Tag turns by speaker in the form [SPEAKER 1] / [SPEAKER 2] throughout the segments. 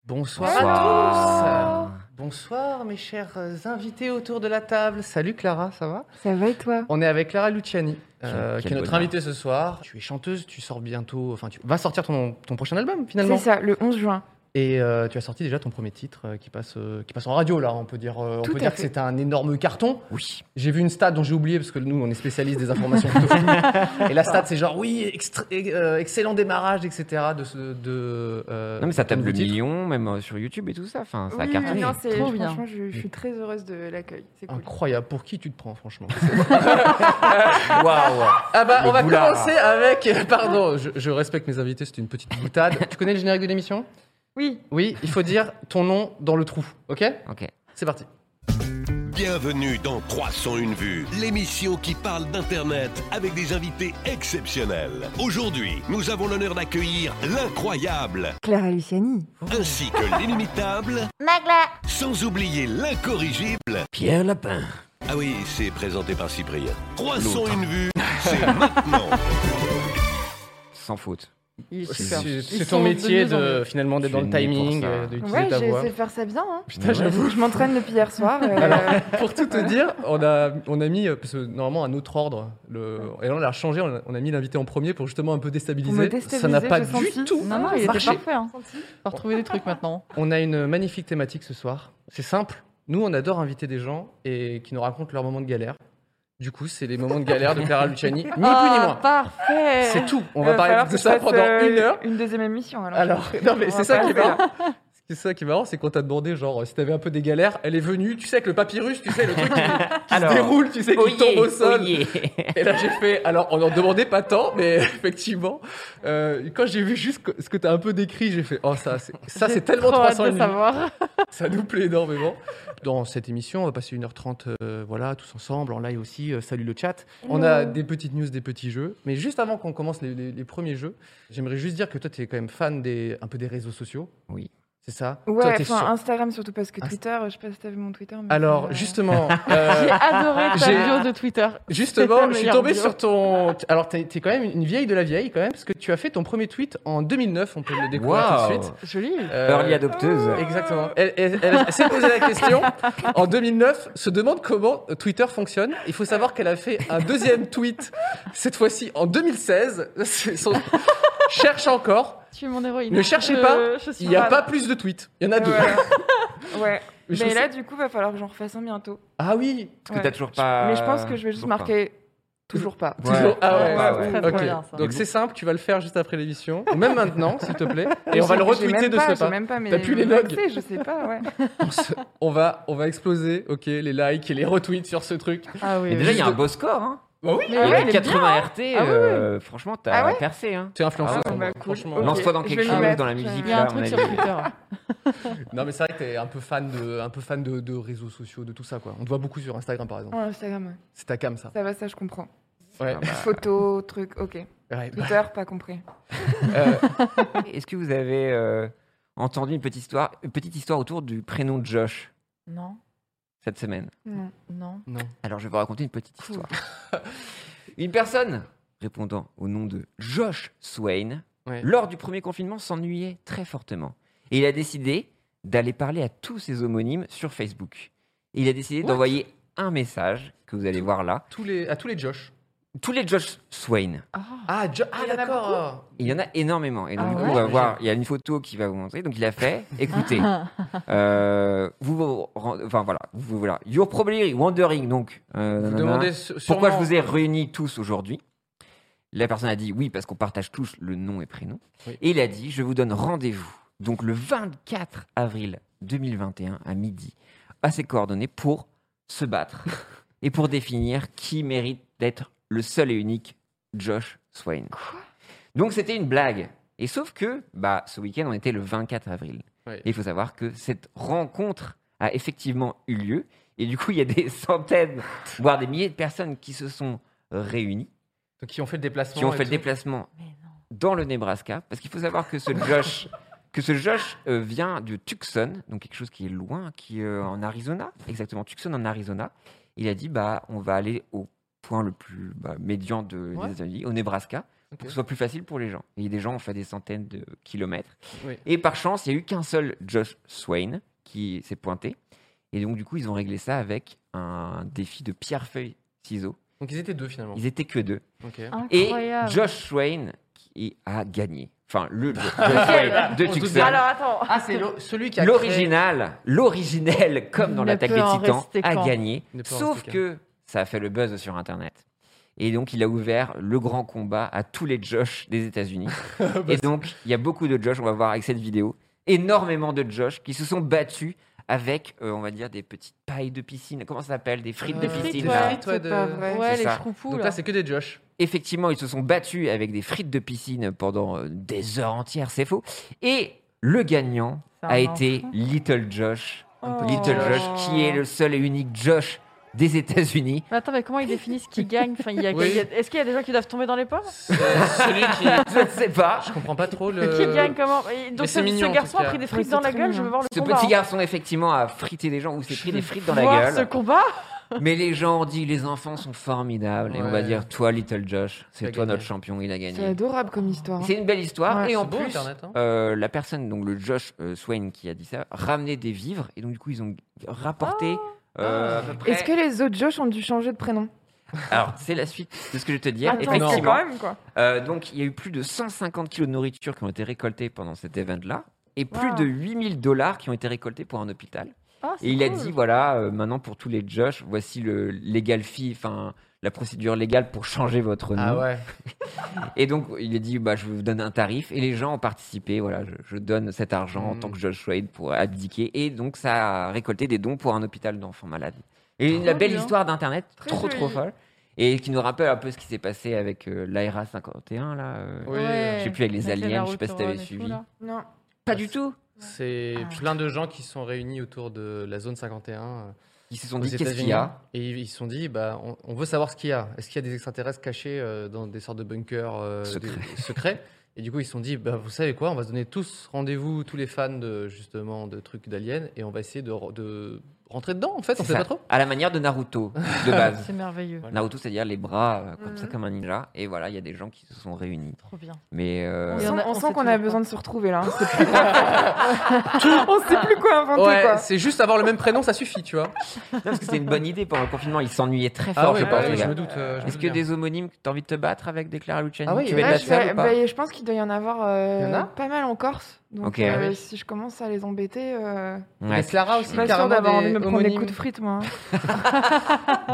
[SPEAKER 1] Ah,
[SPEAKER 2] Bonsoir, à tous. Bonsoir mes chers euh, invités autour de la table. Salut Clara, ça va
[SPEAKER 1] Ça va et toi
[SPEAKER 2] On est avec Clara Luciani, euh,
[SPEAKER 3] Quel-
[SPEAKER 2] qui est
[SPEAKER 3] quel
[SPEAKER 2] notre
[SPEAKER 3] bonheur.
[SPEAKER 2] invitée ce soir. Tu es chanteuse, tu sors bientôt, enfin tu vas sortir ton, ton prochain album
[SPEAKER 1] C'est
[SPEAKER 2] finalement.
[SPEAKER 1] ça, le 11 juin.
[SPEAKER 2] Et euh, tu as sorti déjà ton premier titre euh, qui, passe, euh, qui passe en radio là, on peut dire, euh, on
[SPEAKER 1] Tout
[SPEAKER 2] peut
[SPEAKER 1] à
[SPEAKER 2] dire que
[SPEAKER 1] fait.
[SPEAKER 2] c'est un énorme carton.
[SPEAKER 3] Oui.
[SPEAKER 2] J'ai vu une stat dont j'ai oublié parce que nous on est spécialiste des informations. plutôt floues. et la stat c'est genre oui, extra- euh, excellent démarrage, etc. De, ce- de, euh,
[SPEAKER 3] Non, mais ça
[SPEAKER 2] de ton
[SPEAKER 3] tape le
[SPEAKER 2] nouveau titre.
[SPEAKER 3] million, même euh, sur YouTube et tout ça. Enfin, ça a
[SPEAKER 1] Oui,
[SPEAKER 3] cartonné.
[SPEAKER 1] non, c'est-
[SPEAKER 4] Trop bien.
[SPEAKER 1] franchement, je, je suis très heureuse de l'accueil. C'est cool.
[SPEAKER 2] Incroyable, pour qui tu te prends franchement Ah bah
[SPEAKER 3] Le
[SPEAKER 2] on va
[SPEAKER 3] boulard.
[SPEAKER 2] commencer avec... Pardon, je, je respecte mes invités, c'est une petite boutade. tu connais le générique de l'émission
[SPEAKER 1] Oui,
[SPEAKER 2] Oui, il faut dire ton nom dans le trou, ok
[SPEAKER 3] Ok.
[SPEAKER 2] C'est parti.
[SPEAKER 5] Bienvenue dans 301 vues, l'émission qui parle d'Internet avec des invités exceptionnels. Aujourd'hui, nous avons l'honneur d'accueillir l'incroyable
[SPEAKER 1] Clara Luciani.
[SPEAKER 5] ainsi que l'inimitable
[SPEAKER 4] Magla
[SPEAKER 5] sans oublier l'incorrigible.
[SPEAKER 3] Pierre Lapin.
[SPEAKER 5] Ah oui, c'est présenté par Cyprien. 301 vues, c'est maintenant.
[SPEAKER 3] Sans faute.
[SPEAKER 1] Il est super.
[SPEAKER 2] C'est
[SPEAKER 1] Ils
[SPEAKER 2] c'est
[SPEAKER 1] sont
[SPEAKER 2] ton métier
[SPEAKER 1] mieux en
[SPEAKER 2] de, finalement d'être
[SPEAKER 3] Je
[SPEAKER 2] dans le
[SPEAKER 3] suis né pour
[SPEAKER 2] timing,
[SPEAKER 3] ça.
[SPEAKER 2] euh, d'utiliser
[SPEAKER 1] Ouais,
[SPEAKER 2] ta voix.
[SPEAKER 1] je sais faire ça bien. hein.
[SPEAKER 2] Putain, j'avoue.
[SPEAKER 1] Je m'entraîne depuis hier soir. euh,
[SPEAKER 2] Alors, pour tout te dire, on a, on a mis, euh, parce que normalement, un autre ordre, le, et là, on l'a changé, on a, on a mis l'invité en premier pour justement un peu
[SPEAKER 1] pour me
[SPEAKER 2] déstabiliser.
[SPEAKER 1] déstabiliser,
[SPEAKER 2] Ça n'a pas
[SPEAKER 1] j'ai
[SPEAKER 2] du
[SPEAKER 1] senti-
[SPEAKER 2] tout
[SPEAKER 4] Non, non, il était
[SPEAKER 2] marché.
[SPEAKER 4] parfait. Hein. On va retrouver des trucs maintenant.
[SPEAKER 2] On a une magnifique thématique ce soir. C'est simple. Nous, on adore inviter des gens et qui nous racontent leurs moments de galère. Du coup, c'est les moments de galère de Clara Luciani, ni plus ni
[SPEAKER 1] Ah,
[SPEAKER 2] moins.
[SPEAKER 1] Parfait.
[SPEAKER 2] C'est tout. On
[SPEAKER 1] Il
[SPEAKER 2] va
[SPEAKER 1] falloir
[SPEAKER 2] parler
[SPEAKER 1] que
[SPEAKER 2] de
[SPEAKER 1] je
[SPEAKER 2] ça
[SPEAKER 1] fasse,
[SPEAKER 2] pendant
[SPEAKER 1] euh,
[SPEAKER 2] une heure.
[SPEAKER 1] Une deuxième émission. Alors,
[SPEAKER 2] Alors, non, mais
[SPEAKER 1] On
[SPEAKER 2] c'est
[SPEAKER 1] va
[SPEAKER 2] ça
[SPEAKER 1] pas
[SPEAKER 2] qui est
[SPEAKER 1] faire.
[SPEAKER 2] marrant. C'est ça qui est marrant, c'est qu'on t'a demandé, genre, si t'avais un peu des galères, elle est venue, tu sais, avec le papyrus, tu sais, le truc qui, qui
[SPEAKER 3] Alors,
[SPEAKER 2] se déroule, tu sais, qui tombe au sol.
[SPEAKER 3] oyez.
[SPEAKER 2] Et là, j'ai fait. Alors, on n'en demandait pas tant, mais effectivement, euh, quand j'ai vu juste que- ce que t'as un peu décrit, j'ai fait Oh, ça, c'est, ça, c'est tellement
[SPEAKER 4] Trop hâte
[SPEAKER 2] 300
[SPEAKER 4] de savoir.
[SPEAKER 2] Ça nous plaît énormément. Dans cette émission, on va passer 1h30, euh, voilà, tous ensemble, en live aussi. euh, salut le chat. On a des petites news, des petits jeux. Mais juste avant qu'on commence les, les- les premiers jeux, j'aimerais juste dire que toi, tu es quand même fan des, un peu des réseaux sociaux.
[SPEAKER 3] Oui.
[SPEAKER 2] C'est ça Toi,
[SPEAKER 1] Ouais,
[SPEAKER 2] t'es
[SPEAKER 1] enfin,
[SPEAKER 2] sur-
[SPEAKER 1] Instagram surtout parce que
[SPEAKER 2] Inst-
[SPEAKER 1] Twitter, euh, je sais pas si t'as vu mon Twitter. mais
[SPEAKER 2] Alors,
[SPEAKER 1] c'est, euh,
[SPEAKER 2] justement. euh,
[SPEAKER 4] J'ai adoré
[SPEAKER 2] J'ai-
[SPEAKER 4] ta bio de Twitter. C'est
[SPEAKER 2] Justement,
[SPEAKER 4] ta
[SPEAKER 2] je suis
[SPEAKER 4] meilleure
[SPEAKER 2] tombé
[SPEAKER 4] bio.
[SPEAKER 2] sur ton. Alors, t'es t'es quand même une vieille de la vieille, quand même, parce que tu as fait ton premier tweet en 2009, on peut le découvrir tout de
[SPEAKER 3] Waouh.
[SPEAKER 2] suite.
[SPEAKER 4] Joli.
[SPEAKER 2] Euh,
[SPEAKER 3] Early adopteuse.
[SPEAKER 1] Ah.
[SPEAKER 2] Exactement. Elle, elle- elle- elle s'est posé la question en 2009, se demande comment Twitter fonctionne. Il faut savoir qu'elle a fait un deuxième tweet, cette fois-ci en 2016. C'est son- Cherche encore.
[SPEAKER 4] Tu es mon héroïne.
[SPEAKER 2] Ne cherchez
[SPEAKER 4] Je-
[SPEAKER 2] pas,
[SPEAKER 4] je suis
[SPEAKER 2] Il n'y a
[SPEAKER 4] fan.
[SPEAKER 2] pas plus Ah, de tweets. Il y en a
[SPEAKER 1] ouais,
[SPEAKER 2] deux.
[SPEAKER 1] voilà. Ouais.
[SPEAKER 2] Mais je
[SPEAKER 1] Mais
[SPEAKER 2] trouve
[SPEAKER 1] là,
[SPEAKER 2] ça-
[SPEAKER 1] du coup, va falloir que j'en refasse un bientôt.
[SPEAKER 2] Ah oui.
[SPEAKER 3] Parce que t'as
[SPEAKER 1] Ouais.
[SPEAKER 3] toujours pas.
[SPEAKER 1] Mais je pense que je vais juste
[SPEAKER 3] Euh, toujours pas.
[SPEAKER 1] marquer toujours pas.
[SPEAKER 3] Ouais.
[SPEAKER 2] Toujours- Ah ouais.
[SPEAKER 3] Ah
[SPEAKER 4] ouais.
[SPEAKER 3] ouais.
[SPEAKER 4] Très,
[SPEAKER 2] Ok.
[SPEAKER 4] très bien, ça.
[SPEAKER 2] Donc c'est simple, tu vas le faire juste après l'émission, ou même maintenant, s'il te plaît, et
[SPEAKER 1] Mais
[SPEAKER 2] on va
[SPEAKER 1] j'ai-
[SPEAKER 2] le
[SPEAKER 1] j'ai
[SPEAKER 2] retweeter
[SPEAKER 1] même
[SPEAKER 2] de
[SPEAKER 1] pas,
[SPEAKER 2] ce
[SPEAKER 1] j'ai
[SPEAKER 2] pas.
[SPEAKER 1] même pas mes-
[SPEAKER 2] T'as plus les
[SPEAKER 1] mes
[SPEAKER 2] logs.
[SPEAKER 1] accès, Je sais pas, ouais.
[SPEAKER 2] On se- on va, on va exploser, ok, les likes et les retweets sur ce truc.
[SPEAKER 4] Ah oui.
[SPEAKER 3] Mais
[SPEAKER 4] oui.
[SPEAKER 3] déjà, il y a un
[SPEAKER 2] Juste-
[SPEAKER 3] beau score. Hein.
[SPEAKER 2] Bah oui.
[SPEAKER 1] Mais Ah ouais, il est
[SPEAKER 3] 80
[SPEAKER 1] bien.
[SPEAKER 3] RT,
[SPEAKER 1] Ah ouais,
[SPEAKER 3] euh, franchement, t'as
[SPEAKER 1] Ah ouais
[SPEAKER 3] percé. Hein.
[SPEAKER 2] T'es influenceuse,
[SPEAKER 1] Ah,
[SPEAKER 2] hein,
[SPEAKER 1] bah, cool.
[SPEAKER 2] franchement.
[SPEAKER 1] Ok.
[SPEAKER 3] Lance-toi dans
[SPEAKER 1] je
[SPEAKER 3] quelque
[SPEAKER 1] vais
[SPEAKER 3] chose,
[SPEAKER 1] m'y mettre,
[SPEAKER 3] dans la
[SPEAKER 1] je vais m'y
[SPEAKER 3] musique.
[SPEAKER 4] Il y a un
[SPEAKER 3] là, à mon
[SPEAKER 4] truc sur
[SPEAKER 3] avis.
[SPEAKER 4] Twitter.
[SPEAKER 2] Non, mais c'est vrai que t'es un peu fan de, un peu fan de, de réseaux sociaux, de tout ça, quoi. On te voit beaucoup sur Instagram, par exemple.
[SPEAKER 1] Oh, Instagram, ouais.
[SPEAKER 2] C'est ta cam, ça.
[SPEAKER 1] ça va, ça je comprends.
[SPEAKER 2] Ouais.
[SPEAKER 3] Ah bah,
[SPEAKER 1] Photos, trucs, ok.
[SPEAKER 2] Ouais.
[SPEAKER 1] Twitter, pas compris.
[SPEAKER 2] Euh,
[SPEAKER 3] bah. Est-ce que vous avez euh, entendu une petite histoire, une petite histoire autour du prénom de Josh
[SPEAKER 4] Non,
[SPEAKER 3] cette semaine
[SPEAKER 1] Non.
[SPEAKER 4] non.
[SPEAKER 2] non.
[SPEAKER 3] Alors, je vais vous raconter une petite histoire. une personne répondant au nom de Josh Swain,
[SPEAKER 2] Ouais.
[SPEAKER 3] lors du premier confinement, s'ennuyait très fortement. Et il a décidé d'aller parler à tous ses homonymes sur Facebook. Et il a décidé
[SPEAKER 2] What
[SPEAKER 3] d'envoyer un message que vous allez voir là.
[SPEAKER 2] Tous les, à tous les Josh.
[SPEAKER 3] Tous les Josh Swain.
[SPEAKER 2] Ah, Jo- ah,
[SPEAKER 1] Il y en a
[SPEAKER 2] d'accord.
[SPEAKER 3] Il y en a énormément. Et donc,
[SPEAKER 4] Ah
[SPEAKER 3] du coup,
[SPEAKER 4] ouais
[SPEAKER 3] on va voir. Il y a une photo qui va vous montrer. Donc, il a fait. Écoutez, euh, vous vous rend- Enfin, voilà. Vous, voilà. You're probably wondering, donc. euh,
[SPEAKER 2] Vous
[SPEAKER 3] nanana,
[SPEAKER 2] demandez su-
[SPEAKER 3] pourquoi je
[SPEAKER 2] sûrement- euh,
[SPEAKER 3] vous ai réunis tous aujourd'hui. La personne a dit oui, parce qu'on partage tous le nom et prénom.
[SPEAKER 2] Oui.
[SPEAKER 3] Et il a dit je vous donne rendez-vous. Donc, le 24 avril 2021, à midi, à ses coordonnées pour se battre et pour définir qui mérite d'être le seul et unique Josh Swain. Donc c'était une blague. Et sauf que, bah, ce week-end, on était le 24 avril.
[SPEAKER 2] Ouais.
[SPEAKER 3] Et il faut savoir que cette rencontre a effectivement eu lieu. Et du coup, il y a des centaines, voire des milliers de personnes qui se sont réunies,
[SPEAKER 2] Donc, qui ont fait le déplacement.
[SPEAKER 3] qui ont
[SPEAKER 2] et
[SPEAKER 3] fait
[SPEAKER 2] tout.
[SPEAKER 3] le déplacement
[SPEAKER 4] Mais non.
[SPEAKER 3] dans le Nebraska. Parce qu'il faut savoir que ce Josh, que ce Josh euh, vient de Tucson, donc quelque chose qui est loin, qui est euh, en Arizona, exactement, Tucson en Arizona. Il a dit, bah, on va aller au point le plus bah, médian de,
[SPEAKER 2] Ouais.
[SPEAKER 3] des États-Unis, au Nebraska
[SPEAKER 2] Ok.
[SPEAKER 3] pour que ce soit plus facile pour les gens. Et des gens ont fait des centaines de kilomètres.
[SPEAKER 2] Oui.
[SPEAKER 3] Et par chance, il n'y a eu qu'un seul Josh Swain qui s'est pointé. Et donc, du coup, ils ont réglé ça avec un défi de pierre-feuille-ciseaux.
[SPEAKER 2] Donc, ils étaient deux finalement.
[SPEAKER 3] Ils étaient que deux.
[SPEAKER 2] Ok.
[SPEAKER 3] Et
[SPEAKER 4] Incroyable.
[SPEAKER 3] Josh Swain qui a gagné. Enfin, le Josh Swain de
[SPEAKER 2] On se doute
[SPEAKER 3] Tucson.
[SPEAKER 2] bien.
[SPEAKER 1] Alors attends.
[SPEAKER 2] Ah, c'est l'o- celui qui a. créé-
[SPEAKER 3] L'original, l'originel, comme dans
[SPEAKER 4] Ne
[SPEAKER 3] l'attaque
[SPEAKER 4] peut
[SPEAKER 3] des
[SPEAKER 4] en
[SPEAKER 3] titans,
[SPEAKER 4] rester
[SPEAKER 3] a
[SPEAKER 4] qu'en.
[SPEAKER 3] gagné.
[SPEAKER 2] Ne peut en
[SPEAKER 3] Sauf
[SPEAKER 2] rester
[SPEAKER 3] que ça a fait le buzz sur Internet. Et donc, il a ouvert le grand combat à tous les Josh des États-Unis.
[SPEAKER 2] Ah, bah,
[SPEAKER 3] et donc, il y a beaucoup de Josh, on va voir avec cette vidéo, énormément de Josh qui se sont battus avec, euh, on va dire, des petites pailles de piscine. Comment ça s'appelle Des frites de
[SPEAKER 2] Euh,
[SPEAKER 3] piscine.
[SPEAKER 4] frites,
[SPEAKER 3] là.
[SPEAKER 4] ouais.
[SPEAKER 2] Toi, de-
[SPEAKER 1] pas vrai.
[SPEAKER 4] Ouais,
[SPEAKER 3] C'est
[SPEAKER 4] les
[SPEAKER 3] ça.
[SPEAKER 4] chroupous,
[SPEAKER 2] Donc
[SPEAKER 4] là.
[SPEAKER 2] là, hein. c'est que des Josh.
[SPEAKER 3] Effectivement, ils se sont battus avec des frites de piscine pendant euh, des heures entières, c'est faux. Et le gagnant
[SPEAKER 4] C'est un
[SPEAKER 3] a été
[SPEAKER 4] enfant.
[SPEAKER 3] Little Josh.
[SPEAKER 4] Oh.
[SPEAKER 3] Little Josh, qui est le seul et unique Josh des États-Unis.
[SPEAKER 4] Mais attends, mais comment ils définissent qui gagne enfin, il y a-
[SPEAKER 2] Oui.
[SPEAKER 4] il y a- Est-ce qu'il y a des gens qui doivent tomber dans les pommes
[SPEAKER 2] C'est celui qui.
[SPEAKER 3] Je ne sais pas.
[SPEAKER 2] Je comprends pas trop le.
[SPEAKER 4] Qui gagne comment Et Donc
[SPEAKER 2] mais
[SPEAKER 4] ce,
[SPEAKER 2] c'est mignon,
[SPEAKER 4] ce
[SPEAKER 2] en
[SPEAKER 4] garçon
[SPEAKER 2] tout
[SPEAKER 4] a
[SPEAKER 2] cas.
[SPEAKER 4] pris des
[SPEAKER 1] Ouais,
[SPEAKER 4] frites
[SPEAKER 1] c'est
[SPEAKER 4] dans la
[SPEAKER 1] très
[SPEAKER 4] gueule,
[SPEAKER 1] mignon.
[SPEAKER 4] je veux voir le
[SPEAKER 3] Ce
[SPEAKER 4] combat.
[SPEAKER 3] petit
[SPEAKER 4] hein.
[SPEAKER 3] garçon, effectivement, a frité des gens ou s'est pris des frites dans la
[SPEAKER 4] Voir ce
[SPEAKER 3] gueule.
[SPEAKER 4] combat
[SPEAKER 3] Mais les gens ont dit les enfants sont formidables. Et on va
[SPEAKER 2] Ouais.
[SPEAKER 3] dire, toi, Little Josh, c'est
[SPEAKER 2] Il a
[SPEAKER 3] toi
[SPEAKER 2] gagné.
[SPEAKER 3] notre champion, il a
[SPEAKER 1] C'est
[SPEAKER 3] gagné.
[SPEAKER 1] adorable comme histoire.
[SPEAKER 3] C'est une belle histoire.
[SPEAKER 1] Ouais,
[SPEAKER 3] et en
[SPEAKER 2] c'est beau,
[SPEAKER 3] plus,
[SPEAKER 2] Internet, hein.
[SPEAKER 3] euh, la personne, donc le Josh euh, Swain qui a dit ça, ramenait des vivres. Et donc, du coup, ils ont rapporté. euh, à peu près-
[SPEAKER 1] Ah. Est-ce que les autres Josh ont dû changer de prénom
[SPEAKER 3] Alors, c'est la suite de ce que je vais te dire.
[SPEAKER 1] Attends,
[SPEAKER 3] Effectivement,
[SPEAKER 1] c'est quand même quoi.
[SPEAKER 3] Euh, donc, il y a eu plus de 150 kilos de nourriture qui ont été récoltés pendant cet événement-là et plus
[SPEAKER 4] Wow.
[SPEAKER 3] de 8000 dollars qui ont été récoltés pour un hôpital.
[SPEAKER 4] Ah, c'est
[SPEAKER 3] Et il a
[SPEAKER 4] cool.
[SPEAKER 3] dit voilà, euh, maintenant pour tous les Josh, voici le legal fee, enfin la procédure légale pour changer votre nom.
[SPEAKER 2] Ah ouais.
[SPEAKER 3] Et donc, il a dit bah, je vous donne un tarif et les gens ont participé. Voilà, je, je donne cet argent en
[SPEAKER 2] Mhm.
[SPEAKER 3] tant que Josh Wade pour abdiquer. Et donc, ça a récolté des dons pour un hôpital d'enfants malades. Et
[SPEAKER 2] Oh,
[SPEAKER 4] Trop
[SPEAKER 3] la belle
[SPEAKER 4] bien.
[SPEAKER 3] histoire d'Internet,
[SPEAKER 1] Très
[SPEAKER 3] trop trop
[SPEAKER 1] joli.
[SPEAKER 3] folle. Et qui nous rappelle un peu ce qui s'est passé avec euh, l'ARA 51, là. euh,
[SPEAKER 2] Oui.
[SPEAKER 4] Ouais.
[SPEAKER 3] je sais plus, avec les
[SPEAKER 4] Avec
[SPEAKER 3] aliens, je sais pas si
[SPEAKER 4] Naruto
[SPEAKER 3] t'avais
[SPEAKER 4] Run et
[SPEAKER 3] suivi.
[SPEAKER 4] tout, là.
[SPEAKER 1] Non.
[SPEAKER 3] Pas du tout.
[SPEAKER 2] C'est
[SPEAKER 4] Ah.
[SPEAKER 2] plein de gens qui sont réunis autour de la zone 51. euh,
[SPEAKER 3] Ils se sont
[SPEAKER 2] aux
[SPEAKER 3] dit qu'est-ce qu'il
[SPEAKER 2] États-Unis.
[SPEAKER 3] y a
[SPEAKER 2] Et ils ils se sont dit, bah, on, on veut savoir ce qu'il y a. Est-ce qu'il y a des extraterrestres cachés euh, dans des sortes de bunkers euh,
[SPEAKER 3] Secret.
[SPEAKER 2] des- secrets Et du coup, ils se sont dit, bah, vous savez quoi, on va se donner tous rendez-vous, tous les fans de justement de trucs d'aliens, et on va essayer de, re- de rentrer dedans. En fait, on
[SPEAKER 3] C'est
[SPEAKER 2] sait
[SPEAKER 3] ça.
[SPEAKER 2] pas trop.
[SPEAKER 3] À la manière de Naruto, de base.
[SPEAKER 4] C'est merveilleux.
[SPEAKER 3] Naruto, c'est-à-dire les bras euh, comme ça,
[SPEAKER 2] Hmm.
[SPEAKER 1] Mhm.
[SPEAKER 3] comme un ninja. Et voilà, il y a des gens qui se sont réunis.
[SPEAKER 4] Trop bien.
[SPEAKER 3] Mais euh,
[SPEAKER 1] On
[SPEAKER 4] Il
[SPEAKER 2] Oh.
[SPEAKER 4] y
[SPEAKER 1] sent,
[SPEAKER 4] en a-
[SPEAKER 1] on
[SPEAKER 4] on
[SPEAKER 1] sent
[SPEAKER 4] sait
[SPEAKER 1] qu'on a
[SPEAKER 4] toujours
[SPEAKER 1] besoin
[SPEAKER 4] pas.
[SPEAKER 1] de se retrouver là. On sait plus quoi, on sait plus quoi inventer
[SPEAKER 2] Ouais,
[SPEAKER 1] quoi.
[SPEAKER 2] c'est juste avoir le même prénom, ça suffit, tu vois.
[SPEAKER 3] non, parce que c'était une bonne idée pendant le confinement. Ils s'ennuyaient très fort,
[SPEAKER 2] Ah ouais,
[SPEAKER 3] je pense.
[SPEAKER 2] ouais,
[SPEAKER 3] les
[SPEAKER 2] je
[SPEAKER 3] gars.
[SPEAKER 2] me doute. euh, je me
[SPEAKER 3] Est-ce
[SPEAKER 2] doute
[SPEAKER 3] que
[SPEAKER 2] bien.
[SPEAKER 3] des homonymes, t'as envie de te battre avec des Clara Luciani
[SPEAKER 2] Ah oui, il
[SPEAKER 3] Tu
[SPEAKER 2] y
[SPEAKER 3] veux
[SPEAKER 2] en
[SPEAKER 3] de
[SPEAKER 2] a,
[SPEAKER 3] la
[SPEAKER 1] je,
[SPEAKER 3] faire
[SPEAKER 1] vais-
[SPEAKER 3] ou pas
[SPEAKER 1] bah, je pense qu'il doit y en avoir euh,
[SPEAKER 2] Il y en a
[SPEAKER 1] pas mal en Corse. Donc
[SPEAKER 3] Ok.
[SPEAKER 1] euh,
[SPEAKER 2] Ah oui.
[SPEAKER 1] si je commence à les embêter, euh,
[SPEAKER 2] Mais
[SPEAKER 3] Ouais.
[SPEAKER 2] Clara aussi,
[SPEAKER 1] pas sûr
[SPEAKER 2] carrément,
[SPEAKER 1] d'avoir envie
[SPEAKER 2] des
[SPEAKER 1] de me prendre des
[SPEAKER 2] homonymes.
[SPEAKER 1] coups de frites moi. hein.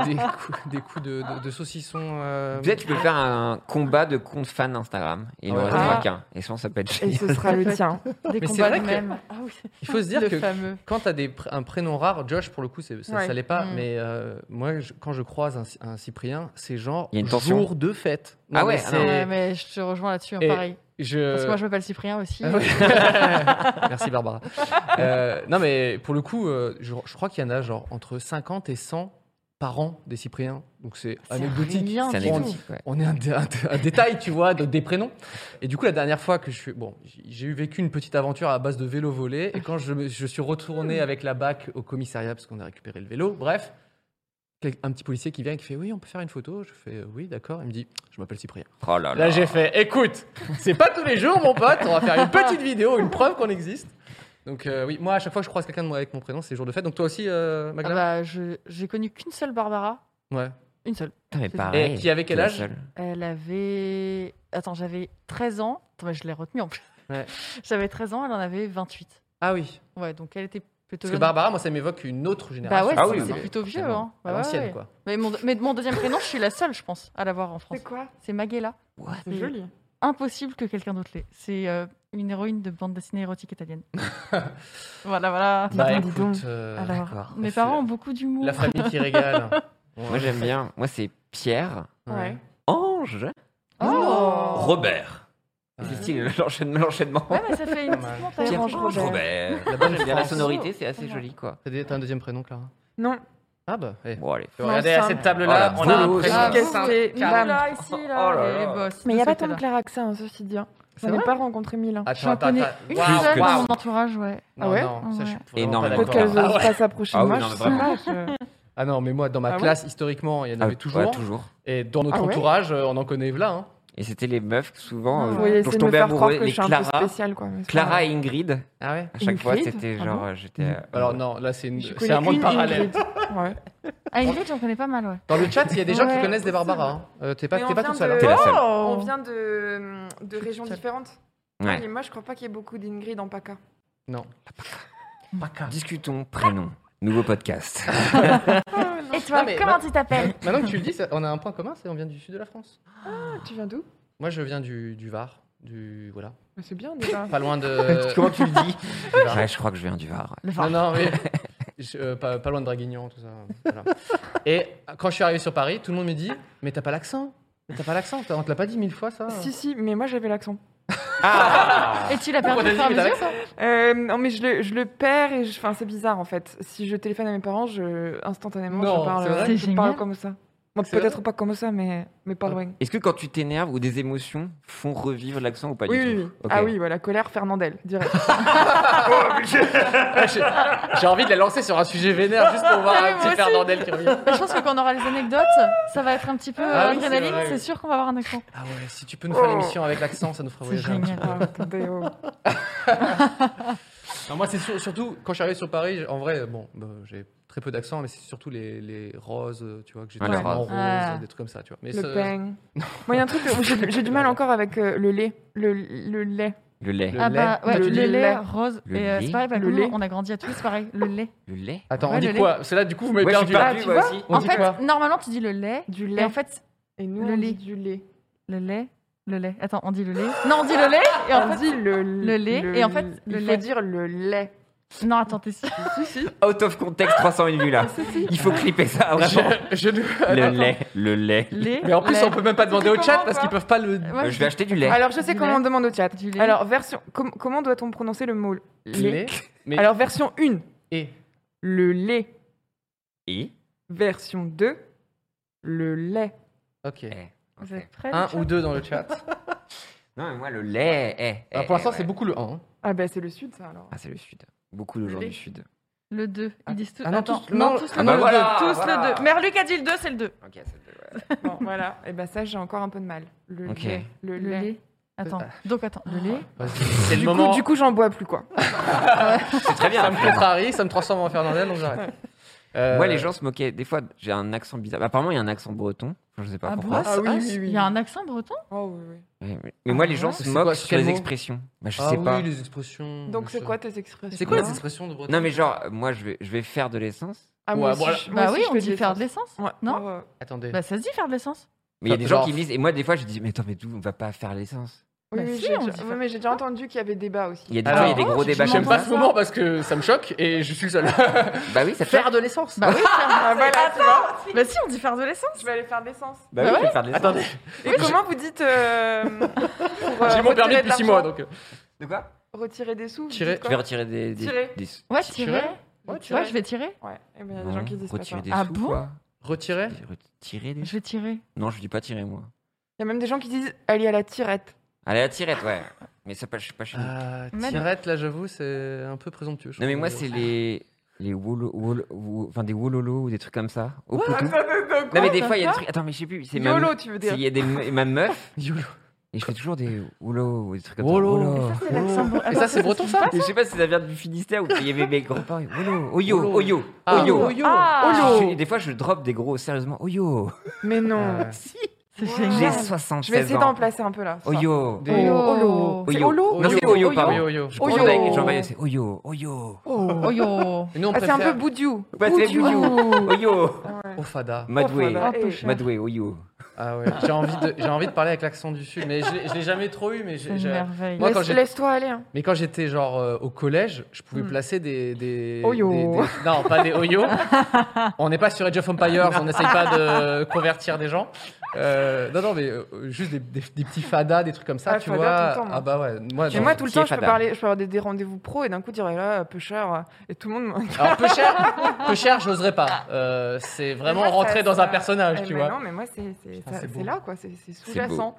[SPEAKER 2] des coups, des coups de, de, de saucisson. euh,
[SPEAKER 3] Peut-être tu peux faire un combat de compte fan Instagram. Et il en
[SPEAKER 2] Ah ouais.
[SPEAKER 3] restera
[SPEAKER 4] Ah.
[SPEAKER 3] qu'un. Et je pense que ça peut être
[SPEAKER 1] Et
[SPEAKER 3] génial.
[SPEAKER 1] ce sera le tien.
[SPEAKER 4] Des
[SPEAKER 2] Mais c'est
[SPEAKER 4] combats
[SPEAKER 2] vrai
[SPEAKER 4] de
[SPEAKER 2] que-
[SPEAKER 4] même. Ah oui, c'est
[SPEAKER 2] Il faut se dire
[SPEAKER 4] le
[SPEAKER 2] que
[SPEAKER 4] fameux.
[SPEAKER 2] quand t'as des pr- un prénom rare, Josh pour le coup, c'est- ça,
[SPEAKER 1] Ouais.
[SPEAKER 2] ça l'est pas.
[SPEAKER 4] Mm.
[SPEAKER 2] Mais euh, moi, je- quand je croise un, Cy- un Cyprien, c'est genre
[SPEAKER 3] Il y a une tension.
[SPEAKER 2] jour de fête.
[SPEAKER 3] Ah ouais,
[SPEAKER 2] mais
[SPEAKER 3] ah
[SPEAKER 2] c'est-
[SPEAKER 4] Ouais, mais je te rejoins là-dessus, hein,
[SPEAKER 2] Et-
[SPEAKER 4] pareil.
[SPEAKER 2] je-
[SPEAKER 4] Parce que moi, je m'appelle Cyprien aussi.
[SPEAKER 2] Ah ouais. Merci Barbara. Euh, non mais pour le coup, euh, je, je crois qu'il y en a genre entre 50 et 100 par an des Cypriens. Donc c'est anecdotique.
[SPEAKER 4] rien
[SPEAKER 3] C'est
[SPEAKER 4] du tout.
[SPEAKER 3] anecdotique. ouais.
[SPEAKER 2] on est un, dé- un dé- un détail, tu vois, de- des prénoms. Et du coup, la dernière fois que je suis. Bon, j- j'ai eu vécu une petite aventure à base de vélo volé. Et quand je, me- je suis retourné avec la bac au commissariat, parce qu'on a récupéré le vélo, bref, quel- un petit policier qui vient et qui fait Oui, on peut faire une photo. Je fais euh, Oui, d'accord. Il me dit Je m'appelle Cyprien.
[SPEAKER 3] Oh là
[SPEAKER 2] Là,
[SPEAKER 3] là.
[SPEAKER 2] j'ai fait Écoute, c'est pas tous les jours, mon pote. On va faire une petite vidéo, une preuve qu'on existe. Donc, euh, oui, moi, à chaque fois que je croise quelqu'un de moi avec mon prénom, c'est jour de fête. Donc, toi aussi, euh,
[SPEAKER 4] Ah
[SPEAKER 2] Magla
[SPEAKER 4] bah, je- j'ai connu qu'une seule Barbara.
[SPEAKER 2] Ouais.
[SPEAKER 4] Une seule.
[SPEAKER 3] Putain, mais
[SPEAKER 4] Et
[SPEAKER 3] pareil,
[SPEAKER 2] qui avait quel
[SPEAKER 3] t'es la
[SPEAKER 2] âge
[SPEAKER 3] seule.
[SPEAKER 4] Elle avait. Attends, j'avais 13 ans. Attends, mais je l'ai retenue en plus.
[SPEAKER 2] Ouais.
[SPEAKER 4] J'avais 13 ans, elle en avait 28.
[SPEAKER 2] Ah oui.
[SPEAKER 4] Ouais, donc elle était plutôt.
[SPEAKER 2] Parce que
[SPEAKER 4] jeune.
[SPEAKER 2] Barbara, moi, ça m'évoque une autre
[SPEAKER 4] Bah
[SPEAKER 2] génération.
[SPEAKER 4] ouais,
[SPEAKER 3] Ah
[SPEAKER 4] c'est
[SPEAKER 3] oui,
[SPEAKER 4] c'est
[SPEAKER 3] mais-
[SPEAKER 4] plutôt vieux.
[SPEAKER 2] Totalement.
[SPEAKER 4] Hein. Bah
[SPEAKER 2] À
[SPEAKER 4] ouais,
[SPEAKER 2] l'ancienne,
[SPEAKER 4] ouais.
[SPEAKER 2] quoi.
[SPEAKER 4] Mais mon, mais mon deuxième prénom, je suis la seule, je pense, à l'avoir en France.
[SPEAKER 1] C'est quoi
[SPEAKER 4] C'est Maghela.
[SPEAKER 3] What
[SPEAKER 1] Mm.
[SPEAKER 4] C'est impossible que quelqu'un d'autre l'ait. C'est euh, une héroïne de bande dessinée érotique italienne. voilà, voilà.
[SPEAKER 2] Bah
[SPEAKER 1] Dis donc, dis donc.
[SPEAKER 2] écoute, euh,
[SPEAKER 4] Alors,
[SPEAKER 3] d'accord.
[SPEAKER 2] Ça
[SPEAKER 4] mes
[SPEAKER 2] fait-
[SPEAKER 4] parents ont beaucoup d'humour.
[SPEAKER 2] la famille qui régale.
[SPEAKER 3] Moi, j'aime bien. Moi, c'est Pierre,
[SPEAKER 2] Ouais.
[SPEAKER 3] Ange,
[SPEAKER 4] Oh
[SPEAKER 3] Robert. C'est stylé, l'enchaînement. l'enchaînement.
[SPEAKER 4] Ouais,
[SPEAKER 1] bah,
[SPEAKER 4] mais ça fait une petite montagne.
[SPEAKER 3] Pierre
[SPEAKER 4] Orange Robert.
[SPEAKER 3] Robert.
[SPEAKER 2] La bonne
[SPEAKER 3] J'aime bien la
[SPEAKER 2] France.
[SPEAKER 3] sonorité, c'est assez
[SPEAKER 4] Ouais.
[SPEAKER 3] joli, quoi.
[SPEAKER 2] T'as des- t'as un deuxième prénom, Clara
[SPEAKER 4] Non.
[SPEAKER 2] Ah bah, eh.
[SPEAKER 3] Bon, allez.
[SPEAKER 4] Non,
[SPEAKER 2] Regardez, à
[SPEAKER 4] ça-
[SPEAKER 2] cette table-là,
[SPEAKER 3] Voilà,
[SPEAKER 2] on a un
[SPEAKER 3] bravo,
[SPEAKER 2] prénom.
[SPEAKER 3] ça.
[SPEAKER 4] Ah,
[SPEAKER 3] Qu'est-ce
[SPEAKER 4] vous, c'est nous,
[SPEAKER 3] carrément.
[SPEAKER 4] là, ici, là,
[SPEAKER 3] Oh là
[SPEAKER 4] les-
[SPEAKER 3] là.
[SPEAKER 4] les boss.
[SPEAKER 6] Mais il n'y a
[SPEAKER 4] de
[SPEAKER 6] pas
[SPEAKER 4] ce
[SPEAKER 6] tant de
[SPEAKER 4] côté-là.
[SPEAKER 6] Clara que ça, hein, ceci dit. hein.
[SPEAKER 2] C'est
[SPEAKER 6] J'en ai
[SPEAKER 2] vrai
[SPEAKER 6] pas rencontré mille. hein.
[SPEAKER 2] Attends,
[SPEAKER 4] J'en
[SPEAKER 2] attends,
[SPEAKER 4] connais
[SPEAKER 2] attends.
[SPEAKER 4] une
[SPEAKER 2] Waouh,
[SPEAKER 4] seule dans
[SPEAKER 3] waouh.
[SPEAKER 4] mon entourage, ouais.
[SPEAKER 2] Non,
[SPEAKER 6] Ah ouais
[SPEAKER 2] non, ça, je suis
[SPEAKER 4] Ouais.
[SPEAKER 2] vraiment
[SPEAKER 3] Énorme.
[SPEAKER 2] pas
[SPEAKER 6] Peut-être
[SPEAKER 2] d'accord.
[SPEAKER 3] Pourquoi
[SPEAKER 6] qu'elles
[SPEAKER 3] pas
[SPEAKER 2] Ah
[SPEAKER 6] se
[SPEAKER 2] ouais.
[SPEAKER 6] passent approcher
[SPEAKER 3] Ah
[SPEAKER 6] de
[SPEAKER 3] oui,
[SPEAKER 6] moi,
[SPEAKER 3] non,
[SPEAKER 6] je
[SPEAKER 3] mais
[SPEAKER 6] sais
[SPEAKER 3] vraiment.
[SPEAKER 6] pas.
[SPEAKER 4] euh,
[SPEAKER 6] je-
[SPEAKER 2] Ah non, mais moi, dans ma
[SPEAKER 6] Ah ouais
[SPEAKER 2] classe, historiquement, il y en
[SPEAKER 3] Ah,
[SPEAKER 2] avait
[SPEAKER 3] ouais,
[SPEAKER 2] toujours.
[SPEAKER 3] toujours.
[SPEAKER 2] Et dans notre
[SPEAKER 6] Ah ouais
[SPEAKER 2] entourage, euh, on en connaît là. Hein.
[SPEAKER 3] Et c'était les meufs que souvent.
[SPEAKER 4] Vous
[SPEAKER 3] euh,
[SPEAKER 6] Vous voyez, essayer
[SPEAKER 3] dont je
[SPEAKER 6] de me
[SPEAKER 3] tombais
[SPEAKER 6] faire croire
[SPEAKER 3] amoureux.
[SPEAKER 6] que je
[SPEAKER 3] Les
[SPEAKER 6] suis un peu
[SPEAKER 3] Clara,
[SPEAKER 6] spéciale, quoi. mais c'est pas
[SPEAKER 3] Clara
[SPEAKER 6] grave.
[SPEAKER 3] et Ingrid.
[SPEAKER 2] Ah ouais
[SPEAKER 3] À chaque fois,
[SPEAKER 6] Ingrid
[SPEAKER 3] c'était
[SPEAKER 6] Ah
[SPEAKER 3] genre.
[SPEAKER 6] bon
[SPEAKER 3] euh, J'étais. euh,
[SPEAKER 2] Alors non, là, c'est une-
[SPEAKER 6] Je
[SPEAKER 2] c'est un
[SPEAKER 6] connais
[SPEAKER 2] monde
[SPEAKER 6] une
[SPEAKER 2] parallèle.
[SPEAKER 6] Ingrid. Ouais.
[SPEAKER 4] Ah, Ingrid, j'en connais pas mal, ouais.
[SPEAKER 2] Dans le chat, il y a des gens qui
[SPEAKER 4] Ouais,
[SPEAKER 2] connaissent des Barbara. hein. Euh, T'es pas,
[SPEAKER 7] Mais
[SPEAKER 2] t'es
[SPEAKER 7] on
[SPEAKER 2] pas
[SPEAKER 7] vient
[SPEAKER 2] toute seule. hein.
[SPEAKER 7] de-
[SPEAKER 3] T'es la seule.
[SPEAKER 7] On vient
[SPEAKER 6] hum,
[SPEAKER 7] de, de régions
[SPEAKER 4] Oh. seule.
[SPEAKER 7] différentes.
[SPEAKER 6] Ah,
[SPEAKER 3] Ouais.
[SPEAKER 7] Et moi, je crois pas qu'il y ait beaucoup d'Ingrid en PACA.
[SPEAKER 2] Non.
[SPEAKER 3] Discutons prénom. Nouveau podcast.
[SPEAKER 4] Et toi,
[SPEAKER 2] mais-
[SPEAKER 4] comment tu t'appelles
[SPEAKER 2] Maintenant que tu le dis, ça- on a un point commun, c'est on vient du sud de la France.
[SPEAKER 6] Ah, Tu viens d'où
[SPEAKER 2] Moi, je viens du, du Var, du voilà,
[SPEAKER 6] Mais C'est bien déjà.
[SPEAKER 2] pas loin de.
[SPEAKER 3] Comment tu le dis
[SPEAKER 2] du Var.
[SPEAKER 3] Ouais, je crois que je viens du Var.
[SPEAKER 4] Le
[SPEAKER 2] Non,
[SPEAKER 4] vin.
[SPEAKER 2] non, oui. Je- euh, pas, pas loin de Draguignan, tout ça. voilà. Et quand je suis arrivé sur Paris, tout le monde me dit Mais t'as pas l'accent Mais T'as pas l'accent t'as- On te l'a pas dit mille fois, ça
[SPEAKER 6] Si, si, mais moi j'avais l'accent.
[SPEAKER 4] Et tu l'as
[SPEAKER 2] Pourquoi
[SPEAKER 4] perdu
[SPEAKER 2] t'as
[SPEAKER 4] au
[SPEAKER 2] dit
[SPEAKER 4] fur et
[SPEAKER 2] que t'as
[SPEAKER 4] à mesure
[SPEAKER 2] l'accent
[SPEAKER 6] Euh, non, mais je le, je le perds et je- enfin, c'est bizarre en fait. Si je téléphone à mes parents, je, instantanément
[SPEAKER 2] Non,
[SPEAKER 6] je parle,
[SPEAKER 2] c'est vrai
[SPEAKER 6] je
[SPEAKER 4] C'est
[SPEAKER 6] parle
[SPEAKER 4] génial.
[SPEAKER 6] comme ça. Bon,
[SPEAKER 2] C'est
[SPEAKER 6] peut-être pas comme ça, mais, mais pas
[SPEAKER 2] Ah.
[SPEAKER 6] loin.
[SPEAKER 3] Est-ce que quand tu t'énerves ou des émotions font revivre l'accent ou pas
[SPEAKER 6] Oui,
[SPEAKER 3] du
[SPEAKER 6] oui,
[SPEAKER 3] tout
[SPEAKER 6] oui.
[SPEAKER 3] Ok.
[SPEAKER 6] Ah oui, voilà, colère Fernandel, direct.
[SPEAKER 2] J'ai- J'ai envie de la lancer sur un sujet vénère juste pour voir
[SPEAKER 4] Ah oui,
[SPEAKER 2] un
[SPEAKER 4] moi
[SPEAKER 2] petit
[SPEAKER 4] aussi.
[SPEAKER 2] Fernandel qui revient.
[SPEAKER 4] Bah, Je pense que quand on aura les anecdotes, ça va être un petit peu euh,
[SPEAKER 2] Ah oui, c'est
[SPEAKER 4] adrénaline.
[SPEAKER 2] vrai.
[SPEAKER 4] C'est sûr qu'on va avoir un accent.
[SPEAKER 2] Ah ouais, si tu peux nous faire l'émission avec l'accent, ça nous fera
[SPEAKER 4] C'est
[SPEAKER 2] voyager. un
[SPEAKER 4] génial.
[SPEAKER 6] Ah, attendez, oh.
[SPEAKER 2] Non, moi, c'est sur- surtout quand je suis arrivé sur Paris, j'ai- en vrai, bon, bah, j'ai très peu d'accent, mais c'est surtout les, les roses, euh, tu vois, que j'ai
[SPEAKER 3] Ouais,
[SPEAKER 2] des
[SPEAKER 3] les
[SPEAKER 2] en
[SPEAKER 3] roses.
[SPEAKER 2] rose,
[SPEAKER 4] Ah.
[SPEAKER 2] des trucs comme ça, tu vois. Mais
[SPEAKER 6] Le
[SPEAKER 2] ce-
[SPEAKER 6] pain. Moi, il y a un truc, où j'ai j'ai du mal encore avec euh, le lait. Le, le lait.
[SPEAKER 3] Le lait.
[SPEAKER 2] Le-
[SPEAKER 4] Ah bah
[SPEAKER 2] lait.
[SPEAKER 4] ouais,
[SPEAKER 6] Le
[SPEAKER 4] le, lait,
[SPEAKER 6] lait.
[SPEAKER 4] rose.
[SPEAKER 3] Le
[SPEAKER 4] et euh,
[SPEAKER 3] lait.
[SPEAKER 4] c'est pareil, bah,
[SPEAKER 6] Le
[SPEAKER 4] nous,
[SPEAKER 6] lait.
[SPEAKER 4] on a grandi à tous, c'est pareil. Le lait.
[SPEAKER 3] Le lait
[SPEAKER 2] Attends,
[SPEAKER 4] Ouais,
[SPEAKER 2] on dit
[SPEAKER 4] le lait.
[SPEAKER 2] quoi Parce que là, du coup, vous m'avez
[SPEAKER 3] Ouais, je suis
[SPEAKER 2] perdu. là.
[SPEAKER 3] perdu,
[SPEAKER 6] Ah, tu
[SPEAKER 3] moi
[SPEAKER 6] vois
[SPEAKER 3] aussi.
[SPEAKER 2] On
[SPEAKER 4] en
[SPEAKER 2] dit
[SPEAKER 4] fait,
[SPEAKER 2] quoi
[SPEAKER 4] normalement, tu dis le lait.
[SPEAKER 6] Du
[SPEAKER 4] Et
[SPEAKER 6] lait.
[SPEAKER 4] en fait,
[SPEAKER 6] Et nous,
[SPEAKER 4] le
[SPEAKER 6] on
[SPEAKER 4] lait.
[SPEAKER 6] dit du lait.
[SPEAKER 4] le lait, le lait. Attends, on dit le lait. Non, on dit le lait. Et en
[SPEAKER 6] on
[SPEAKER 4] fait,
[SPEAKER 6] dit le,
[SPEAKER 4] le lait, et en fait, le
[SPEAKER 6] il
[SPEAKER 4] lait.
[SPEAKER 6] faut dire le lait.
[SPEAKER 4] non, attends, t'es sûr.
[SPEAKER 6] si, si.
[SPEAKER 3] Out of context 301 vues là. Il faut clipper ça vraiment.
[SPEAKER 2] Je, je ne-
[SPEAKER 3] Le lait, le lait.
[SPEAKER 4] Lait.
[SPEAKER 2] Mais en plus,
[SPEAKER 4] lait.
[SPEAKER 2] on peut même pas demander au chat
[SPEAKER 6] comprends
[SPEAKER 2] parce
[SPEAKER 6] pas.
[SPEAKER 2] qu'ils peuvent pas le.
[SPEAKER 4] Ouais,
[SPEAKER 3] Euh, je vais acheter du lait.
[SPEAKER 6] Alors, je sais
[SPEAKER 4] Du
[SPEAKER 6] comment
[SPEAKER 4] lait.
[SPEAKER 6] on demande au chat.
[SPEAKER 4] Du lait.
[SPEAKER 6] Alors, version. com- comment doit-on prononcer le mot lait
[SPEAKER 2] lait. Mais
[SPEAKER 6] Alors, version 1,
[SPEAKER 2] et
[SPEAKER 6] le lait.
[SPEAKER 3] Et
[SPEAKER 6] Version 2, le lait.
[SPEAKER 2] ok.
[SPEAKER 4] Vous êtes prêts
[SPEAKER 2] Un
[SPEAKER 4] les
[SPEAKER 2] ou deux dans le chat.
[SPEAKER 3] Non, mais moi, le lait. eh, eh,
[SPEAKER 2] Alors, Ah, pour l'instant,
[SPEAKER 3] eh,
[SPEAKER 2] c'est
[SPEAKER 3] ouais.
[SPEAKER 2] beaucoup le hein. 1.
[SPEAKER 6] Ah, bah, c'est le sud, ça alors.
[SPEAKER 3] Ah, c'est le sud. Beaucoup de gens
[SPEAKER 6] lait.
[SPEAKER 3] du sud.
[SPEAKER 4] chats Le 2. Ils disent tous.
[SPEAKER 2] Ah non,
[SPEAKER 4] attends,
[SPEAKER 2] tous-
[SPEAKER 4] non,
[SPEAKER 2] non,
[SPEAKER 4] tous
[SPEAKER 2] ah
[SPEAKER 4] le
[SPEAKER 2] bah
[SPEAKER 4] 2.
[SPEAKER 3] voilà,
[SPEAKER 4] tous
[SPEAKER 3] voilà.
[SPEAKER 4] le 2. Merluc a dit le 2, c'est le 2.
[SPEAKER 3] Ok, c'est le
[SPEAKER 6] Bon, voilà. Et bah, ça, j'ai encore un peu de mal. Le
[SPEAKER 3] Ok.
[SPEAKER 6] lait. Le,
[SPEAKER 4] Le
[SPEAKER 6] lait.
[SPEAKER 4] lait. Attends, donc attends, le lait.
[SPEAKER 2] C'est le
[SPEAKER 6] Du
[SPEAKER 2] moment.
[SPEAKER 6] coup, du coup, j'en bois plus, quoi.
[SPEAKER 3] C'est très
[SPEAKER 2] ça
[SPEAKER 3] bien.
[SPEAKER 2] me contrarie, ça me transforme en Fernandel, donc j'arrête. Euh,
[SPEAKER 3] Moi, les gens se moquaient. Des fois, j'ai un accent bizarre. Apparemment, il y a un accent breton. Je sais pas
[SPEAKER 4] Ah
[SPEAKER 3] pourquoi.
[SPEAKER 4] bon
[SPEAKER 6] Ah, oui, oui,
[SPEAKER 4] Il
[SPEAKER 6] oui.
[SPEAKER 4] y a un accent breton
[SPEAKER 6] Oh, oui, oui.
[SPEAKER 3] Ouais, mais- Mais moi, les gens
[SPEAKER 4] ouais.
[SPEAKER 3] se
[SPEAKER 2] C'est
[SPEAKER 3] moquent
[SPEAKER 2] quoi, sur
[SPEAKER 3] sur
[SPEAKER 2] quel
[SPEAKER 3] les
[SPEAKER 2] mot
[SPEAKER 3] expressions. Bah, je
[SPEAKER 2] Ah
[SPEAKER 3] sais
[SPEAKER 2] oui,
[SPEAKER 3] pas.
[SPEAKER 2] les expressions.
[SPEAKER 6] Donc, c'est
[SPEAKER 2] Hmm, je-
[SPEAKER 6] quoi tes expressions
[SPEAKER 2] C'est quoi les expressions de Breton
[SPEAKER 3] Non, mais genre, euh, moi, je vais, je vais faire de l'essence.
[SPEAKER 6] Ah, moi
[SPEAKER 2] Ouais,
[SPEAKER 6] aussi,
[SPEAKER 2] voilà.
[SPEAKER 6] je- moi
[SPEAKER 4] Bah
[SPEAKER 6] aussi,
[SPEAKER 4] oui,
[SPEAKER 6] je
[SPEAKER 4] on
[SPEAKER 6] fais
[SPEAKER 4] dit faire de l'essence.
[SPEAKER 6] Ouais,
[SPEAKER 4] Non
[SPEAKER 6] ouais, ouais.
[SPEAKER 2] Attendez.
[SPEAKER 4] Bah ça se dit faire de l'essence.
[SPEAKER 3] Mais il y a
[SPEAKER 2] Ça,
[SPEAKER 3] des gens
[SPEAKER 2] genre-
[SPEAKER 3] qui me disent. Et moi, des fois, je dis, mais attends, mais d'où on va pas faire l'essence
[SPEAKER 6] Oui,
[SPEAKER 4] Bah
[SPEAKER 6] oui,
[SPEAKER 4] si,
[SPEAKER 6] j'ai
[SPEAKER 4] on
[SPEAKER 6] déjà-
[SPEAKER 4] dit
[SPEAKER 6] oui,
[SPEAKER 4] faire-
[SPEAKER 6] mais j'ai déjà entendu qu'il y avait débat aussi.
[SPEAKER 3] Il y a des
[SPEAKER 2] Alors,
[SPEAKER 3] fois, il y a des gros
[SPEAKER 4] je-
[SPEAKER 3] débats
[SPEAKER 4] je
[SPEAKER 3] comme
[SPEAKER 2] Bah, J'aime pas ce
[SPEAKER 3] ça.
[SPEAKER 2] moment parce que ça me choque et je suis le seul.
[SPEAKER 3] Bah oui, ça te choque.
[SPEAKER 2] Faire de l'essence.
[SPEAKER 4] Bah oui, faire
[SPEAKER 6] Ah, voilà, tu vois.
[SPEAKER 4] de... bah si, on dit faire de l'essence.
[SPEAKER 6] Je vais aller faire de l'essence.
[SPEAKER 3] Bah oui, je vais faire de l'essence.
[SPEAKER 2] Attendez,
[SPEAKER 6] Et comment vous dites euh, pour, euh,
[SPEAKER 2] j'ai mon permis
[SPEAKER 6] retirer de
[SPEAKER 2] depuis 6
[SPEAKER 6] l'argent
[SPEAKER 2] mois donc. euh,
[SPEAKER 3] De quoi
[SPEAKER 6] Retirer des sous vous
[SPEAKER 2] Tirer.
[SPEAKER 6] dites
[SPEAKER 3] Je
[SPEAKER 6] quoi
[SPEAKER 3] vais retirer des. des-
[SPEAKER 6] Tirer.
[SPEAKER 3] des-
[SPEAKER 4] Ouais,
[SPEAKER 2] Tu
[SPEAKER 4] tirer.
[SPEAKER 2] tirais
[SPEAKER 4] Ouais,
[SPEAKER 6] tirais.
[SPEAKER 4] je vais tirer.
[SPEAKER 6] Ouais, et ben, il y a des
[SPEAKER 3] Non,
[SPEAKER 6] gens qui disent pas ça.
[SPEAKER 3] retirer
[SPEAKER 6] Il
[SPEAKER 3] des
[SPEAKER 4] Ah
[SPEAKER 3] sous,
[SPEAKER 4] bon
[SPEAKER 3] quoi.
[SPEAKER 2] Retirer
[SPEAKER 3] Retirer des
[SPEAKER 4] Je vais tirer.
[SPEAKER 3] Non, je dis pas tirer, moi.
[SPEAKER 6] y a même des gens qui disent aller à la tirette.
[SPEAKER 3] Allez, la tirette, ouais. Mais ça, pas- je suis pas chez nous.
[SPEAKER 2] Ah,
[SPEAKER 4] Même-
[SPEAKER 2] tirette là j'avoue c'est un peu présomptueux. je
[SPEAKER 3] Non, mais
[SPEAKER 2] trouve.
[SPEAKER 3] moi, c'est les. Les wolo, wolo- wo- enfin des wololo ou des trucs comme ça. Au poteau.
[SPEAKER 6] Non
[SPEAKER 3] non, mais des fois, il y a des trucs. Attends, mais je sais plus. C'est ma-
[SPEAKER 6] YOLO, tu veux
[SPEAKER 3] c'est-
[SPEAKER 6] dire.
[SPEAKER 3] Il y a des. me- Ma meuf.
[SPEAKER 2] Yolo.
[SPEAKER 3] Et je fais toujours des wolo ou des trucs comme
[SPEAKER 2] Wolo.
[SPEAKER 3] ça.
[SPEAKER 2] Et
[SPEAKER 3] Wolo.
[SPEAKER 2] ça,
[SPEAKER 4] C'est l'accent breton.
[SPEAKER 2] Oh. Et ça c'est breton ça
[SPEAKER 3] Et je sais pas si ça vient du Finistère ou il y avait mes grands-parents. Wolo. Oyo,
[SPEAKER 2] Wolo.
[SPEAKER 3] oyo,
[SPEAKER 2] Ah,
[SPEAKER 3] oyo.
[SPEAKER 2] Oyo.
[SPEAKER 4] Ah,
[SPEAKER 3] Je- et des fois, je drop des gros, sérieusement. Oyo.
[SPEAKER 6] Mais non.
[SPEAKER 2] Ah.
[SPEAKER 3] Si.
[SPEAKER 4] c'est
[SPEAKER 3] J'ai
[SPEAKER 4] génial.
[SPEAKER 3] 76
[SPEAKER 6] Je vais essayer
[SPEAKER 3] ans.
[SPEAKER 6] d'en placer un peu là. ça. Oh,
[SPEAKER 3] Oyo.
[SPEAKER 2] Des-
[SPEAKER 4] Oyo.
[SPEAKER 6] C'est
[SPEAKER 3] Oyo.
[SPEAKER 6] Olo
[SPEAKER 3] Non, c'est Oyo, pardon.
[SPEAKER 2] Oyo, Oyo.
[SPEAKER 3] Je
[SPEAKER 6] Oyo.
[SPEAKER 3] prends avec Jean-Marie, c'est Oyo, Oyo.
[SPEAKER 6] Oh.
[SPEAKER 4] Oyo.
[SPEAKER 2] Mais nous on
[SPEAKER 6] Ah, c'est un peu
[SPEAKER 2] préfère
[SPEAKER 6] boudiou.
[SPEAKER 3] Pas très Oyo. Oh, Oyo.
[SPEAKER 6] Ouais.
[SPEAKER 2] Ofada.
[SPEAKER 3] Madoué.
[SPEAKER 6] Ah, peu
[SPEAKER 4] Eh,
[SPEAKER 6] cher.
[SPEAKER 3] Madoué, Oyo.
[SPEAKER 2] Ah ouais, j'ai envie de j'ai envie de parler avec l'accent du sud mais je l'ai- je l'ai jamais trop eu mais
[SPEAKER 4] C'est
[SPEAKER 2] j'ai
[SPEAKER 4] une
[SPEAKER 2] j'ai-
[SPEAKER 4] merveille.
[SPEAKER 2] Moi, quand
[SPEAKER 6] Laisse-
[SPEAKER 2] j'ai-
[SPEAKER 6] Laisse-toi aller. hein.
[SPEAKER 2] Mais quand j'étais genre euh, au collège, je pouvais
[SPEAKER 6] Hmm.
[SPEAKER 2] placer des, des,
[SPEAKER 1] Oh,
[SPEAKER 6] Oyo.
[SPEAKER 2] des- des- oh, non, pas des Oyo. on n'est pas sur Age of Empires, on n'essaye pas de convertir des gens. Euh, non, non, mais euh, juste des, des- des petits fadas, des trucs comme ça,
[SPEAKER 1] Ah,
[SPEAKER 2] tu
[SPEAKER 1] fadas
[SPEAKER 2] vois.
[SPEAKER 1] tout le temps, moi.
[SPEAKER 2] ah bah ouais, moi,
[SPEAKER 1] Mais
[SPEAKER 2] non.
[SPEAKER 1] moi, tout le
[SPEAKER 3] Qui est
[SPEAKER 1] temps, je peux,
[SPEAKER 3] fada.
[SPEAKER 1] parler, je peux avoir des, des rendez-vous pro et d'un coup dire, eh là, peu cher. Et tout le monde. me-
[SPEAKER 2] Alors, peu cher, peu cher, j'oserais pas. Euh, c'est vraiment
[SPEAKER 1] Mais moi, ça-
[SPEAKER 2] rentrer dans un
[SPEAKER 1] ça-
[SPEAKER 2] personnage,
[SPEAKER 1] Eh
[SPEAKER 2] tu
[SPEAKER 1] ben
[SPEAKER 2] vois.
[SPEAKER 1] Non, mais moi, c'est c'est-
[SPEAKER 2] Putain,
[SPEAKER 1] ça-
[SPEAKER 2] c'est
[SPEAKER 1] c'est
[SPEAKER 2] beau.
[SPEAKER 1] là, quoi. C'est c'est sous-jacent.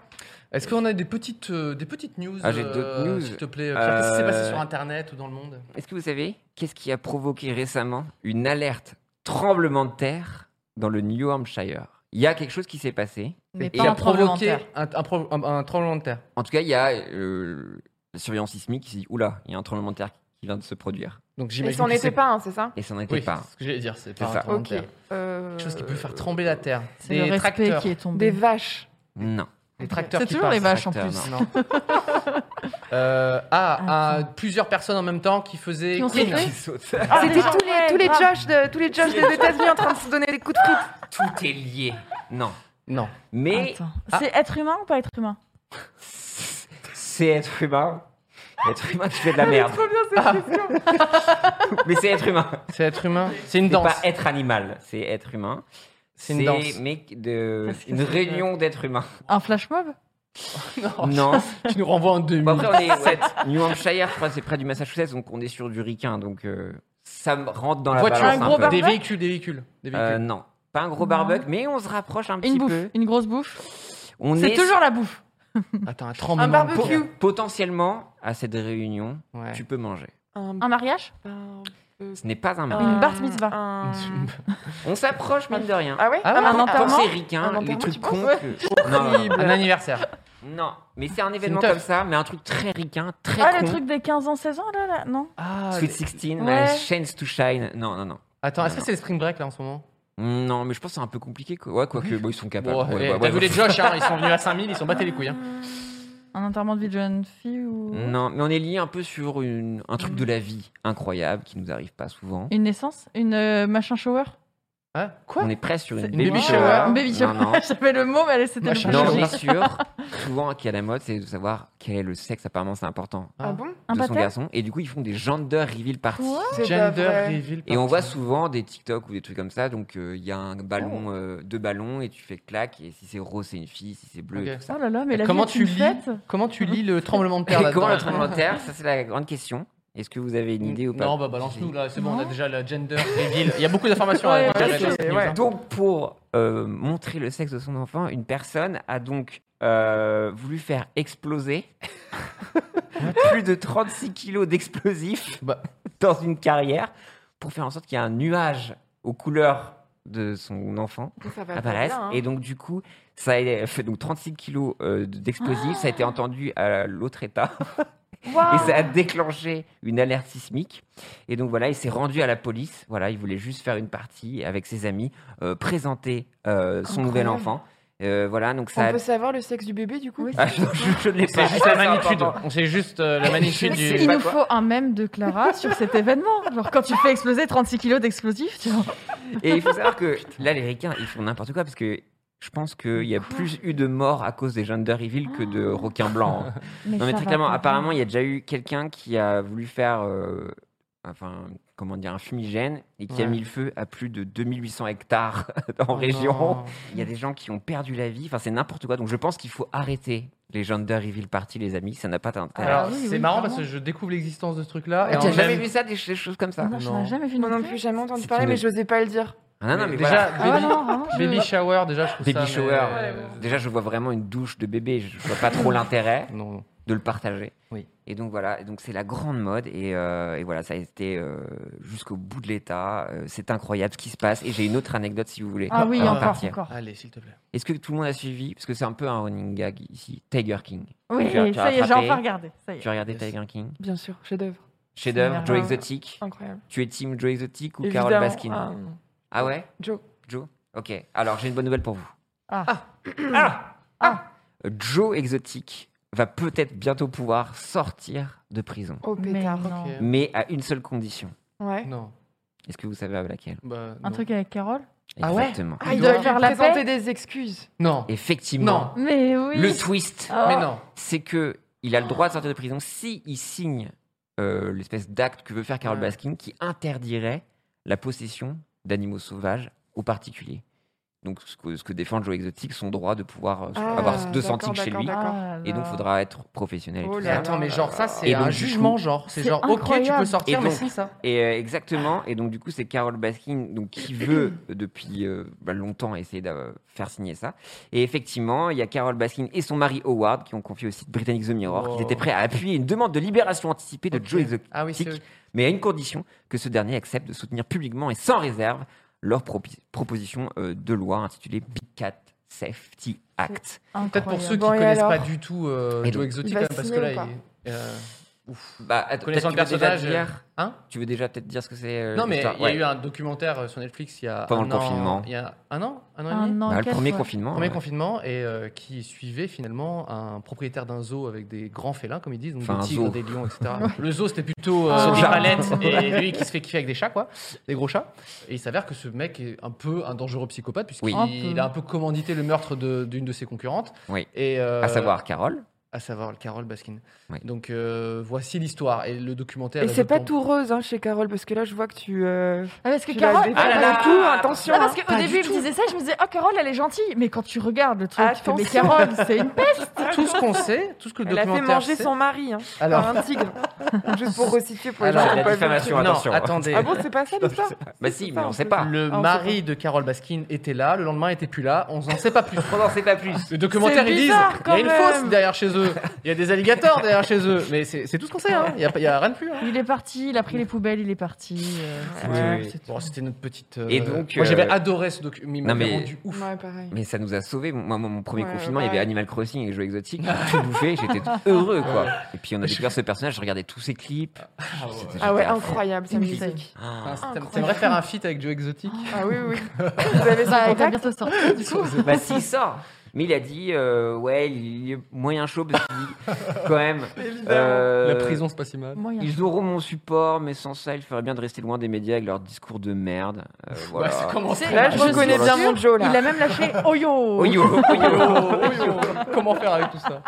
[SPEAKER 2] Est-ce qu'on a des petites, euh, des petites news euh,
[SPEAKER 3] Ah, j'ai d'autres news.
[SPEAKER 2] S'il te plaît, Pierre, qu'est-ce qui s'est
[SPEAKER 3] Euh,
[SPEAKER 2] passé sur Internet ou dans le monde
[SPEAKER 3] Est-ce que vous savez qu'est-ce qui a provoqué récemment une alerte tremblement de terre dans le New Hampshire Il y a quelque chose qui s'est passé.
[SPEAKER 4] Mais
[SPEAKER 3] Et
[SPEAKER 4] pas
[SPEAKER 3] il a
[SPEAKER 4] un tremblement
[SPEAKER 2] Provoqué
[SPEAKER 4] de terre.
[SPEAKER 2] un, un pro- un- un tremblement de terre.
[SPEAKER 3] En tout cas, il y a euh, la surveillance sismique qui s'est dit oula, il y a un tremblement de terre qui vient de se produire.
[SPEAKER 2] Donc
[SPEAKER 1] Et
[SPEAKER 2] j'imagine.
[SPEAKER 1] c'en
[SPEAKER 2] que
[SPEAKER 1] était
[SPEAKER 2] c'est-
[SPEAKER 1] pas un, c'est ça
[SPEAKER 3] Et ça n'en était
[SPEAKER 2] Oui,
[SPEAKER 3] pas.
[SPEAKER 2] c'est ce que j'allais dire, c'est
[SPEAKER 3] C'est
[SPEAKER 2] pas un
[SPEAKER 3] ça.
[SPEAKER 2] tremblement de
[SPEAKER 1] Ok.
[SPEAKER 2] terre.
[SPEAKER 1] Euh,
[SPEAKER 2] Quelque chose qui peut faire trembler la terre.
[SPEAKER 4] C'est le
[SPEAKER 2] Des
[SPEAKER 4] respect
[SPEAKER 2] tracteurs.
[SPEAKER 4] qui est tombé.
[SPEAKER 1] Des vaches.
[SPEAKER 3] Non.
[SPEAKER 2] Des tracteurs
[SPEAKER 4] C'est
[SPEAKER 2] qui
[SPEAKER 4] toujours les
[SPEAKER 2] passent.
[SPEAKER 4] vaches en
[SPEAKER 3] tracteurs,
[SPEAKER 4] plus.
[SPEAKER 3] non.
[SPEAKER 2] Non. Euh, ah, un- plusieurs personnes en même temps qui faisaient
[SPEAKER 4] Qui ont
[SPEAKER 2] Queen.
[SPEAKER 4] sauté.
[SPEAKER 3] Qui saute.
[SPEAKER 4] Ah,
[SPEAKER 1] C'était tous les, tous les
[SPEAKER 6] grave.
[SPEAKER 1] Josh, de, tous les Josh des États-Unis en train de se donner des coups de frites.
[SPEAKER 3] Tout est lié. Non.
[SPEAKER 2] Non.
[SPEAKER 3] Mais
[SPEAKER 4] Attends. C'est être humain ou pas être humain
[SPEAKER 3] c'est être humain. Être humain qui fait de la merde.
[SPEAKER 1] Trop bien, c'est
[SPEAKER 3] Mais c'est être humain.
[SPEAKER 2] C'est être humain. C'est une
[SPEAKER 3] C'est
[SPEAKER 2] danse.
[SPEAKER 3] pas être animal, c'est être humain.
[SPEAKER 2] C'est une danse.
[SPEAKER 3] mais de,
[SPEAKER 4] Parce que
[SPEAKER 3] une
[SPEAKER 4] c'est-
[SPEAKER 3] réunion d'êtres humains.
[SPEAKER 4] Un flash mob
[SPEAKER 2] Non.
[SPEAKER 3] Non.
[SPEAKER 2] Tu nous renvoies en 2000.
[SPEAKER 3] Bon, après, on est ouais, New Hampshire, je crois, c'est près du Massachusetts, donc on est sur du ricain. Donc euh, ça me rentre dans la
[SPEAKER 2] Voiture,
[SPEAKER 3] balance.
[SPEAKER 4] un gros
[SPEAKER 3] peu.
[SPEAKER 4] barbec
[SPEAKER 2] des véhicules, des véhicules. Des véhicules.
[SPEAKER 3] Euh, Non, pas un gros
[SPEAKER 4] Non.
[SPEAKER 3] barbecue, mais on se rapproche un petit
[SPEAKER 4] Une bouffe,
[SPEAKER 3] peu.
[SPEAKER 4] une grosse bouffe.
[SPEAKER 3] On
[SPEAKER 4] C'est
[SPEAKER 3] est
[SPEAKER 4] toujours la bouffe.
[SPEAKER 2] Attends, un tremblement.
[SPEAKER 1] Un
[SPEAKER 2] de
[SPEAKER 1] barbecue.
[SPEAKER 2] terre.
[SPEAKER 3] potentiellement à cette réunion,
[SPEAKER 2] Ouais.
[SPEAKER 3] tu peux manger.
[SPEAKER 1] un
[SPEAKER 4] Un mariage
[SPEAKER 3] Ce n'est pas un
[SPEAKER 6] Ah.
[SPEAKER 3] mal.
[SPEAKER 4] Une bar mitzvah.
[SPEAKER 1] un-
[SPEAKER 3] On s'approche mine de rien.
[SPEAKER 1] Ah ouais
[SPEAKER 2] Ah
[SPEAKER 1] Un
[SPEAKER 2] ouais
[SPEAKER 4] Un
[SPEAKER 3] Quand
[SPEAKER 4] enterrement
[SPEAKER 1] enterrement
[SPEAKER 3] c'est ricain,
[SPEAKER 1] Un
[SPEAKER 3] les
[SPEAKER 1] enterrement,
[SPEAKER 3] trucs
[SPEAKER 1] tu penses
[SPEAKER 3] cons.
[SPEAKER 1] Ouais.
[SPEAKER 3] que- Non, non, non.
[SPEAKER 2] Un anniversaire.
[SPEAKER 3] Non, mais c'est un événement
[SPEAKER 2] teuf.
[SPEAKER 3] comme ça, mais un truc très ricain, très
[SPEAKER 4] Ah, le
[SPEAKER 3] con.
[SPEAKER 4] truc des 15 ans, 16 ans, là, là Non
[SPEAKER 2] Ah,
[SPEAKER 3] Sweet 16,
[SPEAKER 4] Ouais.
[SPEAKER 3] Chance to Shine. Non, non, non.
[SPEAKER 2] Attends, est-ce que c'est le spring break là en ce moment
[SPEAKER 3] Non, mais je pense que c'est un peu compliqué. Quoi. Ouais, quoique, bon, ils sont capables.
[SPEAKER 2] Bon,
[SPEAKER 3] Ouais,
[SPEAKER 2] eh,
[SPEAKER 3] ouais,
[SPEAKER 2] T'as
[SPEAKER 3] ouais,
[SPEAKER 2] vu
[SPEAKER 3] ouais.
[SPEAKER 2] les Josh, hein, ils sont venus à 5000, ils sont battés les couilles. hein.
[SPEAKER 4] Euh, Un enterrement de vie de jeune fille ou.
[SPEAKER 3] Non, mais on est lié un peu sur une- un truc de la vie incroyable qui nous arrive pas souvent.
[SPEAKER 4] Une naissance Une euh, machin shower
[SPEAKER 2] Hein Quoi
[SPEAKER 3] on est presque sur une
[SPEAKER 4] C'est-
[SPEAKER 3] baby,
[SPEAKER 2] Baby
[SPEAKER 3] shower.
[SPEAKER 2] shower.
[SPEAKER 4] Une baby shower.
[SPEAKER 3] Non, non.
[SPEAKER 4] J'avais le mot, mais elle- c'était le
[SPEAKER 2] Machin
[SPEAKER 3] Non,
[SPEAKER 2] shower.
[SPEAKER 4] projet.
[SPEAKER 3] bien sûr. Souvent, qui est à la mode, c'est de savoir quel est le sexe. Apparemment, c'est important
[SPEAKER 1] Ah bon
[SPEAKER 4] Un
[SPEAKER 3] de son
[SPEAKER 4] baptême
[SPEAKER 3] garçon. Et du coup, ils font des gender reveal parties.
[SPEAKER 4] Quoi
[SPEAKER 1] C'est pas
[SPEAKER 2] Gender
[SPEAKER 1] vrai.
[SPEAKER 2] reveal.
[SPEAKER 3] Et on voit
[SPEAKER 2] party.
[SPEAKER 3] souvent des TikTok ou des trucs comme ça. Donc, euh, il y a un
[SPEAKER 4] Oh.
[SPEAKER 3] ballon, euh, deux ballons, et tu fais claque. Et si c'est rose, c'est une fille. Si c'est bleu,
[SPEAKER 2] Ok.
[SPEAKER 3] et tout ça.
[SPEAKER 4] Oh là là, mais la
[SPEAKER 2] Comment
[SPEAKER 4] vie est
[SPEAKER 2] tu
[SPEAKER 4] une
[SPEAKER 2] lis
[SPEAKER 4] fête.
[SPEAKER 2] Comment tu lis le tremblement de
[SPEAKER 3] Et
[SPEAKER 2] terre là
[SPEAKER 3] comment le tremblement de terre Ça, c'est la grande question. Est-ce que vous avez une idée ou pas
[SPEAKER 2] Non, bah balance-nous là, c'est bon, on a
[SPEAKER 4] Non.
[SPEAKER 2] déjà la gender reveal. Il y a beaucoup d'informations à
[SPEAKER 1] Ouais,
[SPEAKER 2] récupérer
[SPEAKER 1] ouais,
[SPEAKER 2] dans cette
[SPEAKER 1] c'est-
[SPEAKER 2] news,
[SPEAKER 1] ouais.
[SPEAKER 2] hein.
[SPEAKER 3] Donc, pour euh, montrer le sexe de son enfant, une personne a donc euh, voulu faire exploser plus de 36 kilos d'explosifs
[SPEAKER 2] Bah.
[SPEAKER 3] dans une carrière pour faire en sorte qu'il y ait un nuage aux couleurs de son enfant
[SPEAKER 1] Ça va pas
[SPEAKER 3] apparaisse.
[SPEAKER 1] bien, hein.
[SPEAKER 3] Ah, bah, Et donc, du coup, ça a euh, fait donc 36 kilos euh, d'explosifs. Ça a
[SPEAKER 1] Ah.
[SPEAKER 3] été entendu à l'autre État. Et ça a déclenché une alerte sismique. Et donc voilà, il s'est rendu à la police. Voilà, il voulait juste faire une partie avec ses amis, euh, présenter euh, son nouvel enfant. Euh, voilà, donc ça.
[SPEAKER 1] On peut savoir le sexe du bébé du coup
[SPEAKER 3] Ah, je, je- je ne l'ai pas.
[SPEAKER 2] C'est juste la magnitude.
[SPEAKER 3] important.
[SPEAKER 2] On sait juste euh, la magnitude
[SPEAKER 3] Je sais
[SPEAKER 2] du.
[SPEAKER 4] Il
[SPEAKER 3] pas
[SPEAKER 4] nous
[SPEAKER 3] quoi.
[SPEAKER 4] faut un mème de Clara sur cet événement. Genre quand tu fais exploser 36 kilos d'explosifs, tu vois.
[SPEAKER 3] Et il faut savoir que là, les Ricains, ils font n'importe quoi parce que. Je pense qu'il y a plus eu de morts à cause des gender reveal que de
[SPEAKER 1] Oh.
[SPEAKER 3] requins blancs. hein.
[SPEAKER 4] Mais
[SPEAKER 3] non mais
[SPEAKER 4] ça
[SPEAKER 3] très
[SPEAKER 4] va
[SPEAKER 3] clairement,
[SPEAKER 4] pas.
[SPEAKER 3] apparemment, il y a déjà eu quelqu'un qui a voulu faire, euh, enfin, comment dire, un fumigène et qui a
[SPEAKER 2] Ouais.
[SPEAKER 3] mis le feu à plus de 2800 hectares en
[SPEAKER 2] Oh
[SPEAKER 3] région.
[SPEAKER 2] non.
[SPEAKER 3] Il y a des gens qui ont perdu la vie. Enfin, c'est n'importe quoi. Donc, je pense qu'il faut arrêter les gender reveal party, les amis. Ça n'a pas d'intérêt.
[SPEAKER 2] Alors,
[SPEAKER 4] Ah oui,
[SPEAKER 2] c'est
[SPEAKER 4] oui,
[SPEAKER 2] marrant
[SPEAKER 4] clairement.
[SPEAKER 2] parce que je découvre l'existence de ce truc-là.
[SPEAKER 3] Ah,
[SPEAKER 2] en
[SPEAKER 3] T'as
[SPEAKER 2] même-
[SPEAKER 3] jamais vu ça, des, ch- des choses comme ça
[SPEAKER 4] Non, je
[SPEAKER 2] Non.
[SPEAKER 4] n'ai jamais vu
[SPEAKER 1] Moi non
[SPEAKER 4] plus.
[SPEAKER 1] plus, jamais entendu
[SPEAKER 3] C'est
[SPEAKER 1] parler,
[SPEAKER 3] une-
[SPEAKER 1] mais j'osais pas le dire.
[SPEAKER 3] Ah, non, non, mais
[SPEAKER 2] déjà,
[SPEAKER 3] voilà.
[SPEAKER 4] Ah ouais,
[SPEAKER 2] baby,
[SPEAKER 4] non, vraiment, je-
[SPEAKER 2] baby shower, déjà, je trouve
[SPEAKER 3] Baby
[SPEAKER 2] ça. mais-
[SPEAKER 3] shower.
[SPEAKER 2] euh,
[SPEAKER 3] Déjà, je vois vraiment une douche de bébé. Je vois pas trop l'intérêt
[SPEAKER 2] Non, non.
[SPEAKER 3] de le partager.
[SPEAKER 2] Oui.
[SPEAKER 3] Et donc voilà. Et donc c'est la grande mode. Et, euh, et voilà, ça a été euh, jusqu'au bout de l'État. Euh, c'est incroyable ce qui se passe. Et j'ai une autre anecdote si vous voulez.
[SPEAKER 4] Ah oui,
[SPEAKER 3] avant de
[SPEAKER 4] encore,
[SPEAKER 3] partir.
[SPEAKER 4] encore.
[SPEAKER 2] Allez, s'il te plaît.
[SPEAKER 3] Est-ce que tout le monde a suivi Parce que c'est un peu un running gag ici. Tiger King.
[SPEAKER 4] Oui,
[SPEAKER 3] Tu as- tu as
[SPEAKER 4] ça y est, j'ai
[SPEAKER 3] attrapé.
[SPEAKER 4] enfin regardé. Ça y est.
[SPEAKER 3] Tu as regardé
[SPEAKER 2] Yes.
[SPEAKER 3] Tiger King
[SPEAKER 1] Bien sûr, chef d'œuvre.
[SPEAKER 3] Chef-d'œuvre, Joe
[SPEAKER 1] Ouais.
[SPEAKER 3] Exotic.
[SPEAKER 1] Incroyable.
[SPEAKER 3] Tu es team Joe Exotic ou
[SPEAKER 1] Évidemment.
[SPEAKER 3] Carole Baskin
[SPEAKER 1] Ah, non.
[SPEAKER 3] Ah ouais
[SPEAKER 1] Joe.
[SPEAKER 3] Joe Ok. Alors, j'ai une bonne nouvelle pour vous.
[SPEAKER 4] Ah.
[SPEAKER 3] Ah Ah Euh, Joe Exotic va peut-être bientôt pouvoir sortir de prison,
[SPEAKER 1] Oh
[SPEAKER 4] Mais
[SPEAKER 1] pétard.
[SPEAKER 4] non.
[SPEAKER 2] Ok.
[SPEAKER 3] mais à une seule condition.
[SPEAKER 1] Ouais.
[SPEAKER 2] Non.
[SPEAKER 3] Est-ce que vous savez à laquelle
[SPEAKER 2] Bah,
[SPEAKER 4] Un
[SPEAKER 2] non.
[SPEAKER 4] truc avec Carole
[SPEAKER 2] Ah ouais
[SPEAKER 3] Exactement.
[SPEAKER 1] Ah,
[SPEAKER 2] Il
[SPEAKER 1] il
[SPEAKER 2] doit
[SPEAKER 1] doit lui
[SPEAKER 4] faire la
[SPEAKER 1] présenter des excuses.
[SPEAKER 2] Non.
[SPEAKER 3] Effectivement.
[SPEAKER 2] Non.
[SPEAKER 4] Mais oui.
[SPEAKER 3] Le twist,
[SPEAKER 4] Ah.
[SPEAKER 2] Mais non.
[SPEAKER 3] c'est que il a le droit de sortir de prison si il signe euh, l'espèce d'acte que veut faire Carole
[SPEAKER 2] Ouais.
[SPEAKER 3] Baskin qui interdirait la possession d'animaux sauvages aux particuliers. donc ce que, ce que défend Joe Exotic, son droit de pouvoir euh,
[SPEAKER 6] Ah,
[SPEAKER 3] avoir deux
[SPEAKER 6] d'accord,
[SPEAKER 3] centimes chez
[SPEAKER 6] d'accord,
[SPEAKER 4] Ah
[SPEAKER 3] lui.
[SPEAKER 6] d'accord.
[SPEAKER 3] Et donc, faudra être professionnel. et
[SPEAKER 6] Oh là
[SPEAKER 3] tout
[SPEAKER 2] Mais
[SPEAKER 3] ça.
[SPEAKER 6] là.
[SPEAKER 2] attends, mais genre, ça, c'est
[SPEAKER 3] Ah. Et
[SPEAKER 2] un
[SPEAKER 3] donc, du
[SPEAKER 2] jugement,
[SPEAKER 3] coup-
[SPEAKER 2] genre. C'est
[SPEAKER 4] C'est
[SPEAKER 2] genre, ok, tu peux
[SPEAKER 4] incroyable.
[SPEAKER 2] sortir,
[SPEAKER 3] Et
[SPEAKER 2] mais
[SPEAKER 3] donc-
[SPEAKER 2] c'est ça.
[SPEAKER 3] Et euh, exactement. Et donc, du coup, c'est Carole Baskin donc, qui veut euh, depuis euh, bah, longtemps essayer de euh, faire signer ça. Et effectivement, il y a Carole Baskin et son mari Howard qui ont confié au site britannique The Mirror
[SPEAKER 2] Wow.
[SPEAKER 3] qu'ils étaient prêts à appuyer une demande de libération anticipée de
[SPEAKER 2] Ok.
[SPEAKER 3] Joe Exotic,
[SPEAKER 2] Ah oui, c'est eux.
[SPEAKER 3] mais à une condition que ce dernier accepte de soutenir publiquement et sans réserve leur propi- proposition euh, de loi intitulée Big Cat Safety Act.
[SPEAKER 2] Peut-être pour ceux qui
[SPEAKER 6] Bon, et
[SPEAKER 2] connaissent pas
[SPEAKER 6] alors
[SPEAKER 2] du tout euh,
[SPEAKER 3] Et
[SPEAKER 2] Joe
[SPEAKER 3] donc-
[SPEAKER 2] Exotic,
[SPEAKER 6] Il va
[SPEAKER 2] quand même, parce que
[SPEAKER 6] signer
[SPEAKER 2] là,
[SPEAKER 6] ou pas
[SPEAKER 2] il est. euh, ouf.
[SPEAKER 3] Bah, attends,
[SPEAKER 2] Connaissant
[SPEAKER 3] peut-être
[SPEAKER 2] le
[SPEAKER 3] tu veux déjà
[SPEAKER 2] personnage,
[SPEAKER 3] dire-
[SPEAKER 2] Hein
[SPEAKER 3] Tu veux déjà peut-être dire ce que c'est euh,
[SPEAKER 2] Non, mais
[SPEAKER 3] l'histoire
[SPEAKER 2] il y a
[SPEAKER 3] Ouais.
[SPEAKER 2] eu un documentaire euh, sur Netflix il y a.
[SPEAKER 3] Pendant
[SPEAKER 2] un
[SPEAKER 3] le
[SPEAKER 2] an-
[SPEAKER 3] confinement.
[SPEAKER 2] Il y a un an Un an
[SPEAKER 6] Ah,
[SPEAKER 2] et demi
[SPEAKER 4] Un an,
[SPEAKER 3] Bah, le
[SPEAKER 4] quatre,
[SPEAKER 3] premier
[SPEAKER 4] ouais.
[SPEAKER 3] confinement.
[SPEAKER 2] Premier
[SPEAKER 3] ouais.
[SPEAKER 2] confinement et euh, qui suivait finalement un propriétaire d'un zoo avec des grands félins, comme ils disent, donc
[SPEAKER 3] Enfin, un
[SPEAKER 2] des tigres,
[SPEAKER 3] zoo.
[SPEAKER 2] des lions, etc. Le zoo, c'était plutôt euh,
[SPEAKER 4] Ah.
[SPEAKER 2] des
[SPEAKER 4] Son
[SPEAKER 2] palettes
[SPEAKER 4] jardin.
[SPEAKER 2] et lui qui se fait kiffer avec des chats, quoi, des gros chats. Et il s'avère que ce mec est un peu un dangereux psychopathe,
[SPEAKER 3] Oui.
[SPEAKER 2] puisqu'il
[SPEAKER 4] Un
[SPEAKER 2] il
[SPEAKER 4] peu.
[SPEAKER 2] a un peu commandité le meurtre de- d'une de, ses concurrentes.
[SPEAKER 3] Oui.
[SPEAKER 2] Et, euh,
[SPEAKER 3] À savoir, Carole.
[SPEAKER 2] À savoir, le Carole Baskin.
[SPEAKER 3] Oui.
[SPEAKER 2] Donc euh, voici l'histoire et le documentaire.
[SPEAKER 6] Et
[SPEAKER 2] là,
[SPEAKER 6] c'est
[SPEAKER 2] je
[SPEAKER 6] pas
[SPEAKER 2] tombe-
[SPEAKER 6] tout rose hein, chez Carole, parce que là, je vois que tu. euh,
[SPEAKER 4] Ah, parce que
[SPEAKER 6] tu l'as
[SPEAKER 4] Carole.
[SPEAKER 6] défait
[SPEAKER 3] Ah là
[SPEAKER 6] pas
[SPEAKER 3] là.
[SPEAKER 6] du tout, attention.
[SPEAKER 4] Non, parce
[SPEAKER 6] hein.
[SPEAKER 4] qu'au début, je me disais ça, je me disais, oh, Carole, elle est gentille. Mais quand tu regardes le truc, tu fais, mais
[SPEAKER 6] Attention.
[SPEAKER 4] Carole, c'est une peste.
[SPEAKER 2] Tout ce qu'on sait, tout ce que le
[SPEAKER 6] Elle a fait
[SPEAKER 2] documentaire
[SPEAKER 6] manger
[SPEAKER 2] sait-
[SPEAKER 6] son mari hein,
[SPEAKER 2] Alors,
[SPEAKER 6] par un tigre. Juste pour resituer pour les
[SPEAKER 2] Alors,
[SPEAKER 6] gens
[SPEAKER 2] c'est
[SPEAKER 6] qui
[SPEAKER 2] la
[SPEAKER 6] ont pas vu. le
[SPEAKER 3] diffamation.
[SPEAKER 6] truc.
[SPEAKER 2] non,
[SPEAKER 3] attention.
[SPEAKER 2] attendez.
[SPEAKER 6] Ah bon, c'est pas ça l'histoire
[SPEAKER 3] Bah
[SPEAKER 6] C'est
[SPEAKER 3] si,
[SPEAKER 6] ça,
[SPEAKER 3] mais on
[SPEAKER 6] en
[SPEAKER 3] sait
[SPEAKER 6] fait.
[SPEAKER 3] pas.
[SPEAKER 2] Le
[SPEAKER 6] Ah, on sait
[SPEAKER 2] mari de Carole Baskin était là, le lendemain était plus là, on n'en sait pas plus.
[SPEAKER 3] On n'en sait pas plus.
[SPEAKER 2] Le documentaire,
[SPEAKER 6] C'est
[SPEAKER 2] ils disent
[SPEAKER 6] bizarre,
[SPEAKER 2] il y a
[SPEAKER 6] quand
[SPEAKER 2] une
[SPEAKER 6] même.
[SPEAKER 2] fosse derrière chez eux, il y a des alligators derrière chez eux, mais c'est c'est tout ce qu'on sait, hein. il n'y a, pas- il y a rien de plus. hein.
[SPEAKER 4] Il est parti, il a pris les poubelles, il est parti. euh, c'est
[SPEAKER 3] Ouais.
[SPEAKER 4] tout, c'est tout.
[SPEAKER 2] Bon, c'était notre petite. euh,
[SPEAKER 3] Et donc,
[SPEAKER 2] moi j'avais
[SPEAKER 3] euh,
[SPEAKER 2] adoré ce documentaire, il
[SPEAKER 3] Non,
[SPEAKER 2] m'avait
[SPEAKER 3] mais- Ah.
[SPEAKER 2] rendu ouf.
[SPEAKER 6] Ouais, pareil.
[SPEAKER 3] Mais ça nous a sauvés. Moi, mon mon premier
[SPEAKER 6] Ouais,
[SPEAKER 3] confinement, il y
[SPEAKER 6] ouais.
[SPEAKER 3] avait Animal Crossing et jeux exotiques. J'ai tout bouffé, j'étais heureux, quoi. Et puis, on a découvert ce personnage, je regardais tous ses clips. C'était- j'étais
[SPEAKER 6] Ah ouais,
[SPEAKER 3] à fond. Ah.
[SPEAKER 6] incroyable Ah, sa
[SPEAKER 4] Une
[SPEAKER 6] musique.
[SPEAKER 2] Enfin, c'est-
[SPEAKER 6] Incroyable.
[SPEAKER 2] T'aimerais faire un feat avec Joe Exotic
[SPEAKER 6] Ah oui, oui. Vous avez son
[SPEAKER 4] Bah, il va
[SPEAKER 6] contact
[SPEAKER 4] bientôt sortir, du coup.
[SPEAKER 3] Bah, si, il sort. Mais il a dit, euh, ouais, il est moyen chaud parce qu'il dit, quand même. euh,
[SPEAKER 2] La prison, c'est pas si mal.
[SPEAKER 4] Moyen.
[SPEAKER 3] Ils auront mon support, mais sans ça, il ferait bien de rester loin des médias avec leurs discours de merde. Euh,
[SPEAKER 6] Bah,
[SPEAKER 3] voilà.
[SPEAKER 2] Ouais, ça commence
[SPEAKER 4] C'est-
[SPEAKER 2] très
[SPEAKER 6] Là,
[SPEAKER 2] mal.
[SPEAKER 6] Bah, je reconnais bien mon Joe,
[SPEAKER 4] Il
[SPEAKER 6] là.
[SPEAKER 4] a même lâché Oyo.
[SPEAKER 3] Oh, yo, oh, yo.
[SPEAKER 2] Oh, oh, oh, oh. Comment faire avec tout ça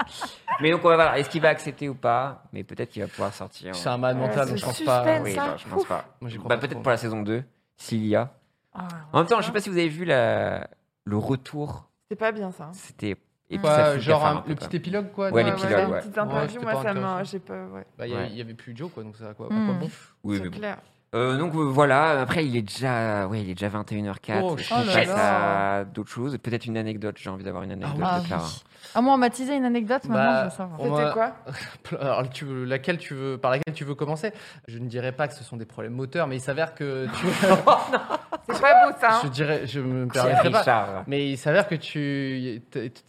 [SPEAKER 3] Mais donc, on va voir. Est-ce qu'il va accepter ou pas Mais peut-être qu'il va pouvoir sortir.
[SPEAKER 2] C'est un mal
[SPEAKER 6] Ouais,
[SPEAKER 2] mental,
[SPEAKER 6] ce
[SPEAKER 2] donc je pense
[SPEAKER 6] suspense.
[SPEAKER 2] pas.
[SPEAKER 3] Oui,
[SPEAKER 6] ça,
[SPEAKER 3] bah, je pense
[SPEAKER 6] ouf.
[SPEAKER 3] pas.
[SPEAKER 2] Moi, j'y crois
[SPEAKER 3] Bah,
[SPEAKER 2] pas trop.
[SPEAKER 3] peut-être pour la saison 2, s'il y a.
[SPEAKER 4] Ah,
[SPEAKER 3] En même temps, je sais pas si vous avez vu la... le retour.
[SPEAKER 6] C'est pas bien ça.
[SPEAKER 3] C'était. et puis
[SPEAKER 2] Quoi,
[SPEAKER 3] ça fout la
[SPEAKER 2] genre
[SPEAKER 3] fin
[SPEAKER 2] un-
[SPEAKER 3] un peu,
[SPEAKER 2] le
[SPEAKER 3] quoi.
[SPEAKER 2] petit épilogue, quoi.
[SPEAKER 3] Ouais,
[SPEAKER 2] de-
[SPEAKER 3] l'épilogue,
[SPEAKER 6] la
[SPEAKER 3] ouais.
[SPEAKER 6] petite
[SPEAKER 2] Ouais,
[SPEAKER 6] interview,
[SPEAKER 2] c'était
[SPEAKER 6] moi,
[SPEAKER 2] pas
[SPEAKER 6] ça m'a.
[SPEAKER 2] intéressant.
[SPEAKER 6] J'ai pas. Ouais,
[SPEAKER 2] Bah, il y a-
[SPEAKER 3] Ouais.
[SPEAKER 2] il y avait plus Joe, quoi, donc ça, quoi.
[SPEAKER 4] Hmm.
[SPEAKER 2] bon
[SPEAKER 3] Oui, mais
[SPEAKER 6] c'est
[SPEAKER 3] bon.
[SPEAKER 6] clair.
[SPEAKER 3] Euh, donc euh, voilà, après il est déjà, ouais, il est déjà 21h04.
[SPEAKER 2] Oh,
[SPEAKER 3] je
[SPEAKER 2] oh là
[SPEAKER 3] passe
[SPEAKER 4] là.
[SPEAKER 3] à d'autres choses. Peut-être une anecdote, j'ai envie d'avoir une anecdote
[SPEAKER 4] Ah,
[SPEAKER 3] de
[SPEAKER 4] oui.
[SPEAKER 3] Clara.
[SPEAKER 4] Ah, moi, on m'a teasé une anecdote, maintenant,
[SPEAKER 2] Bah,
[SPEAKER 4] je veux savoir.
[SPEAKER 2] on-
[SPEAKER 6] C'était
[SPEAKER 2] m'a-
[SPEAKER 6] quoi
[SPEAKER 2] Alors, tu veux- laquelle tu veux, par laquelle tu veux commencer Je ne dirais pas que ce sont des problèmes moteurs, mais il s'avère que tu.
[SPEAKER 6] C'est pas beau ça.
[SPEAKER 2] je
[SPEAKER 6] hein.
[SPEAKER 2] dirais, je me
[SPEAKER 3] C'est
[SPEAKER 2] permettrai pas.
[SPEAKER 3] Richard.
[SPEAKER 2] Mais il s'avère que tu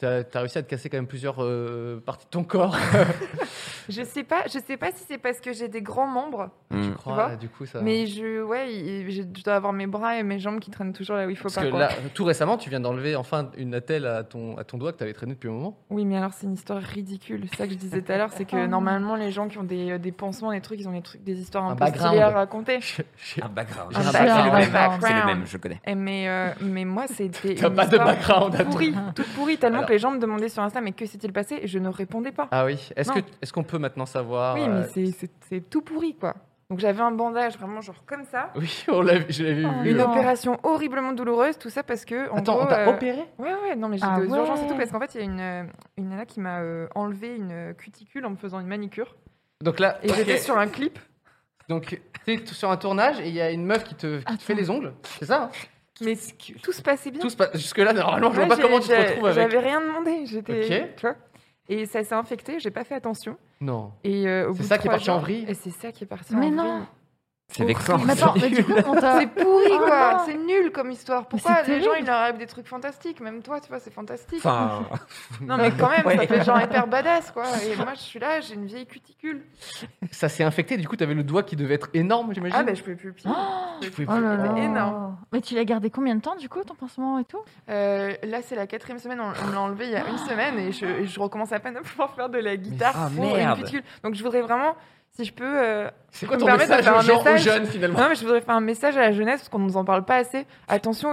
[SPEAKER 2] as, réussi à te casser quand même plusieurs euh, parties de ton corps.
[SPEAKER 6] Je sais pas. Je sais pas si c'est parce que j'ai des grands membres,
[SPEAKER 3] Hmm.
[SPEAKER 2] Je crois,
[SPEAKER 6] vois
[SPEAKER 2] du coup, ça.
[SPEAKER 6] mais je, ouais, il- j'ai- je dois avoir mes bras et mes jambes qui traînent toujours là où il faut
[SPEAKER 2] Parce
[SPEAKER 6] pas.
[SPEAKER 2] que
[SPEAKER 6] quoi.
[SPEAKER 2] là, tout récemment, tu viens d'enlever enfin une attelle à ton, à ton doigt que tu avais traîné depuis un moment.
[SPEAKER 6] Oui, mais alors c'est une histoire ridicule. C'est ça que je disais tout à l'heure, c'est
[SPEAKER 4] Oh
[SPEAKER 6] que
[SPEAKER 4] non.
[SPEAKER 6] normalement les gens qui ont des, euh, des pansements, des trucs, ils ont des trucs, des histoires
[SPEAKER 2] Un
[SPEAKER 6] un, peu
[SPEAKER 2] background.
[SPEAKER 6] stylées à raconter.
[SPEAKER 2] J'ai- j'ai-
[SPEAKER 3] Un background.
[SPEAKER 2] Un
[SPEAKER 3] C'est
[SPEAKER 4] background.
[SPEAKER 3] le même.
[SPEAKER 6] Background.
[SPEAKER 3] C'est le même, je connais.
[SPEAKER 6] Eh, mais, euh, mais moi, c'était
[SPEAKER 2] T'as
[SPEAKER 6] une
[SPEAKER 2] pas de
[SPEAKER 6] histoire
[SPEAKER 2] background à toi.
[SPEAKER 6] pourrie, tout pourrie, tellement
[SPEAKER 2] Alors.
[SPEAKER 6] que les gens me demandaient sur Insta, mais que s'est-il passé Et je ne répondais pas.
[SPEAKER 2] Ah oui. Est-ce
[SPEAKER 6] Non.
[SPEAKER 2] que est-ce qu'on peut maintenant savoir
[SPEAKER 6] oui,
[SPEAKER 2] euh,
[SPEAKER 6] mais c'est- c'est- c'est tout pourri, quoi. Donc j'avais un bandage vraiment genre comme ça.
[SPEAKER 2] Oui, on l'a, vu- je l'avais
[SPEAKER 4] Oh,
[SPEAKER 2] vu.
[SPEAKER 6] Une
[SPEAKER 4] non.
[SPEAKER 6] opération horriblement douloureuse, tout ça parce que. Ah, En
[SPEAKER 2] Attends,
[SPEAKER 6] gros,
[SPEAKER 2] on t'a
[SPEAKER 6] euh,
[SPEAKER 2] opéré
[SPEAKER 6] Ouais, ouais, non, mais j'ai
[SPEAKER 4] Ah
[SPEAKER 6] des urgences et tout
[SPEAKER 4] ouais.
[SPEAKER 6] parce qu'en fait, il y a une, euh, une nana qui m'a euh, enlevé une cuticule en me faisant une manicure.
[SPEAKER 2] Donc là,
[SPEAKER 6] Et
[SPEAKER 2] ok.
[SPEAKER 6] j'étais sur un clip,
[SPEAKER 2] Donc, t'es t- sur un tournage et il y a une meuf qui te, qui te fait les ongles. C'est ça hein
[SPEAKER 6] mais tout se passait bien.
[SPEAKER 2] Tout se passe- Jusque-là, normalement, je vois
[SPEAKER 6] Ouais,
[SPEAKER 2] pas
[SPEAKER 6] j'ai-
[SPEAKER 2] comment tu te
[SPEAKER 6] j'ai-
[SPEAKER 2] retrouves avec.
[SPEAKER 6] J'avais rien demandé, j'étais.
[SPEAKER 2] Ok.
[SPEAKER 6] Tu vois Et ça s'est infecté, j'ai pas fait attention.
[SPEAKER 2] Non.
[SPEAKER 6] Et euh, au
[SPEAKER 2] C'est
[SPEAKER 6] bout de
[SPEAKER 2] ça qui est
[SPEAKER 6] trois
[SPEAKER 2] parti en
[SPEAKER 6] jours-
[SPEAKER 2] vrille
[SPEAKER 6] Et c'est ça qui est parti
[SPEAKER 4] Mais
[SPEAKER 6] en
[SPEAKER 4] non.
[SPEAKER 6] vrille.
[SPEAKER 3] C'est vexant.
[SPEAKER 4] Mais attends, mais du coup, on t'a.
[SPEAKER 6] C'est pourri,
[SPEAKER 4] Oh
[SPEAKER 6] quoi
[SPEAKER 4] non.
[SPEAKER 6] C'est nul comme histoire. Pourquoi
[SPEAKER 4] c'est
[SPEAKER 6] les gens,
[SPEAKER 4] terrible.
[SPEAKER 6] ils leur rêvent des trucs fantastiques Même toi, tu vois, c'est fantastique.
[SPEAKER 3] Enfin,
[SPEAKER 6] non, mais quand même,
[SPEAKER 3] Ouais.
[SPEAKER 6] ça fait genre hyper badass, quoi. Et moi, je suis là, j'ai une vieille cuticule.
[SPEAKER 2] Ça s'est infecté, du coup, t'avais le doigt qui devait être énorme, j'imagine.
[SPEAKER 6] Ah, ben, je peux plus pied.
[SPEAKER 2] Tu pouvais
[SPEAKER 4] Oh
[SPEAKER 2] plus-
[SPEAKER 4] là là.
[SPEAKER 6] C'est énorme.
[SPEAKER 4] Mais tu l'as gardé combien de temps, du coup, ton pansement et tout
[SPEAKER 6] Euh, là, c'est la quatrième semaine. On, on l'a enlevé il y a une semaine et je, et je recommence à peine à pouvoir faire de la guitare.
[SPEAKER 3] ah,
[SPEAKER 6] pour une
[SPEAKER 3] merde.
[SPEAKER 6] cuticule. Donc, je voudrais vraiment, si je peux. euh,
[SPEAKER 2] C'est quoi
[SPEAKER 6] Je
[SPEAKER 2] ton
[SPEAKER 6] me permets de
[SPEAKER 2] message
[SPEAKER 6] faire
[SPEAKER 2] aux
[SPEAKER 6] un
[SPEAKER 2] gens, aux
[SPEAKER 6] message.
[SPEAKER 2] jeunes, finalement
[SPEAKER 6] Non, mais je voudrais faire un message à la jeunesse parce qu'on nous en parle pas assez. Attention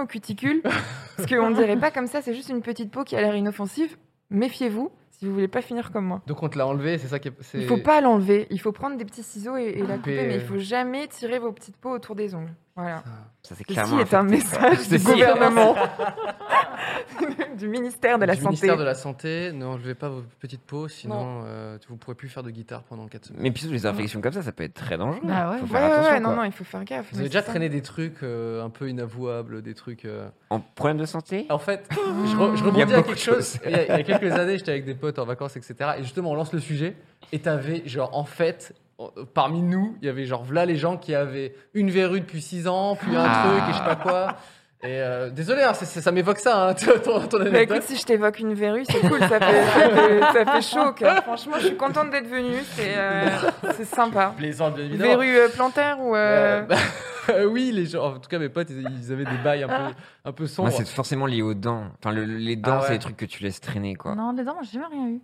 [SPEAKER 6] aux cuticules. parce qu'on dirait pas comme ça, c'est juste une petite peau qui a l'air inoffensive. Méfiez-vous. Si vous voulez pas finir comme moi.
[SPEAKER 2] Donc on te l'a enlevé, c'est ça qui est. c'est-
[SPEAKER 6] Il faut pas l'enlever, il faut prendre des petits ciseaux et, et la
[SPEAKER 2] Couper,
[SPEAKER 6] couper,
[SPEAKER 2] euh.
[SPEAKER 6] mais il faut jamais tirer vos petites peaux autour des ongles. Voilà.
[SPEAKER 3] Ça, c'est
[SPEAKER 6] Ceci
[SPEAKER 3] clairement.
[SPEAKER 6] est un
[SPEAKER 3] infecté, ça.
[SPEAKER 6] message du
[SPEAKER 3] Ceci est-
[SPEAKER 6] gouvernement, du ministère de la
[SPEAKER 2] du
[SPEAKER 6] Santé.
[SPEAKER 2] ministère de la Santé, ne enlevez pas vos petites peaux, sinon euh, vous ne pourrez plus faire de guitare pendant 4 semaines.
[SPEAKER 3] Mais puis surtout, les infections comme ça, ça peut être très dangereux.
[SPEAKER 4] Bah ouais.
[SPEAKER 3] Faut
[SPEAKER 6] Ouais,
[SPEAKER 3] faire
[SPEAKER 6] ouais,
[SPEAKER 3] attention.
[SPEAKER 6] ouais, non,
[SPEAKER 3] quoi.
[SPEAKER 6] non, il faut faire gaffe.
[SPEAKER 2] Vous
[SPEAKER 6] mais
[SPEAKER 2] avez déjà
[SPEAKER 6] c'est ça.
[SPEAKER 2] traîné des trucs euh, un peu inavouables, des trucs. euh,
[SPEAKER 3] En problème de santé
[SPEAKER 2] En fait, je, re- je
[SPEAKER 3] Il
[SPEAKER 2] rebondis
[SPEAKER 3] y a
[SPEAKER 2] à
[SPEAKER 3] beaucoup
[SPEAKER 2] quelque
[SPEAKER 3] de
[SPEAKER 2] chose.
[SPEAKER 3] choses.
[SPEAKER 2] Il y, a, il y a quelques années, j'étais avec des potes en vacances, etc. Et justement, on lance le sujet. Et t'avais, genre, en fait, en- parmi nous, il y avait, genre, voilà les gens qui avaient une verrue depuis 6 ans, puis un
[SPEAKER 3] Ah.
[SPEAKER 2] truc, et je sais pas quoi. Et euh, désolé, hein, c'est- c'est- ça m'évoque ça, hein, ton, ton
[SPEAKER 6] Bah
[SPEAKER 2] anecdote.
[SPEAKER 6] écoute, si je t'évoque une verrue, c'est cool, ça fait, ça fait- ça fait chaud. quoi. Franchement, je suis contente d'être venue, c'est euh, c'est sympa.
[SPEAKER 2] Plaisant, bien évidemment.
[SPEAKER 6] Verrue euh, plantaire ou... euh,
[SPEAKER 2] Euh, bah, oui, les gens, en tout cas mes potes, ils, ils avaient des bails un peu, un peu
[SPEAKER 3] Moi,
[SPEAKER 2] sombres.
[SPEAKER 3] c'est forcément lié aux dents. Enfin, le- le- les dents,
[SPEAKER 2] Ah ouais.
[SPEAKER 3] c'est les trucs que tu laisses traîner, quoi. Non,
[SPEAKER 4] Non, les dents, j'ai jamais rien eu.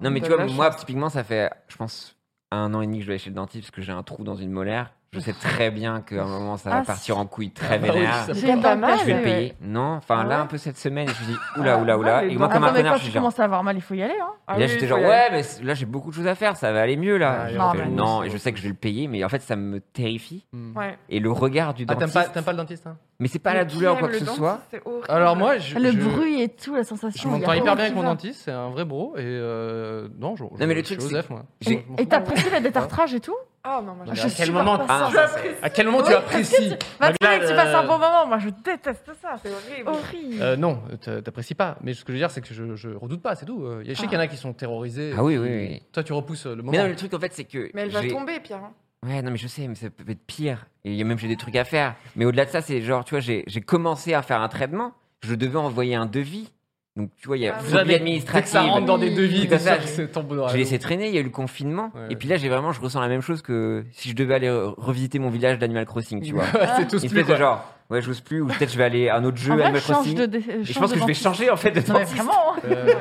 [SPEAKER 3] mais
[SPEAKER 6] Bah,
[SPEAKER 3] tu vois,
[SPEAKER 6] la
[SPEAKER 3] moi, typiquement, ça fait, je pense, un an et demi que je vais aller chez le dentiste parce que j'ai un trou dans une molaire. Je sais très bien qu'à un moment, ça va
[SPEAKER 4] Ah,
[SPEAKER 3] partir
[SPEAKER 4] si.
[SPEAKER 3] en couille très
[SPEAKER 2] Ah bah oui,
[SPEAKER 3] vénère.
[SPEAKER 2] ça
[SPEAKER 4] J'ai
[SPEAKER 6] pas mal,
[SPEAKER 3] je vais le
[SPEAKER 4] ouais.
[SPEAKER 3] payer. Non, enfin,
[SPEAKER 6] Ah
[SPEAKER 3] là,
[SPEAKER 6] ouais
[SPEAKER 3] un peu cette semaine, je me dis, oula, oula,
[SPEAKER 6] Ah,
[SPEAKER 3] oula.
[SPEAKER 6] les
[SPEAKER 3] Et moi,
[SPEAKER 6] dents.
[SPEAKER 3] comme un
[SPEAKER 4] Attends, mais
[SPEAKER 3] connard,
[SPEAKER 4] quand
[SPEAKER 3] je suis
[SPEAKER 4] tu
[SPEAKER 3] genre.
[SPEAKER 4] commences à avoir mal, il faut y aller. Hein.
[SPEAKER 6] ah
[SPEAKER 3] Et là,
[SPEAKER 6] oui,
[SPEAKER 3] j'étais
[SPEAKER 6] il
[SPEAKER 3] genre,
[SPEAKER 6] faut y aller.
[SPEAKER 3] ouais, mais c- là, j'ai beaucoup de choses à faire, ça va aller mieux, là.
[SPEAKER 2] Ah,
[SPEAKER 3] Et
[SPEAKER 2] j'ai
[SPEAKER 3] en fait,
[SPEAKER 4] entendu
[SPEAKER 3] non,
[SPEAKER 2] ça.
[SPEAKER 3] et je sais que je vais le payer, mais en fait, ça me terrifie.
[SPEAKER 2] Hmm.
[SPEAKER 6] Ouais.
[SPEAKER 3] Et le regard du
[SPEAKER 2] Ah, t'aimes
[SPEAKER 3] dentiste.
[SPEAKER 2] pas, Ah, t'aimes pas le dentiste hein
[SPEAKER 3] Mais c'est pas
[SPEAKER 6] Mais
[SPEAKER 3] la
[SPEAKER 6] qui
[SPEAKER 3] douleur ou
[SPEAKER 6] aime
[SPEAKER 3] quoi que
[SPEAKER 6] le
[SPEAKER 3] ce
[SPEAKER 6] dentiste,
[SPEAKER 3] soit.
[SPEAKER 6] c'est horrible.
[SPEAKER 2] Alors moi, je,
[SPEAKER 4] Le
[SPEAKER 2] je-
[SPEAKER 4] bruit et tout, la sensation.
[SPEAKER 2] je
[SPEAKER 4] Oh, il y a
[SPEAKER 2] m'entends hyper
[SPEAKER 4] rien
[SPEAKER 2] bien avec
[SPEAKER 4] qui
[SPEAKER 2] mon
[SPEAKER 4] va.
[SPEAKER 2] dentiste, c'est un vrai bro. Et euh, non, je,
[SPEAKER 3] mais le
[SPEAKER 2] je suis
[SPEAKER 3] truc, c'est-
[SPEAKER 2] Joseph, moi.
[SPEAKER 3] j'ai-
[SPEAKER 2] Moi, je m'en
[SPEAKER 4] Et
[SPEAKER 2] fous.
[SPEAKER 4] t'apprécies la détartrage et tout
[SPEAKER 6] Ah non,
[SPEAKER 2] Non,
[SPEAKER 6] moi je-
[SPEAKER 2] mais
[SPEAKER 4] Je
[SPEAKER 2] à
[SPEAKER 4] suis
[SPEAKER 2] quel
[SPEAKER 4] pas
[SPEAKER 2] moment,
[SPEAKER 4] pour
[SPEAKER 3] Ah,
[SPEAKER 4] ça.
[SPEAKER 3] ça, c'est-
[SPEAKER 2] à quel moment tu
[SPEAKER 4] Oui,
[SPEAKER 2] apprécies
[SPEAKER 4] Va te
[SPEAKER 2] Magla,
[SPEAKER 4] faire que tu passes un
[SPEAKER 2] euh,
[SPEAKER 4] bon moment, moi je déteste ça, c'est
[SPEAKER 6] c'est horrible.
[SPEAKER 4] horrible.
[SPEAKER 2] Euh, non, t'a- t'apprécies pas. Mais ce que je veux dire, c'est que je, je redoute pas, c'est tout. Euh, Je sais qu'il y en a qui sont terrorisés.
[SPEAKER 3] Ah oui,
[SPEAKER 2] qui-
[SPEAKER 3] oui, oui.
[SPEAKER 2] Toi, tu repousses euh, le moment.
[SPEAKER 3] Mais non, mais le truc, en fait, c'est que.
[SPEAKER 6] Mais elle va
[SPEAKER 3] j'ai-
[SPEAKER 6] tomber, Pierre. hein.
[SPEAKER 3] Ouais, non, mais je sais, mais ça peut être pire. Et il y a même, j'ai des trucs à faire. Mais au-delà de ça, c'est genre, tu vois, j'ai j'ai commencé à faire un traitement. Je devais envoyer un devis. Donc, tu vois, il y a
[SPEAKER 6] Ah oui.
[SPEAKER 2] Vous
[SPEAKER 3] phobie
[SPEAKER 2] avez- Dès que
[SPEAKER 3] administrative.
[SPEAKER 2] ça rentre dans des devis,
[SPEAKER 3] Oui,
[SPEAKER 2] t'es
[SPEAKER 3] c'est ça,
[SPEAKER 2] sûr que c'est ton bonheur.
[SPEAKER 3] J'ai laissé traîner, il y a eu le confinement.
[SPEAKER 2] Ouais, ouais.
[SPEAKER 3] Et puis là, j'ai vraiment, je ressens la même chose que si je devais aller re- revisiter mon village d'Animal Crossing, tu vois.
[SPEAKER 2] C'est tous
[SPEAKER 3] Une
[SPEAKER 2] plus.
[SPEAKER 3] espèce de
[SPEAKER 2] quoi.
[SPEAKER 3] genre, ouais, j'ose plus, ou peut-être je vais aller à un autre jeu,
[SPEAKER 4] En vrai,
[SPEAKER 3] Animal
[SPEAKER 4] change
[SPEAKER 3] Crossing.
[SPEAKER 4] de dé- euh,
[SPEAKER 3] Et je
[SPEAKER 4] change
[SPEAKER 3] pense
[SPEAKER 4] de
[SPEAKER 3] que je vais
[SPEAKER 4] dentiste.
[SPEAKER 3] changer en fait de
[SPEAKER 4] Non, mais
[SPEAKER 3] dentiste.
[SPEAKER 4] vraiment, hein.
[SPEAKER 2] Euh,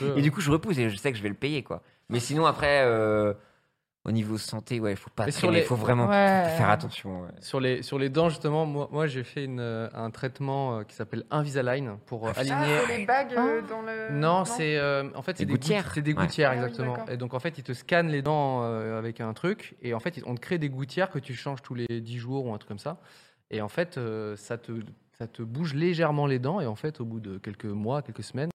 [SPEAKER 2] je-
[SPEAKER 3] Et du coup, je repousse et je sais que je vais le payer, quoi. Mais sinon, après, euh, au niveau santé, ouais, il faut pas
[SPEAKER 2] Mais
[SPEAKER 3] traîner,
[SPEAKER 2] sur
[SPEAKER 3] il
[SPEAKER 2] les-
[SPEAKER 3] faut vraiment
[SPEAKER 4] Ouais.
[SPEAKER 3] faire attention. ouais.
[SPEAKER 2] Sur les, sur les dents, justement, moi, moi j'ai fait une, euh, un traitement euh, qui s'appelle Invisalign pour euh,
[SPEAKER 6] Ah,
[SPEAKER 2] aligner.
[SPEAKER 6] c'est les bagues euh,
[SPEAKER 4] Ah.
[SPEAKER 6] dans le.
[SPEAKER 2] non, c'est euh, en fait c'est
[SPEAKER 3] Des
[SPEAKER 2] des
[SPEAKER 3] gouttières.
[SPEAKER 2] gouttières, c'est des
[SPEAKER 3] Ouais.
[SPEAKER 2] gouttières
[SPEAKER 6] Ah oui,
[SPEAKER 2] exactement.
[SPEAKER 6] d'accord.
[SPEAKER 2] et donc en fait ils te scannent les dents euh, avec un truc et en fait ils- on te crée des gouttières que tu changes tous les 10 jours ou un truc comme ça. Et en fait euh, ça te ça te bouge légèrement les dents et en fait au bout de quelques mois, quelques semaines,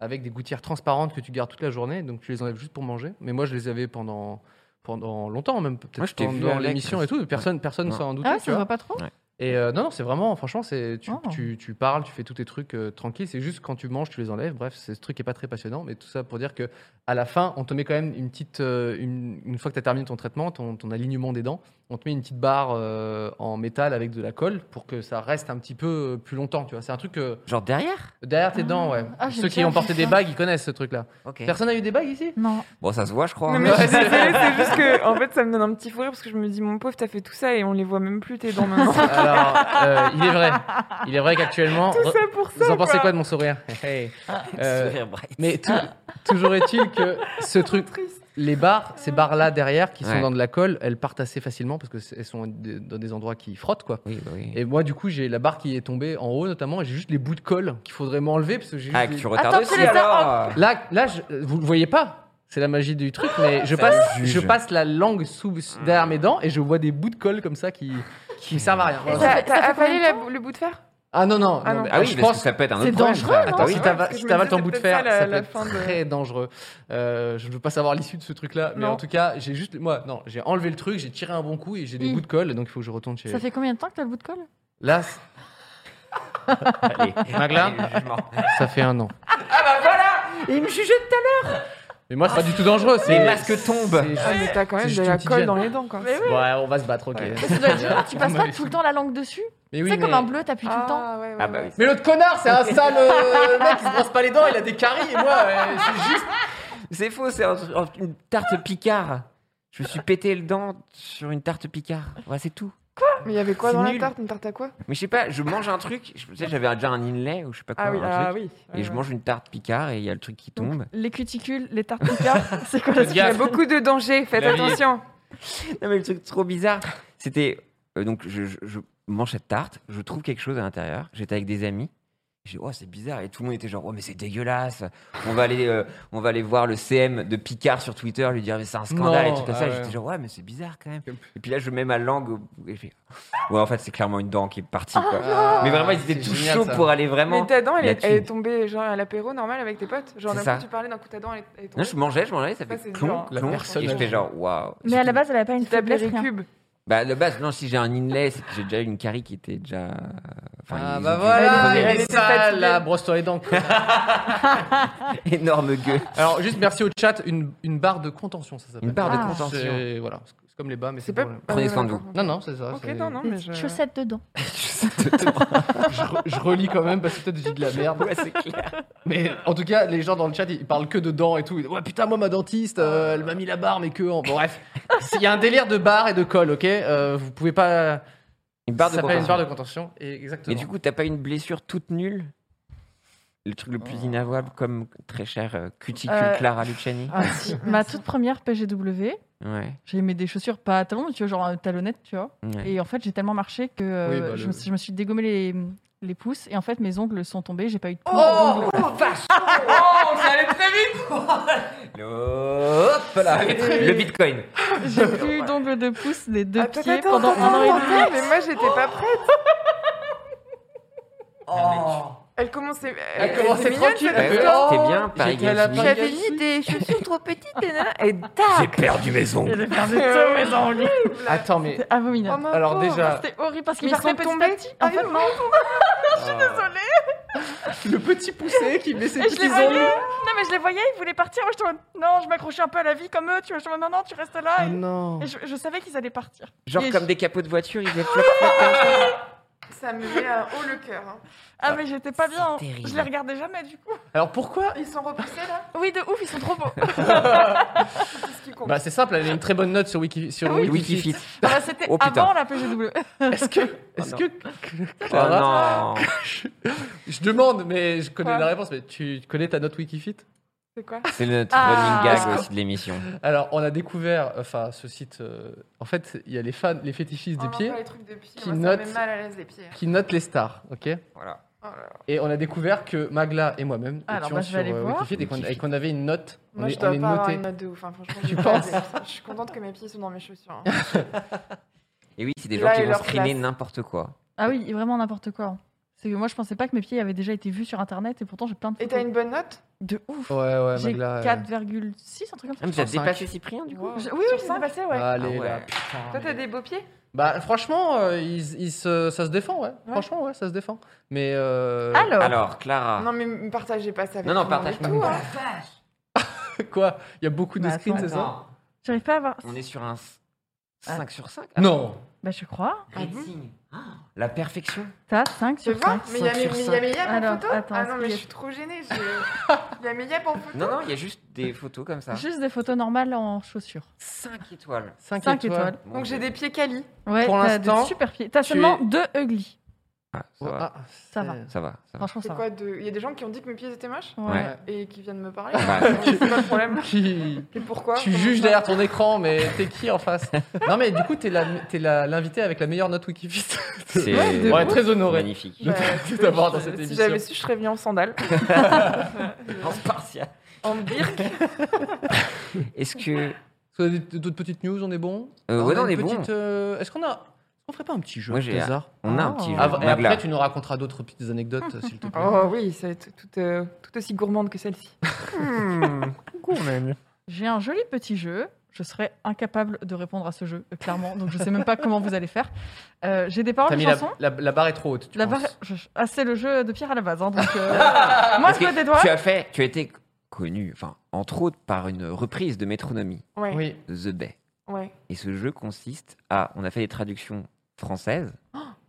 [SPEAKER 2] avec des gouttières transparentes que tu gardes toute la journée, donc tu les enlèves juste pour manger. Mais moi je les avais pendant pendant longtemps même
[SPEAKER 3] Moi,
[SPEAKER 2] peut-être
[SPEAKER 3] je t'ai vu
[SPEAKER 2] pendant
[SPEAKER 3] avec.
[SPEAKER 2] l'émission et tout. et Personne personne ne
[SPEAKER 3] Ouais.
[SPEAKER 2] s'en doutait.
[SPEAKER 4] Ah ouais,
[SPEAKER 2] tu
[SPEAKER 4] ça se
[SPEAKER 2] vois.
[SPEAKER 4] voit pas trop
[SPEAKER 3] Ouais.
[SPEAKER 2] Et euh, non, non, c'est vraiment, franchement, c'est tu,
[SPEAKER 4] Oh.
[SPEAKER 2] tu, tu parles, tu fais tous tes trucs euh, tranquille. C'est juste quand tu manges, tu les enlèves. Bref, c'est- ce truc est pas très passionnant, mais tout ça pour dire que à la fin, on te met quand même une petite, euh, une, une fois que tu as terminé ton traitement, ton, ton alignement des dents, on te met une petite barre euh, en métal avec de la colle pour que ça reste un petit peu euh, plus longtemps. Tu vois, c'est un truc euh,
[SPEAKER 3] Genre derrière
[SPEAKER 2] derrière tes dents, ouais.
[SPEAKER 4] Ah, j'ai
[SPEAKER 2] Ceux qui
[SPEAKER 4] déjà
[SPEAKER 2] ont porté
[SPEAKER 4] vu
[SPEAKER 2] des
[SPEAKER 4] ça.
[SPEAKER 2] bagues, ils connaissent ce truc-là.
[SPEAKER 3] Ok.
[SPEAKER 2] Personne n'a eu des bagues ici
[SPEAKER 4] Non.
[SPEAKER 3] Bon, ça se voit, je crois. hein.
[SPEAKER 6] Non, mais je suis désolée, c'est juste que en fait, ça me donne un petit fou rire parce que je me dis, mon pauvre, t'as fait tout ça et on les voit même plus tes dents maintenant.
[SPEAKER 2] Alors, euh, il est vrai, il est vrai qu'actuellement,
[SPEAKER 6] tout ça pour ça.
[SPEAKER 2] vous en pensez
[SPEAKER 6] quoi
[SPEAKER 2] quoi de mon sourire Hey, hey. Euh,
[SPEAKER 3] Sourire bright.
[SPEAKER 2] Mais tou- toujours est-il que ce truc,
[SPEAKER 6] Triste.
[SPEAKER 2] les barres, ces barres-là derrière qui sont
[SPEAKER 3] Ouais.
[SPEAKER 2] dans de la colle, elles partent assez facilement parce qu'elles sont d- dans des endroits qui frottent, quoi.
[SPEAKER 3] Oui, bah oui.
[SPEAKER 2] Et moi, du coup, j'ai la barre qui est tombée en haut, notamment, et j'ai juste les bouts de colle qu'il faudrait m'enlever parce que j'ai. juste
[SPEAKER 3] Ah, que
[SPEAKER 2] des-
[SPEAKER 3] tu retardes
[SPEAKER 4] Attends,
[SPEAKER 3] aussi
[SPEAKER 4] c'est les
[SPEAKER 3] alors
[SPEAKER 2] Là, là je- vous le voyez pas. C'est la magie du truc, mais je passe,
[SPEAKER 3] me
[SPEAKER 2] je
[SPEAKER 3] juge.
[SPEAKER 2] passe la langue sous, derrière mes dents et je vois des bouts de colle comme ça qui, qui me servent à rien.
[SPEAKER 4] Et
[SPEAKER 2] Voilà.
[SPEAKER 6] T'as
[SPEAKER 4] ça-
[SPEAKER 6] t'as
[SPEAKER 4] fait
[SPEAKER 6] avalé
[SPEAKER 4] combien de
[SPEAKER 6] la bou- le bout de fer
[SPEAKER 2] Ah non, non,
[SPEAKER 6] Ah
[SPEAKER 2] non,
[SPEAKER 6] non.
[SPEAKER 2] mais
[SPEAKER 3] Ah oui,
[SPEAKER 2] je
[SPEAKER 3] parce
[SPEAKER 2] pense
[SPEAKER 3] que ça peut être un autre
[SPEAKER 4] C'est
[SPEAKER 3] problème,
[SPEAKER 4] dangereux,
[SPEAKER 3] ça.
[SPEAKER 4] non
[SPEAKER 3] Attends,
[SPEAKER 2] si
[SPEAKER 3] oui.
[SPEAKER 6] t'as-
[SPEAKER 2] t'ava-
[SPEAKER 6] parce que
[SPEAKER 2] si
[SPEAKER 6] je me
[SPEAKER 2] t'avales
[SPEAKER 6] disais,
[SPEAKER 2] ton bout de
[SPEAKER 6] c'est
[SPEAKER 2] fer,
[SPEAKER 6] peut-être ça,
[SPEAKER 2] ça
[SPEAKER 6] la-
[SPEAKER 2] peut
[SPEAKER 6] la
[SPEAKER 2] être
[SPEAKER 6] fin de-
[SPEAKER 2] très dangereux. Euh, je ne veux pas savoir l'issue de ce truc-là, mais
[SPEAKER 6] Non.
[SPEAKER 2] en tout cas, j'ai juste, moi, non, j'ai enlevé le truc, j'ai tiré un bon coup et j'ai des
[SPEAKER 4] Hi.
[SPEAKER 2] bouts de colle, donc il faut que je retourne chez.
[SPEAKER 4] Mm. Ça fait combien de temps que t'as le bout de colle
[SPEAKER 2] Là, c-
[SPEAKER 3] Allez,
[SPEAKER 2] Magla
[SPEAKER 3] allez, le jugement.
[SPEAKER 2] ça fait un an.
[SPEAKER 4] Il me jugeait de
[SPEAKER 2] Mais moi, c'est pas du tout dangereux. C'est
[SPEAKER 3] Les masques tombent.
[SPEAKER 2] c'est juste-
[SPEAKER 6] Ah, mais t'as quand
[SPEAKER 2] C'est
[SPEAKER 6] même de
[SPEAKER 2] juste
[SPEAKER 6] la
[SPEAKER 2] une petite
[SPEAKER 6] colle
[SPEAKER 2] gêne.
[SPEAKER 6] dans les dents, quoi.
[SPEAKER 4] Mais
[SPEAKER 2] Ouais, on va se battre, ok.
[SPEAKER 4] Ça doit être dur, tu passes pas tout le temps la langue dessus
[SPEAKER 3] Eh
[SPEAKER 2] Mais
[SPEAKER 4] Tu
[SPEAKER 2] oui,
[SPEAKER 4] sais, comme
[SPEAKER 2] mais-
[SPEAKER 4] un bleu, t'appuies tout le temps.
[SPEAKER 6] Ah, ouais, ouais,
[SPEAKER 3] Ah bah
[SPEAKER 6] ouais.
[SPEAKER 3] oui.
[SPEAKER 2] Mais l'autre connard, c'est un sale euh, mec qui se brosse pas les dents, il a des caries et moi, euh, c'est juste.
[SPEAKER 3] C'est faux, c'est un- un- une tarte Picard. Je me suis pété le dent sur une tarte Picard. Ouais, c'est tout.
[SPEAKER 6] Mais il y avait quoi
[SPEAKER 3] C'est
[SPEAKER 6] dans
[SPEAKER 3] nul.
[SPEAKER 6] la tarte Une tarte à quoi
[SPEAKER 3] Mais je sais pas, je mange un truc. Je tu sais, j'avais déjà un inlay ou je sais pas quoi. un truc,
[SPEAKER 6] Ah oui.
[SPEAKER 3] Et je mange une tarte Picard et il y a le truc qui tombe.
[SPEAKER 4] Les cuticules, les tartes Picard, c'est quoi la
[SPEAKER 2] Faites
[SPEAKER 6] Il y a
[SPEAKER 2] gaffe.
[SPEAKER 6] beaucoup de dangers, faites
[SPEAKER 2] La vie.
[SPEAKER 6] attention.
[SPEAKER 3] Non mais le truc trop bizarre, c'était euh, donc je, je- je mange cette tarte, je trouve quelque chose à l'intérieur. J'étais avec des amis J'ai dit, oh, c'est bizarre. Et tout le monde était genre, oh, mais c'est dégueulasse. On va aller, euh, on va aller voir le CM de Picard sur Twitter, lui dire, mais c'est un scandale
[SPEAKER 2] Non,
[SPEAKER 3] et tout comme
[SPEAKER 2] ah
[SPEAKER 3] ça.
[SPEAKER 2] ouais.
[SPEAKER 3] J'étais genre, ouais, mais c'est bizarre quand même. Et puis là, je mets ma langue au bout et je fais, ouais, en fait, c'est clairement une dent qui est partie. quoi. Ah, mais vraiment, ils étaient
[SPEAKER 2] Ah, C'est
[SPEAKER 3] tout
[SPEAKER 2] génial,
[SPEAKER 3] chauds
[SPEAKER 2] ça.
[SPEAKER 3] pour aller vraiment.
[SPEAKER 6] Mais ta dent, elle,
[SPEAKER 3] la
[SPEAKER 6] est- elle est
[SPEAKER 3] thune.
[SPEAKER 6] tombée genre à l'apéro normal avec tes potes. Genre,
[SPEAKER 3] C'est
[SPEAKER 6] d'un
[SPEAKER 3] ça.
[SPEAKER 6] coup, tu parlais, d'un coup, ta dent, elle est, elle est tombée.
[SPEAKER 3] Non, je mangeais, je mangeais, ça
[SPEAKER 6] Ça,
[SPEAKER 3] fait
[SPEAKER 6] c'est
[SPEAKER 3] clon,
[SPEAKER 6] dur.
[SPEAKER 2] La
[SPEAKER 3] clon.
[SPEAKER 2] personne
[SPEAKER 3] Et
[SPEAKER 2] a-
[SPEAKER 3] j'étais genre, waouh.
[SPEAKER 8] Mais à la base, elle avait pas une
[SPEAKER 6] Tu t'appelais
[SPEAKER 8] faiblesse rien.
[SPEAKER 6] Récube.
[SPEAKER 3] Bah, à la base, non, si j'ai un inlay, c'est que j'ai déjà eu une carie qui était déjà. euh, Enfin,
[SPEAKER 2] Ah
[SPEAKER 3] ils
[SPEAKER 2] bah
[SPEAKER 3] ont dû
[SPEAKER 2] voilà,
[SPEAKER 3] crever.
[SPEAKER 2] elle
[SPEAKER 6] elle
[SPEAKER 2] est
[SPEAKER 6] était
[SPEAKER 2] sale,
[SPEAKER 6] fatiguée.
[SPEAKER 2] là, brosse-toi les dents. quoi.
[SPEAKER 3] Énorme gueule.
[SPEAKER 2] Alors juste merci au chat, une, une barre de contention ça s'appelle.
[SPEAKER 3] Une barre de
[SPEAKER 8] Ah.
[SPEAKER 3] contention.
[SPEAKER 2] C'est voilà, c'est c'est comme les bas mais c'est
[SPEAKER 6] C'est pas. Ah,
[SPEAKER 2] pour le-
[SPEAKER 3] Prenez soin de vous.
[SPEAKER 2] Non non, c'est ça.
[SPEAKER 6] Ok,
[SPEAKER 2] c'est-
[SPEAKER 6] non, non, mais je.
[SPEAKER 8] Chaussettes dedans.
[SPEAKER 2] Je, re- je relis quand même parce que peut-être je dis de la merde. Mais en tout cas, les gens dans le chat, ils parlent que de dents et tout. Ils disent, Ouais putain, moi ma dentiste, euh,
[SPEAKER 6] Ah.
[SPEAKER 2] elle m'a mis la barre mais que en bon, bref. S'il y a un délire de barre et de colle, OK euh, vous pouvez pas
[SPEAKER 3] Une barre de
[SPEAKER 2] ça s'appelle une
[SPEAKER 3] contention.
[SPEAKER 2] barre de contention et exactement.
[SPEAKER 3] Et du coup, t'as pas une blessure toute nulle Le truc le plus inavouable, comme très cher euh, cuticule
[SPEAKER 4] Euh.
[SPEAKER 3] Clara Luciani
[SPEAKER 4] Ma toute première PGW,
[SPEAKER 3] Ouais.
[SPEAKER 4] j'ai mis des chaussures pas à talons, mais tu vois, genre euh, talonnettes, tu vois.
[SPEAKER 3] ouais.
[SPEAKER 4] Et en fait, j'ai tellement marché que euh,
[SPEAKER 2] Oui, bah,
[SPEAKER 4] je,
[SPEAKER 2] le-
[SPEAKER 4] me suis, je me suis dégommé les, les pouces et en fait, mes ongles sont tombés, j'ai pas eu de pouces.
[SPEAKER 3] Oh,
[SPEAKER 6] Oh, ça allait très vite
[SPEAKER 3] Hop là Le bitcoin
[SPEAKER 4] J'ai plus d'ongles de pouces des deux
[SPEAKER 6] Ah, Attends,
[SPEAKER 4] pieds
[SPEAKER 6] attends,
[SPEAKER 4] pendant
[SPEAKER 6] attends,
[SPEAKER 4] un an et demi.
[SPEAKER 6] attends, Mais moi, j'étais pas prête. Elle commençait.
[SPEAKER 2] Oh. Elle commençait
[SPEAKER 6] était mignonne,
[SPEAKER 2] tranquille,
[SPEAKER 6] cette
[SPEAKER 2] elle
[SPEAKER 3] fait,
[SPEAKER 6] histoire.
[SPEAKER 3] oh, t'es bien, Paris
[SPEAKER 2] j'étais à la
[SPEAKER 3] Games
[SPEAKER 2] fin-
[SPEAKER 3] Week.
[SPEAKER 6] J'avais mis des chaussures trop petites et nanana, et tac
[SPEAKER 3] J'ai perdu mes ongles
[SPEAKER 4] J'ai perdu tous mes ongles.
[SPEAKER 2] Attends mais
[SPEAKER 4] C'était
[SPEAKER 6] Oh,
[SPEAKER 4] abominable.
[SPEAKER 6] ma
[SPEAKER 2] alors
[SPEAKER 6] pauvre.
[SPEAKER 2] déjà
[SPEAKER 4] C'était horrible parce
[SPEAKER 6] Mais
[SPEAKER 4] qu'ils
[SPEAKER 6] ils sont
[SPEAKER 4] partaient petit à
[SPEAKER 6] tombés.
[SPEAKER 4] petit.
[SPEAKER 6] Ah,
[SPEAKER 4] En fait, non.
[SPEAKER 2] le petit poussé qui met ses
[SPEAKER 4] Et je les
[SPEAKER 2] petits
[SPEAKER 4] voyais.
[SPEAKER 2] ongles.
[SPEAKER 4] Non, mais je les voyais, ils voulaient partir. Moi, je te non, je m'accrochais un peu à la vie comme eux. Tu vois, je te non, non, tu restes là.
[SPEAKER 2] Ah
[SPEAKER 4] Et,
[SPEAKER 2] non.
[SPEAKER 4] et je, je savais qu'ils allaient partir.
[SPEAKER 3] Genre
[SPEAKER 4] Et
[SPEAKER 3] comme
[SPEAKER 4] je-
[SPEAKER 3] des capots de voiture, ils étaient flop, flop, comme ça.
[SPEAKER 6] Ça me met euh, haut le cœur. hein.
[SPEAKER 2] Bah,
[SPEAKER 4] Ah, mais j'étais pas bien.
[SPEAKER 3] terrible.
[SPEAKER 4] Je les regardais jamais, du coup.
[SPEAKER 2] Alors pourquoi
[SPEAKER 6] Ils sont repoussés là
[SPEAKER 4] Oui, de ouf, ils sont trop beaux.
[SPEAKER 6] C'est ce qui compte.
[SPEAKER 2] Bah c'est simple, elle a une très bonne note sur Wiki sur
[SPEAKER 3] Oui,
[SPEAKER 2] Wikifit.
[SPEAKER 3] Wikifit.
[SPEAKER 4] Ah, C'était
[SPEAKER 3] Oh, putain.
[SPEAKER 4] avant la PGW.
[SPEAKER 2] Est-ce que est-ce
[SPEAKER 3] non.
[SPEAKER 2] que
[SPEAKER 3] Oh
[SPEAKER 2] Clara
[SPEAKER 3] non
[SPEAKER 2] Je demande, mais je connais
[SPEAKER 6] Quoi
[SPEAKER 2] la réponse. Mais tu connais ta note Wikifit
[SPEAKER 6] C'est quoi
[SPEAKER 3] C'est notre
[SPEAKER 4] Ah.
[SPEAKER 3] running gag aussi de l'émission.
[SPEAKER 2] Alors, on a découvert, enfin, ce site. euh, en fait, il y a les fans, les fétichistes des
[SPEAKER 6] Oh,
[SPEAKER 2] pieds
[SPEAKER 6] pas les trucs de pieds.
[SPEAKER 2] qui
[SPEAKER 6] Qui moi, ça me
[SPEAKER 2] notent-
[SPEAKER 6] met mal à l'aise les pieds.
[SPEAKER 2] qui notent les stars, ok
[SPEAKER 3] Voilà.
[SPEAKER 6] Oh là là.
[SPEAKER 2] Et on a découvert que Magla et moi-même
[SPEAKER 4] Alors,
[SPEAKER 2] étions
[SPEAKER 4] bah, je vais
[SPEAKER 2] sur
[SPEAKER 4] aller
[SPEAKER 2] euh,
[SPEAKER 4] voir.
[SPEAKER 2] Wikifit et qu'on- et qu'on avait une note.
[SPEAKER 6] Moi,
[SPEAKER 2] on
[SPEAKER 6] je
[SPEAKER 2] est, on
[SPEAKER 6] dois pas
[SPEAKER 2] est
[SPEAKER 6] avoir
[SPEAKER 2] noté.
[SPEAKER 6] une note de ouf. hein. Franchement, je
[SPEAKER 2] Tu
[SPEAKER 6] vais pas
[SPEAKER 2] penses
[SPEAKER 6] aller. Je suis contente que mes pieds sont dans mes chaussures. hein.
[SPEAKER 3] Et oui, c'est des
[SPEAKER 6] Là
[SPEAKER 3] gens qui
[SPEAKER 6] est
[SPEAKER 3] vont
[SPEAKER 6] leur
[SPEAKER 3] screener
[SPEAKER 6] place.
[SPEAKER 3] n'importe quoi.
[SPEAKER 4] Ah oui, vraiment n'importe quoi. hein. C'est que moi, je pensais pas que mes pieds avaient déjà été vus sur internet et pourtant j'ai plein de
[SPEAKER 6] Et t'as une bonne note
[SPEAKER 4] de ouf.
[SPEAKER 2] Ouais, ouais,
[SPEAKER 4] j'ai
[SPEAKER 2] Magla. euh,
[SPEAKER 4] 4,6, un truc comme ça.
[SPEAKER 3] Ah, mais t'as
[SPEAKER 2] 105.
[SPEAKER 3] dépassé Cyprien du coup
[SPEAKER 6] Wow.
[SPEAKER 4] Je- Oui, oui,
[SPEAKER 6] Sur
[SPEAKER 4] j'ai
[SPEAKER 6] cinq
[SPEAKER 4] dépassé, ouais.
[SPEAKER 2] Allez,
[SPEAKER 3] Ah ouais.
[SPEAKER 2] là, putain.
[SPEAKER 6] Toi, t'as des beaux pieds
[SPEAKER 2] Bah, franchement, euh, ils- ils se- ça se défend, ouais. Franchement, ouais, ça se défend. Mais. euh,
[SPEAKER 4] Alors,
[SPEAKER 3] Alors, Clara.
[SPEAKER 6] Non, mais me partagez pas ça avec
[SPEAKER 3] Ah. Non, non,
[SPEAKER 6] tout le monde et
[SPEAKER 3] partage
[SPEAKER 6] tout, hein.
[SPEAKER 2] Quoi Il y a beaucoup de
[SPEAKER 4] Bah,
[SPEAKER 2] screens, c'est ça
[SPEAKER 3] Attends,
[SPEAKER 4] j'arrive pas à voir.
[SPEAKER 3] On est sur un s-
[SPEAKER 6] Ah.
[SPEAKER 3] 5 sur 5
[SPEAKER 2] Non
[SPEAKER 4] Bah, je crois.
[SPEAKER 3] Rating. Ah, La perfection.
[SPEAKER 4] T'as 5
[SPEAKER 6] Tu
[SPEAKER 4] sur
[SPEAKER 6] vois
[SPEAKER 4] 5.
[SPEAKER 6] Mais il y a mes-
[SPEAKER 3] sur
[SPEAKER 6] mais il y
[SPEAKER 3] cinq.
[SPEAKER 6] a mes yaps en
[SPEAKER 4] Alors,
[SPEAKER 6] photo
[SPEAKER 4] attends,
[SPEAKER 6] Ah non, mais je
[SPEAKER 4] est-ce qu'il y a-
[SPEAKER 6] suis trop gênée. j'ai- Il y a mes yaps en photo
[SPEAKER 3] Non, non, il y a juste des photos comme
[SPEAKER 2] Ah.
[SPEAKER 3] ça.
[SPEAKER 4] Juste des photos normales en chaussures.
[SPEAKER 3] 5 étoiles.
[SPEAKER 2] 5
[SPEAKER 4] 5 étoiles.
[SPEAKER 3] Mon
[SPEAKER 6] Donc,
[SPEAKER 3] Dieu.
[SPEAKER 6] j'ai des pieds quali.
[SPEAKER 4] Ouais,
[SPEAKER 2] Pour
[SPEAKER 4] t'as
[SPEAKER 2] l'instant,
[SPEAKER 4] des super pieds. T'as
[SPEAKER 2] tu
[SPEAKER 4] seulement
[SPEAKER 2] es-
[SPEAKER 4] 2 ugly.
[SPEAKER 3] Ah, ça,
[SPEAKER 2] Ouais,
[SPEAKER 3] va.
[SPEAKER 2] ah,
[SPEAKER 4] Ça
[SPEAKER 2] c'est-
[SPEAKER 3] ça
[SPEAKER 4] va.
[SPEAKER 3] va, ça va.
[SPEAKER 4] Franchement,
[SPEAKER 6] C'est
[SPEAKER 4] ça
[SPEAKER 6] quoi de... Il y a des gens qui ont dit que mes pieds étaient moches
[SPEAKER 4] va.
[SPEAKER 3] Ouais.
[SPEAKER 6] et qui viennent me parler.
[SPEAKER 3] Bah,
[SPEAKER 6] C'est pas le problème.
[SPEAKER 2] Qui,
[SPEAKER 6] Et pourquoi
[SPEAKER 2] Tu
[SPEAKER 6] Comment
[SPEAKER 2] juges
[SPEAKER 6] ça
[SPEAKER 2] derrière ton écran, mais t'es qui en face Non, mais du coup, t'es la- t'es la- l'invité avec la meilleure note Wikifit.
[SPEAKER 3] C'est
[SPEAKER 2] On est très honoré
[SPEAKER 3] magnifique.
[SPEAKER 2] de
[SPEAKER 6] Bah,
[SPEAKER 2] de t'avoir dans cette
[SPEAKER 6] Si
[SPEAKER 2] émission.
[SPEAKER 6] j'avais su, je serais venue en sandales. euh,
[SPEAKER 3] En spartiate.
[SPEAKER 6] en birk.
[SPEAKER 3] Est-ce que.
[SPEAKER 2] Sur des- D'autres petites news, on est bon
[SPEAKER 3] Euh, ouais,
[SPEAKER 2] a
[SPEAKER 3] non, on
[SPEAKER 2] une
[SPEAKER 3] est bon.
[SPEAKER 2] petite, euh, Est-ce qu'on a. On ferait pas un petit jeu
[SPEAKER 3] Moi,
[SPEAKER 2] au
[SPEAKER 3] j'ai-
[SPEAKER 2] hasard
[SPEAKER 3] On a un
[SPEAKER 4] Oh.
[SPEAKER 3] petit jeu.
[SPEAKER 6] Ah,
[SPEAKER 2] Av- Et
[SPEAKER 3] Magla.
[SPEAKER 2] après, tu nous raconteras d'autres petites anecdotes, euh, s'il te plaît.
[SPEAKER 6] Oh oui, c'est tout, tout, euh, tout aussi gourmande que celle-ci.
[SPEAKER 4] J'ai un joli petit jeu. Je serais incapable de répondre à ce jeu, euh, clairement. Donc, je sais même pas comment vous allez faire. Euh, J'ai des
[SPEAKER 2] T'as
[SPEAKER 4] paroles de
[SPEAKER 2] mis la,
[SPEAKER 4] chansons.
[SPEAKER 2] la- la barre est trop haute. Tu
[SPEAKER 4] La
[SPEAKER 2] penses.
[SPEAKER 4] barre- je- Ah, c'est le jeu de Pierre à la base. hein, donc, euh, Moi,
[SPEAKER 3] Parce
[SPEAKER 4] je
[SPEAKER 3] que
[SPEAKER 4] me dédouane.
[SPEAKER 3] Tu as fait. Tu as été connu, enfin, entre autres, par une reprise de Métronomie,
[SPEAKER 6] Ouais.
[SPEAKER 2] Oui.
[SPEAKER 3] The Bay.
[SPEAKER 6] Ouais.
[SPEAKER 3] Et ce jeu consiste à. On a fait des traductions françaises.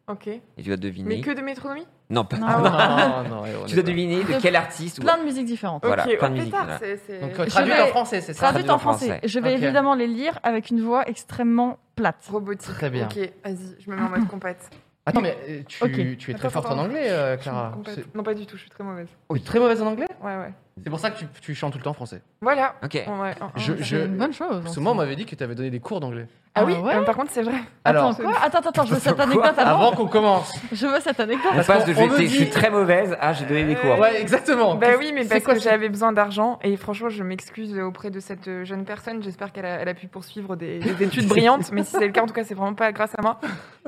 [SPEAKER 6] Ok.
[SPEAKER 3] Et tu dois deviner.
[SPEAKER 6] Mais que de métronomie
[SPEAKER 3] Non, pas.
[SPEAKER 4] Non.
[SPEAKER 2] Ah, non, non, bah. non, et on
[SPEAKER 3] Tu
[SPEAKER 2] est
[SPEAKER 3] dois
[SPEAKER 2] pas-
[SPEAKER 3] deviner de
[SPEAKER 4] De-
[SPEAKER 3] quel artiste. ou-
[SPEAKER 4] Plein de musiques différentes.
[SPEAKER 3] Voilà,
[SPEAKER 6] Ok,
[SPEAKER 3] plein de
[SPEAKER 6] oh,
[SPEAKER 3] musique,
[SPEAKER 6] pétard,
[SPEAKER 3] voilà.
[SPEAKER 6] c'est- c'est-
[SPEAKER 2] Donc, euh,
[SPEAKER 4] Je
[SPEAKER 2] traduit
[SPEAKER 4] vais-
[SPEAKER 2] en français, c'est ça
[SPEAKER 4] Traduites en français. Je vais
[SPEAKER 2] Ok.
[SPEAKER 4] évidemment les lire avec une voix extrêmement plate.
[SPEAKER 6] Robotique.
[SPEAKER 2] Très bien.
[SPEAKER 6] Ok, vas-y, je me mets en mode compète.
[SPEAKER 2] Attends, mais euh, tu,
[SPEAKER 4] Ok.
[SPEAKER 2] tu es très
[SPEAKER 6] Attends,
[SPEAKER 2] forte en
[SPEAKER 6] attends.
[SPEAKER 2] anglais, euh,
[SPEAKER 6] Je suis
[SPEAKER 2] Clara.
[SPEAKER 6] compète.
[SPEAKER 2] C'est-
[SPEAKER 6] Non, pas du tout, je suis très mauvaise.
[SPEAKER 2] T'es très mauvaise en anglais
[SPEAKER 6] Ouais. ouais, ouais.
[SPEAKER 2] C'est pour ça que tu, tu chantes tout le temps en français.
[SPEAKER 6] Voilà.
[SPEAKER 3] Ok.
[SPEAKER 6] Ouais, en- en-
[SPEAKER 2] Je-
[SPEAKER 4] C'est
[SPEAKER 2] je-
[SPEAKER 4] une bonne chose.
[SPEAKER 2] Parce que moi, on m'avait dit que tu avais donné des cours d'anglais.
[SPEAKER 6] Ah oui,
[SPEAKER 4] Ah ouais
[SPEAKER 6] euh, par contre, c'est vrai.
[SPEAKER 4] Attends,
[SPEAKER 2] Alors,
[SPEAKER 4] quoi Attends, attends, je veux cette
[SPEAKER 3] Quoi
[SPEAKER 6] Ah,
[SPEAKER 4] anecdote avant.
[SPEAKER 2] avant qu'on commence.
[SPEAKER 4] Je veux cette anecdote.
[SPEAKER 3] On
[SPEAKER 2] Parce
[SPEAKER 3] passe de
[SPEAKER 2] qu'on- on me
[SPEAKER 3] j'étais- je suis
[SPEAKER 2] dit-
[SPEAKER 3] très mauvaise à j'ai donné des cours.
[SPEAKER 2] Ouais, exactement.
[SPEAKER 6] Bah oui, mais
[SPEAKER 2] C'est
[SPEAKER 6] parce
[SPEAKER 2] quoi
[SPEAKER 6] que
[SPEAKER 2] ça
[SPEAKER 6] j'avais besoin d'argent et franchement, je m'excuse auprès de cette jeune personne. J'espère qu'elle a, elle a pu poursuivre des, des études brillantes, mais si c'est le cas, en tout cas, c'est vraiment pas grâce à moi.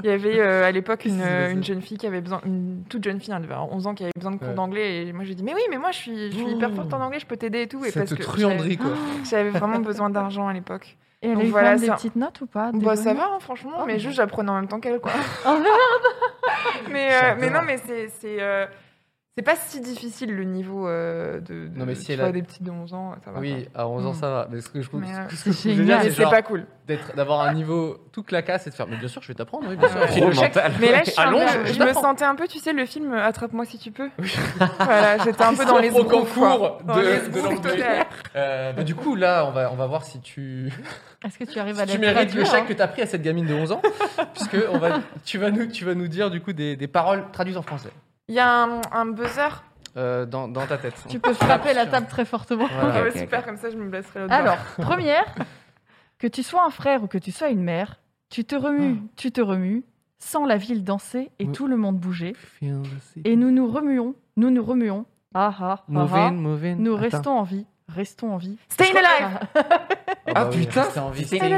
[SPEAKER 6] Il y avait euh, à l'époque
[SPEAKER 2] Qu'est-ce
[SPEAKER 6] une,
[SPEAKER 2] qui s'est passé
[SPEAKER 6] une jeune fille qui avait besoin, une toute jeune fille, hein, elle devait avoir 11 ans, qui avait besoin de cours
[SPEAKER 2] Ouais.
[SPEAKER 6] d'anglais et moi j'ai dit mais oui, mais moi je suis, je suis hyper forte en anglais, je peux t'aider et tout. Et parce
[SPEAKER 2] Cette
[SPEAKER 6] que
[SPEAKER 2] truanderie, quoi.
[SPEAKER 6] j'avais- j'avais vraiment besoin d'argent à l'époque.
[SPEAKER 4] Et elle
[SPEAKER 6] Donc
[SPEAKER 4] a eu
[SPEAKER 6] voilà,
[SPEAKER 4] quand même des
[SPEAKER 6] ça-
[SPEAKER 4] petites notes ou pas des
[SPEAKER 6] Bah ça
[SPEAKER 4] bonnes
[SPEAKER 6] va, hein, franchement,
[SPEAKER 4] Ah, Oh, mais
[SPEAKER 6] mais
[SPEAKER 4] bon.
[SPEAKER 6] juste j'apprenais en même temps qu'elle quoi.
[SPEAKER 4] Oh merde
[SPEAKER 6] mais, euh,
[SPEAKER 2] J'adore.
[SPEAKER 6] mais non, mais c'est. C'est euh, c'est pas si difficile le niveau euh, de, de-
[SPEAKER 2] Non, mais si
[SPEAKER 6] tu
[SPEAKER 2] elle
[SPEAKER 6] vois,
[SPEAKER 2] a-
[SPEAKER 6] des petits de 11 ans, ça va.
[SPEAKER 2] Oui, à 11 ans,
[SPEAKER 6] Mm.
[SPEAKER 2] ça va. Mais ce que je,
[SPEAKER 6] Mais, euh,
[SPEAKER 2] ce que je
[SPEAKER 4] c'est
[SPEAKER 2] voulais dire,
[SPEAKER 4] génial.
[SPEAKER 6] quoi.
[SPEAKER 2] c'est
[SPEAKER 6] Mais c'est
[SPEAKER 2] genre
[SPEAKER 6] pas cool.
[SPEAKER 2] d'être- d'avoir un niveau tout claquasse et de faire. Mais bien sûr, je vais t'apprendre, oui, bien sûr.
[SPEAKER 6] Ah, Ouais.
[SPEAKER 3] Gros mental. Ah,
[SPEAKER 6] Mais là, je, suis un
[SPEAKER 2] Allons,
[SPEAKER 6] peu-
[SPEAKER 2] je-
[SPEAKER 6] je
[SPEAKER 2] je
[SPEAKER 6] me
[SPEAKER 2] l'apprends.
[SPEAKER 6] sentais un peu, tu sais, le film euh, Attrape-moi si tu peux. voilà, j'étais un peu dans les
[SPEAKER 2] Au
[SPEAKER 6] secondes, quoi.
[SPEAKER 2] concours
[SPEAKER 6] Dans
[SPEAKER 2] de-
[SPEAKER 6] les
[SPEAKER 2] de
[SPEAKER 6] secondes
[SPEAKER 2] l'anglais.
[SPEAKER 6] totales.
[SPEAKER 2] Euh, bah, du coup, là, on va, on va voir si tu,
[SPEAKER 4] Est-ce que tu arrives
[SPEAKER 2] si
[SPEAKER 4] à la
[SPEAKER 2] tu mérites le
[SPEAKER 4] traduire,
[SPEAKER 2] chèque
[SPEAKER 4] hein
[SPEAKER 2] que tu as pris à cette gamine de 11 ans. puisque on va, tu, vas nous, tu vas nous dire, du coup, des, des paroles traduites en français
[SPEAKER 6] Il y a un, un buzzer.
[SPEAKER 2] euh, dans, dans ta tête.
[SPEAKER 4] Tu peux frapper la table très fortement.
[SPEAKER 2] Voilà.
[SPEAKER 6] Ah ouais,
[SPEAKER 3] ok, ok.
[SPEAKER 6] super, comme ça, je me blesserai l'autre.
[SPEAKER 4] Alors, première, que tu sois un frère ou que tu sois une mère, tu te remues, tu te remues, sans la ville danser et
[SPEAKER 2] Oui.
[SPEAKER 4] tout le monde bouger. Et nous nous remuons, nous nous remuons. Ah ah, ah, ah.
[SPEAKER 2] moving.
[SPEAKER 4] Nous restons en vie, restons en vie.
[SPEAKER 6] Stay alive!
[SPEAKER 3] Ah putain,
[SPEAKER 2] T'as envie.
[SPEAKER 3] c'était-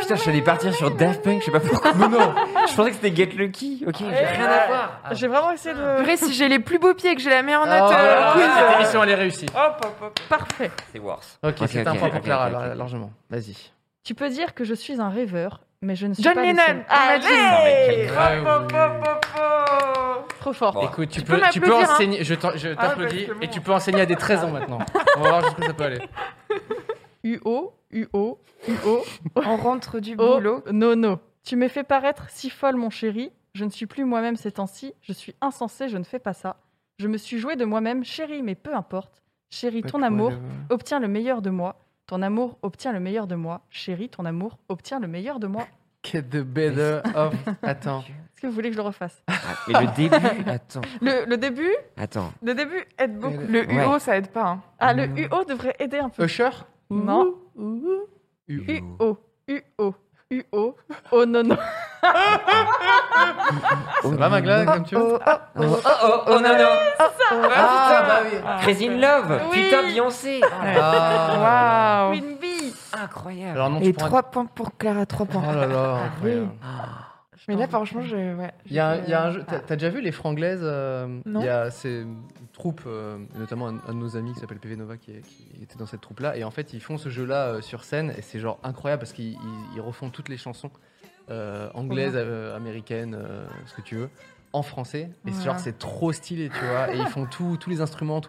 [SPEAKER 3] Putain, je suis partir sur Daft Punk, je sais pas pourquoi.
[SPEAKER 2] Non, non.
[SPEAKER 3] Je pensais que c'était Get Lucky. Ok, j'ai rien à voir.
[SPEAKER 4] J'ai vraiment essayé de.
[SPEAKER 6] Euh, Vrai, si j'ai les plus beaux pieds et que j'ai la meilleure
[SPEAKER 2] Ah,
[SPEAKER 6] note euh,
[SPEAKER 2] voilà,
[SPEAKER 6] au quiz,
[SPEAKER 2] cette
[SPEAKER 6] euh,
[SPEAKER 2] émission, elle est réussie.
[SPEAKER 6] Hop, hop, hop.
[SPEAKER 4] Parfait.
[SPEAKER 3] C'est worse.
[SPEAKER 2] Ok,
[SPEAKER 3] Ok,
[SPEAKER 2] c'est
[SPEAKER 3] ok,
[SPEAKER 2] un point
[SPEAKER 3] ok,
[SPEAKER 2] pour
[SPEAKER 3] ok,
[SPEAKER 2] Clara,
[SPEAKER 3] ok, ok.
[SPEAKER 2] lar- largement. Vas-y.
[SPEAKER 4] Tu peux dire que je suis un rêveur, mais je ne suis
[SPEAKER 6] John
[SPEAKER 4] pas le
[SPEAKER 6] Lennon!
[SPEAKER 4] seul. Ah
[SPEAKER 6] Allez!
[SPEAKER 2] grave.
[SPEAKER 6] Hop, hop, hop, hop, hop.
[SPEAKER 4] Trop fort.
[SPEAKER 3] Bon.
[SPEAKER 2] Écoute, tu,
[SPEAKER 6] Tu
[SPEAKER 2] peux,
[SPEAKER 6] peux
[SPEAKER 2] tu peux
[SPEAKER 6] m'applaudir, hein.
[SPEAKER 2] enseigner. Je t'en- je
[SPEAKER 6] parce
[SPEAKER 2] t'applaudis
[SPEAKER 6] que bon.
[SPEAKER 2] et tu peux enseigner à des 13 ans maintenant. On va voir jusqu'où ça peut aller.
[SPEAKER 4] UO, UO, UO,
[SPEAKER 6] On rentre du
[SPEAKER 4] oh,
[SPEAKER 6] boulot.
[SPEAKER 4] no, no. Tu me fais paraître si folle, mon chéri. Je ne suis plus moi-même ces temps-ci. Je suis insensée, je ne fais pas ça. Je me suis jouée de moi-même, chéri, mais peu importe. Chéri, ton amour obtient le meilleur de moi. Ton amour obtient le meilleur de moi. Chéri, ton amour obtient le meilleur de moi.
[SPEAKER 2] Get the better of. Attends.
[SPEAKER 4] Est-ce que vous voulez que je le refasse
[SPEAKER 3] Ah, mais le début, attends,
[SPEAKER 4] le, le début
[SPEAKER 3] attends.
[SPEAKER 4] Le début aide beaucoup.
[SPEAKER 6] Le
[SPEAKER 3] Ouais. Euh,
[SPEAKER 6] UO, ça aide pas. hein.
[SPEAKER 4] Ah, le UO devrait aider un peu.
[SPEAKER 2] Usher
[SPEAKER 4] Non. UO, UO, UO, oh non, non.
[SPEAKER 2] Ça va, Magla, comme tu veux
[SPEAKER 3] Oh oh oh, oh non non.
[SPEAKER 2] Ah, bah oui.
[SPEAKER 3] Crazy in Love.
[SPEAKER 4] Oui.
[SPEAKER 3] Putain, Beyoncé. Oh,
[SPEAKER 2] Ah.
[SPEAKER 6] Waouh.
[SPEAKER 4] Queen Bee
[SPEAKER 3] Incroyable.
[SPEAKER 2] Alors, non, tu
[SPEAKER 6] bah Et Ah,
[SPEAKER 2] prends.
[SPEAKER 6] 3 points pour Clara, 3
[SPEAKER 2] Oh
[SPEAKER 6] points.
[SPEAKER 4] Ah,
[SPEAKER 2] là là, incroyable.
[SPEAKER 6] Mais là, franchement, je. Ouais.
[SPEAKER 2] Il y a, un- il y a un jeu. T'as t'as déjà vu les franglaises euh,
[SPEAKER 6] Ah. Non.
[SPEAKER 2] Il y a ces une troupe, euh, notamment un, un de nos amis qui s'appelle PV Nova qui, est- qui était dans cette troupe-là. Et en fait, ils font ce jeu-là euh, sur scène et c'est genre incroyable parce qu'ils ils- ils refont toutes les chansons euh, anglaises, euh, américaines, euh, ce que tu veux, en français. Et c'est
[SPEAKER 6] Ouais.
[SPEAKER 2] genre, c'est trop stylé, tu vois. et ils font tout, tous les instruments, tout-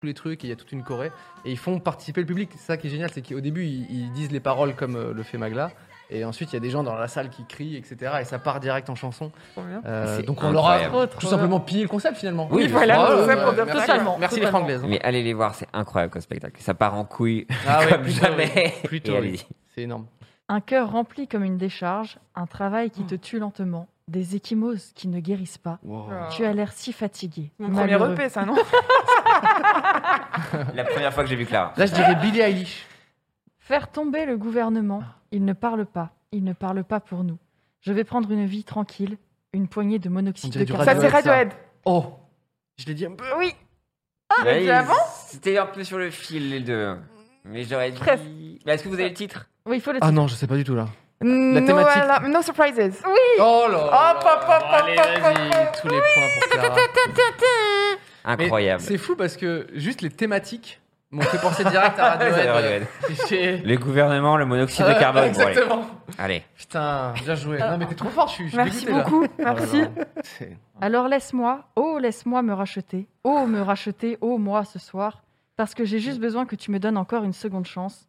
[SPEAKER 2] tous les trucs. Et il y a toute une choré. Et ils font participer le public. C'est ça qui est génial, c'est qu'au début, ils, ils disent les paroles comme euh, le fait Magla. Et ensuite, il y a des gens dans la salle qui crient, etc. Et ça part direct en chanson.
[SPEAKER 6] Trop bien.
[SPEAKER 2] Euh,
[SPEAKER 3] C'est
[SPEAKER 2] donc on
[SPEAKER 3] incroyable.
[SPEAKER 2] aura
[SPEAKER 4] Trop, trop
[SPEAKER 2] tout simplement pillé le concept finalement.
[SPEAKER 3] Oui, Oui, voilà,
[SPEAKER 2] Bravo,
[SPEAKER 6] tout ça pour dire
[SPEAKER 2] merci,
[SPEAKER 4] totalement,
[SPEAKER 2] Merci
[SPEAKER 4] totalement.
[SPEAKER 2] les Franglaises. hein.
[SPEAKER 3] Mais allez les voir, c'est incroyable comme spectacle. Ça part en couille
[SPEAKER 2] Ah ouais,
[SPEAKER 3] comme
[SPEAKER 2] plutôt,
[SPEAKER 3] jamais.
[SPEAKER 2] oui. Plutôt,
[SPEAKER 3] Et
[SPEAKER 2] oui.
[SPEAKER 3] allez-y.
[SPEAKER 2] C'est énorme.
[SPEAKER 4] Un cœur rempli comme une décharge, un travail qui te tue lentement, des échymoses qui ne guérissent pas.
[SPEAKER 6] Ah.
[SPEAKER 4] Tu as l'air si fatigué.
[SPEAKER 6] Mon premier
[SPEAKER 4] malheureux.
[SPEAKER 6] EP, ça, non?
[SPEAKER 3] La première fois que j'ai vu Clara.
[SPEAKER 2] Là, je dirais Billie Eilish.
[SPEAKER 4] Faire tomber le gouvernement,
[SPEAKER 2] Ah.
[SPEAKER 4] il ne parle pas, il ne parle pas pour nous. Je vais prendre une vie tranquille, une poignée de
[SPEAKER 2] On
[SPEAKER 4] monoxyde
[SPEAKER 2] dirait
[SPEAKER 4] de
[SPEAKER 2] du
[SPEAKER 4] carbone.
[SPEAKER 6] Ça, c'est
[SPEAKER 2] Radiohead, ça.
[SPEAKER 6] Radiohead.
[SPEAKER 2] Oh, je l'ai dit un peu.
[SPEAKER 6] Oui.
[SPEAKER 3] Ouais,
[SPEAKER 6] dit avant
[SPEAKER 3] C'était un peu sur le fil les deux. Mais j'aurais dit.
[SPEAKER 4] Presque.
[SPEAKER 3] Mais Est-ce que vous avez le titre
[SPEAKER 4] Oui, il faut le
[SPEAKER 2] Ah
[SPEAKER 4] titre.
[SPEAKER 2] non, je sais pas du tout là.
[SPEAKER 6] La
[SPEAKER 2] thématique.
[SPEAKER 6] No, alarm- no surprises. Oui.
[SPEAKER 2] Oh là. là
[SPEAKER 6] Hop, hop, hop,
[SPEAKER 2] là.
[SPEAKER 6] hop,
[SPEAKER 2] Allez,
[SPEAKER 6] hop, hop,
[SPEAKER 2] vas-y, tous les points pour Clara. Mais
[SPEAKER 3] Incroyable.
[SPEAKER 2] C'est fou parce que juste les thématiques. Bon, on fait penser direct à Radiohead.
[SPEAKER 3] Radiohead.
[SPEAKER 2] euh, chez-
[SPEAKER 3] Le gouvernement, le monoxyde
[SPEAKER 2] Ouais,
[SPEAKER 3] de carbone. bon, allez.
[SPEAKER 2] Euh, Exactement.
[SPEAKER 3] allez.
[SPEAKER 2] Putain, bien joué. Non, mais t'es trop fort, je suis. je suis
[SPEAKER 4] Merci
[SPEAKER 2] dégoûté, là.
[SPEAKER 4] beaucoup.
[SPEAKER 2] Ah,
[SPEAKER 4] Merci.
[SPEAKER 2] là, là. C'est-
[SPEAKER 4] Alors laisse-moi, oh laisse-moi me racheter, oh me racheter, oh moi ce soir, parce que j'ai juste besoin que tu me donnes encore une seconde chance.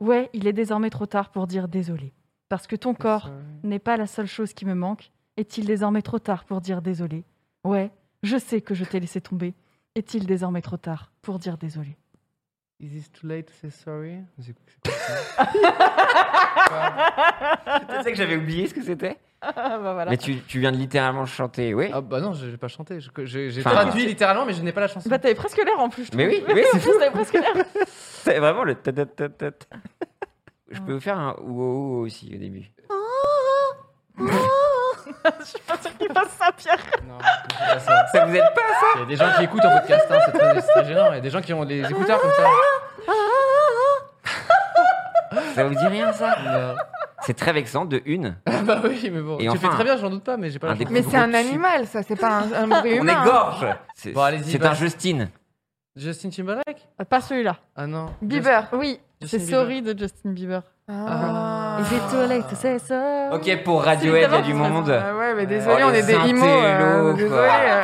[SPEAKER 4] Ouais, il est désormais trop tard pour dire désolé, parce que ton corps n'est pas la seule chose qui me manque. Est-il désormais trop tard pour dire désolé Ouais, je sais que je t'ai laissé tomber. Est-il désormais trop tard pour dire désolé
[SPEAKER 2] Is it too late to say sorry C'est-
[SPEAKER 3] Tu sais que j'avais oublié ce que c'était
[SPEAKER 4] bah voilà.
[SPEAKER 3] Mais tu, tu viens de littéralement chanter, oui.
[SPEAKER 2] Ah bah non, je vais pas chanter. Je- J'ai j'ai
[SPEAKER 3] Enfin,
[SPEAKER 2] traduit littéralement, mais je n'ai pas la chanson.
[SPEAKER 4] Bah t'avais presque l'air en plus. je
[SPEAKER 3] Mais
[SPEAKER 4] trouve.
[SPEAKER 3] oui, oui,
[SPEAKER 4] en
[SPEAKER 3] c'est
[SPEAKER 4] plus, t'avais presque l'air.
[SPEAKER 3] C'est vraiment le ta ta ta ta ta. Je peux vous faire un wow aussi au début.
[SPEAKER 4] Je suis pas sûre qu'il fasse ça, Pierre.
[SPEAKER 2] Non, c'est pas ça.
[SPEAKER 3] Ça vous aide pas ça
[SPEAKER 2] Il y a des gens qui écoutent en podcast, hein, c'est très, c'est très gênant. Il y a des gens qui ont des écouteurs comme ça.
[SPEAKER 3] Ça vous dit rien ça
[SPEAKER 2] Mais, euh,
[SPEAKER 3] C'est très vexant de une.
[SPEAKER 2] bah oui, mais bon.
[SPEAKER 3] Et
[SPEAKER 2] tu
[SPEAKER 3] enfin,
[SPEAKER 2] fais très bien, j'en doute pas, mais j'ai pas
[SPEAKER 3] un
[SPEAKER 2] la
[SPEAKER 3] des
[SPEAKER 2] chanson.
[SPEAKER 6] Mais
[SPEAKER 3] Gros
[SPEAKER 6] c'est un
[SPEAKER 3] dessus.
[SPEAKER 6] animal, ça, c'est pas un, un vrai
[SPEAKER 3] On
[SPEAKER 6] humain. hein.
[SPEAKER 3] égorge C'est
[SPEAKER 2] Bon, allez-y,
[SPEAKER 3] c'est
[SPEAKER 2] vas-y.
[SPEAKER 3] un Justine.
[SPEAKER 2] Justin Timberlake
[SPEAKER 4] Pas celui-là.
[SPEAKER 2] Ah non.
[SPEAKER 4] Bieber. Oui,
[SPEAKER 2] Justin
[SPEAKER 4] c'est
[SPEAKER 2] Bieber.
[SPEAKER 4] Sorry de Justin Bieber.
[SPEAKER 2] Ah.
[SPEAKER 4] Is it too late to say sorry
[SPEAKER 3] Ok, pour Radiohead, il y a du
[SPEAKER 4] évidemment,
[SPEAKER 3] monde.
[SPEAKER 6] Ah ouais, mais
[SPEAKER 2] Ouais.
[SPEAKER 6] désolé,
[SPEAKER 3] Oh,
[SPEAKER 6] on
[SPEAKER 3] les
[SPEAKER 6] est des imos.
[SPEAKER 3] intellos,
[SPEAKER 6] euh,
[SPEAKER 3] quoi.
[SPEAKER 6] désolé. euh.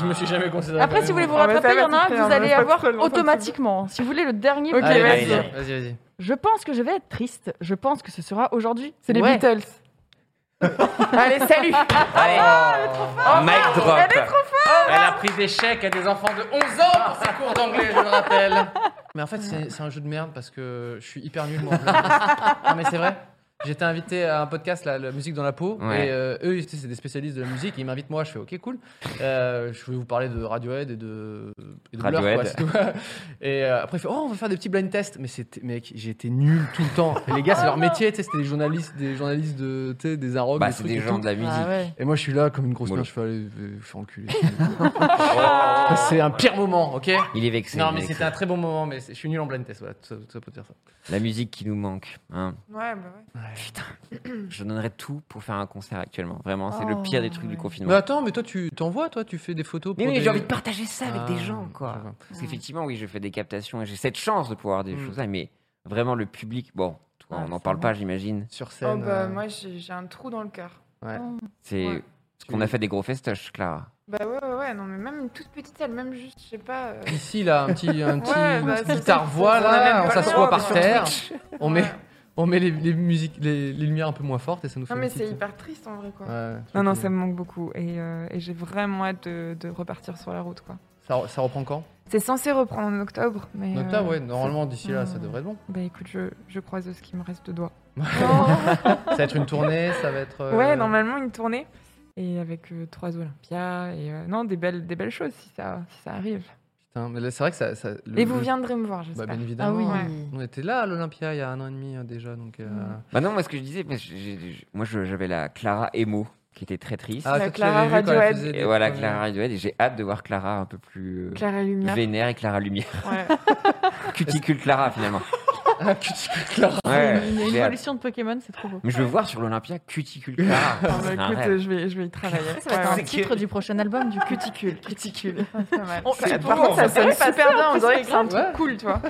[SPEAKER 2] Je me suis jamais considéré.
[SPEAKER 4] Après,
[SPEAKER 2] comme
[SPEAKER 4] si vous voulez vous
[SPEAKER 6] Ah, mais ça
[SPEAKER 4] rattraper, il y
[SPEAKER 6] va,
[SPEAKER 4] en a un que
[SPEAKER 6] tout
[SPEAKER 4] vous
[SPEAKER 6] fait,
[SPEAKER 4] allez
[SPEAKER 6] hein,
[SPEAKER 4] avoir
[SPEAKER 6] pas trop longtemps,
[SPEAKER 4] automatiquement. Si vous voulez, le dernier.
[SPEAKER 6] Ok,
[SPEAKER 4] vous pouvez
[SPEAKER 2] Allez,
[SPEAKER 3] vas-y.
[SPEAKER 4] choisir.
[SPEAKER 2] vas-y, vas-y, vas-y.
[SPEAKER 4] Je pense que je vais être triste. Je pense que ce sera aujourd'hui.
[SPEAKER 6] C'est les
[SPEAKER 4] Ouais.
[SPEAKER 6] Beatles. Allez, salut
[SPEAKER 4] Ah
[SPEAKER 2] Oh.
[SPEAKER 3] Allez, mic drop.
[SPEAKER 2] Elle a pris des chèques à des enfants de 11 ans pour ses cours d'anglais, je le rappelle. Mais en fait, c'est c'est un jeu de merde parce que je suis hyper nul. Moi, en fait. non, mais c'est vrai. J'étais invité à un podcast, là, la musique dans la peau,
[SPEAKER 3] Ouais.
[SPEAKER 2] et euh, eux, ils- c'est des spécialistes de la musique, ils m'invitent moi, je fais ok, cool. Euh, je vais vous parler de Radiohead et de, et de Blur,
[SPEAKER 3] Radiohead.
[SPEAKER 2] quoi, c'est tout. Et euh, après, ils font oh, on va faire des petits blind tests. Mais c'était- mec, j'ai été nul tout le temps. Et les gars, c'est leur métier, tu sais, c'était des journalistes, des journalistes de, tu sais, des arocs,
[SPEAKER 3] Bah,
[SPEAKER 2] des
[SPEAKER 3] c'est
[SPEAKER 2] trucs
[SPEAKER 3] des
[SPEAKER 2] et
[SPEAKER 3] gens
[SPEAKER 2] tout.
[SPEAKER 3] de la musique.
[SPEAKER 4] Ah ouais.
[SPEAKER 2] Et moi, je suis là comme une grosse
[SPEAKER 3] Mollo.
[SPEAKER 2] merde, je fais aller, euh, je suis enculé. Ça, c'est un pire moment, ok
[SPEAKER 3] Il est vexé.
[SPEAKER 2] Non,
[SPEAKER 3] il est
[SPEAKER 2] mais
[SPEAKER 3] vexé.
[SPEAKER 2] c'était un très bon moment, mais c'est- je suis nul en blind test, voilà, tout ça, tout ça pour dire ça.
[SPEAKER 3] La musique qui nous manque. hein.
[SPEAKER 6] Ouais, bah ouais.
[SPEAKER 3] Je donnerais tout pour faire un concert actuellement. Vraiment, c'est
[SPEAKER 4] Oh,
[SPEAKER 3] le pire des trucs du
[SPEAKER 4] ouais.
[SPEAKER 2] Mais
[SPEAKER 3] confinement.
[SPEAKER 2] attends, mais toi, tu t'envoies, toi, tu fais des photos
[SPEAKER 3] Mais
[SPEAKER 2] Bah, pour
[SPEAKER 3] oui,
[SPEAKER 2] des-
[SPEAKER 3] j'ai envie de partager ça avec
[SPEAKER 2] Ah,
[SPEAKER 3] des gens, quoi.
[SPEAKER 2] ça va.
[SPEAKER 3] Parce qu'effectivement, oui, je fais des captations et j'ai cette chance de pouvoir des
[SPEAKER 2] Mm.
[SPEAKER 3] choses là, mais vraiment le public, bon, toi,
[SPEAKER 4] Ouais,
[SPEAKER 3] on n'en
[SPEAKER 4] Ah, c'est
[SPEAKER 3] parle
[SPEAKER 4] vrai.
[SPEAKER 3] pas, j'imagine.
[SPEAKER 2] Sur scène.
[SPEAKER 6] Oh bah,
[SPEAKER 2] euh,
[SPEAKER 6] moi, j'ai j'ai un trou dans le cœur.
[SPEAKER 3] C'est
[SPEAKER 6] Ouais.
[SPEAKER 3] parce qu'on a fait des gros festoches, Clara.
[SPEAKER 6] Bah ouais, ouais, ouais, non, mais même une toute petite salle, même juste, je sais pas. euh,
[SPEAKER 2] Ici, là, un petit, un petit
[SPEAKER 6] Ouais, bah,
[SPEAKER 2] une
[SPEAKER 6] ça,
[SPEAKER 2] petite hein, guitare-voix,
[SPEAKER 6] c'est- on a même
[SPEAKER 2] là,
[SPEAKER 6] pas
[SPEAKER 2] on
[SPEAKER 6] le
[SPEAKER 2] s'assoit
[SPEAKER 6] droit,
[SPEAKER 2] par
[SPEAKER 6] sur
[SPEAKER 2] terre, on met,
[SPEAKER 6] ouais.
[SPEAKER 2] on met les, les musiques, les, les lumières un peu moins fortes et ça nous fait
[SPEAKER 6] Non,
[SPEAKER 2] une
[SPEAKER 6] mais c'est
[SPEAKER 2] petite-
[SPEAKER 6] hyper triste en vrai, quoi.
[SPEAKER 2] Ouais,
[SPEAKER 6] Non, non,
[SPEAKER 2] c'est-
[SPEAKER 6] ça me manque beaucoup. Et, euh, et j'ai vraiment hâte de, de repartir sur la route, quoi.
[SPEAKER 2] ça, re- ça reprend quand
[SPEAKER 6] C'est censé reprendre en octobre, mais.
[SPEAKER 2] En
[SPEAKER 6] euh,
[SPEAKER 2] octobre, ouais, normalement, d'ici là, ça devrait être bon.
[SPEAKER 6] Bah écoute, je, je croise ce qui me reste de doigts. Oh.
[SPEAKER 2] Ça va être une tournée, ça va être. euh,
[SPEAKER 6] Ouais, normalement une tournée. Et avec euh, trois Olympias et euh, non des belles des belles choses si ça si ça arrive.
[SPEAKER 2] Putain, mais là, c'est vrai que ça. ça le-
[SPEAKER 6] et vous
[SPEAKER 2] le-
[SPEAKER 6] viendrez me voir,
[SPEAKER 2] Bah,
[SPEAKER 6] j'espère. Ah
[SPEAKER 2] bien évidemment.
[SPEAKER 4] oui.
[SPEAKER 6] Ouais.
[SPEAKER 2] On était là à l'Olympia il y a un an et demi euh, déjà, donc. euh,
[SPEAKER 6] Mmh.
[SPEAKER 3] Bah non, moi ce que je disais, parce que j'ai- j'ai- moi je- j'avais la Clara Emo qui était très triste.
[SPEAKER 2] Ah,
[SPEAKER 6] La
[SPEAKER 2] toi, tu
[SPEAKER 6] Clara
[SPEAKER 2] l'avais vu quand elle
[SPEAKER 6] Radiohead.
[SPEAKER 2] faisait des
[SPEAKER 3] et voilà,
[SPEAKER 2] premières-
[SPEAKER 3] Clara Radiohead, et j'ai hâte de voir Clara un peu plus euh,
[SPEAKER 6] Clara Lumière.
[SPEAKER 3] vénère et Clara Lumière.
[SPEAKER 6] Ouais.
[SPEAKER 3] Cuticule Clara finalement.
[SPEAKER 2] Ah, cuticule Clara.
[SPEAKER 3] Ouais,
[SPEAKER 4] Il y a une
[SPEAKER 3] j'ai hâte.
[SPEAKER 4] évolution de Pokémon, c'est trop beau.
[SPEAKER 3] Mais je veux voir sur l'Olympia Cuticule Clara.
[SPEAKER 6] Enfin, bah,
[SPEAKER 3] C'est un
[SPEAKER 6] écoute,
[SPEAKER 3] rêve.
[SPEAKER 6] euh, je vais je vais y travailler.
[SPEAKER 4] Ça va être
[SPEAKER 6] Ouais,
[SPEAKER 4] un titre du prochain album, du cuticule. Cuticule.
[SPEAKER 6] ouais, c'est pas mal.
[SPEAKER 4] On-
[SPEAKER 6] Ça-
[SPEAKER 4] c'est
[SPEAKER 6] Par
[SPEAKER 4] bon,
[SPEAKER 6] contre,
[SPEAKER 4] on
[SPEAKER 6] ça
[SPEAKER 4] fait
[SPEAKER 6] sonne
[SPEAKER 4] pas
[SPEAKER 6] super
[SPEAKER 4] ça,
[SPEAKER 6] bien.
[SPEAKER 4] en
[SPEAKER 6] On
[SPEAKER 4] plus,
[SPEAKER 6] dirait
[SPEAKER 4] c'est
[SPEAKER 6] que c'est un truc
[SPEAKER 2] grave.
[SPEAKER 6] cool, tu vois.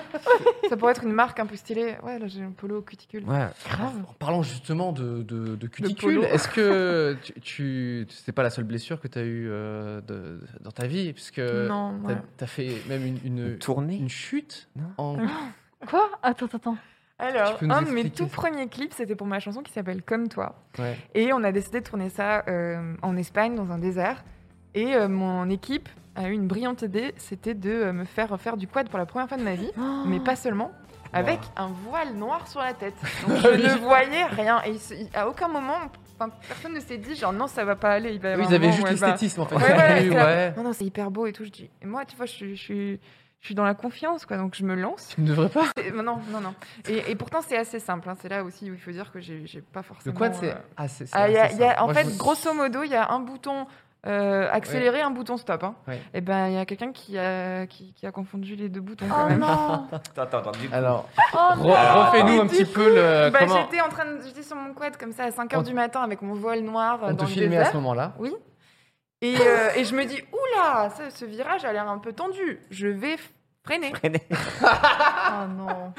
[SPEAKER 6] ça pourrait être une marque un peu stylée. Ouais, là j'ai un polo au cuticule.
[SPEAKER 3] Ouais.
[SPEAKER 2] En parlant justement de, de, de
[SPEAKER 6] polo.
[SPEAKER 2] cuticule, est-ce que tu, tu c'est pas la seule blessure que tu as eue euh, de- de- dans ta vie, puisque t'as
[SPEAKER 6] Non, ouais.
[SPEAKER 2] as fait même une, une,
[SPEAKER 3] Tournée.
[SPEAKER 6] Mmh.
[SPEAKER 2] une chute
[SPEAKER 3] Non.
[SPEAKER 2] en
[SPEAKER 6] Ah.
[SPEAKER 4] Quoi Attends, attends.
[SPEAKER 6] Alors,
[SPEAKER 2] Tu peux nous
[SPEAKER 6] un de mes
[SPEAKER 2] expliquer
[SPEAKER 6] tout
[SPEAKER 2] ça
[SPEAKER 6] premiers clips, c'était pour ma chanson qui s'appelle Comme toi.
[SPEAKER 2] ouais.
[SPEAKER 6] Et on a décidé de tourner ça euh, en Espagne, dans un désert. Et euh, mon équipe a eu une brillante idée, c'était de euh, me faire faire du quad pour la première fois de ma vie,
[SPEAKER 3] Oh,
[SPEAKER 6] mais pas seulement, avec un voile noir sur la tête. Donc je ne voyais rien. Et il se- il- à aucun moment, enfin, personne ne s'est dit genre non, ça va pas aller. Il va y
[SPEAKER 2] Oui,
[SPEAKER 6] avoir
[SPEAKER 2] ils
[SPEAKER 6] un
[SPEAKER 2] avaient
[SPEAKER 6] moment
[SPEAKER 2] juste
[SPEAKER 6] où elle va-
[SPEAKER 2] l'esthétisme en fait.
[SPEAKER 6] Ouais, voilà,
[SPEAKER 2] Oui,
[SPEAKER 6] c'est ça.
[SPEAKER 2] ouais.
[SPEAKER 6] Non, non, c'est hyper beau et tout. Je dis, et moi, tu vois, je suis- je suis, je suis dans la confiance, quoi, donc je me lance.
[SPEAKER 2] Tu ne devrais pas.
[SPEAKER 6] C'est- Non, non, non. Et, et pourtant, c'est assez simple. hein. C'est là aussi où il faut dire que j'ai j'ai pas
[SPEAKER 2] Le
[SPEAKER 6] forcément.
[SPEAKER 2] quad, c'est.
[SPEAKER 6] euh,
[SPEAKER 2] Ah, c'est. c'est
[SPEAKER 6] ah, il y a-
[SPEAKER 2] assez
[SPEAKER 6] il y a-
[SPEAKER 2] simple.
[SPEAKER 6] en
[SPEAKER 2] Moi, je
[SPEAKER 6] fait,
[SPEAKER 2] me-
[SPEAKER 6] grosso modo, il y a un bouton euh, accéléré, un bouton stop. hein.
[SPEAKER 2] Ouais.
[SPEAKER 6] Et ben, il y a quelqu'un qui a, qui, qui a confondu les deux boutons quand
[SPEAKER 4] Oh
[SPEAKER 6] même.
[SPEAKER 4] non
[SPEAKER 3] Attends, attends, du coup.
[SPEAKER 2] Alors,
[SPEAKER 4] Oh non
[SPEAKER 2] re- refais-nous
[SPEAKER 6] attends.
[SPEAKER 2] un petit peu le.
[SPEAKER 6] Bah,
[SPEAKER 2] Euh, comment
[SPEAKER 6] j'étais en train de, j'étais sur mon quad comme ça à 5h
[SPEAKER 2] On-
[SPEAKER 6] du matin avec mon voile noir euh,
[SPEAKER 2] on
[SPEAKER 6] dans
[SPEAKER 2] te
[SPEAKER 6] le
[SPEAKER 2] filmait à ce
[SPEAKER 6] désert.
[SPEAKER 2] moment-là.
[SPEAKER 6] Oui. Et, euh, et je me dis, oula, ça, ce virage a l'air un peu tendu. Je vais f- Freinez.
[SPEAKER 3] Prenez-
[SPEAKER 4] Oh non.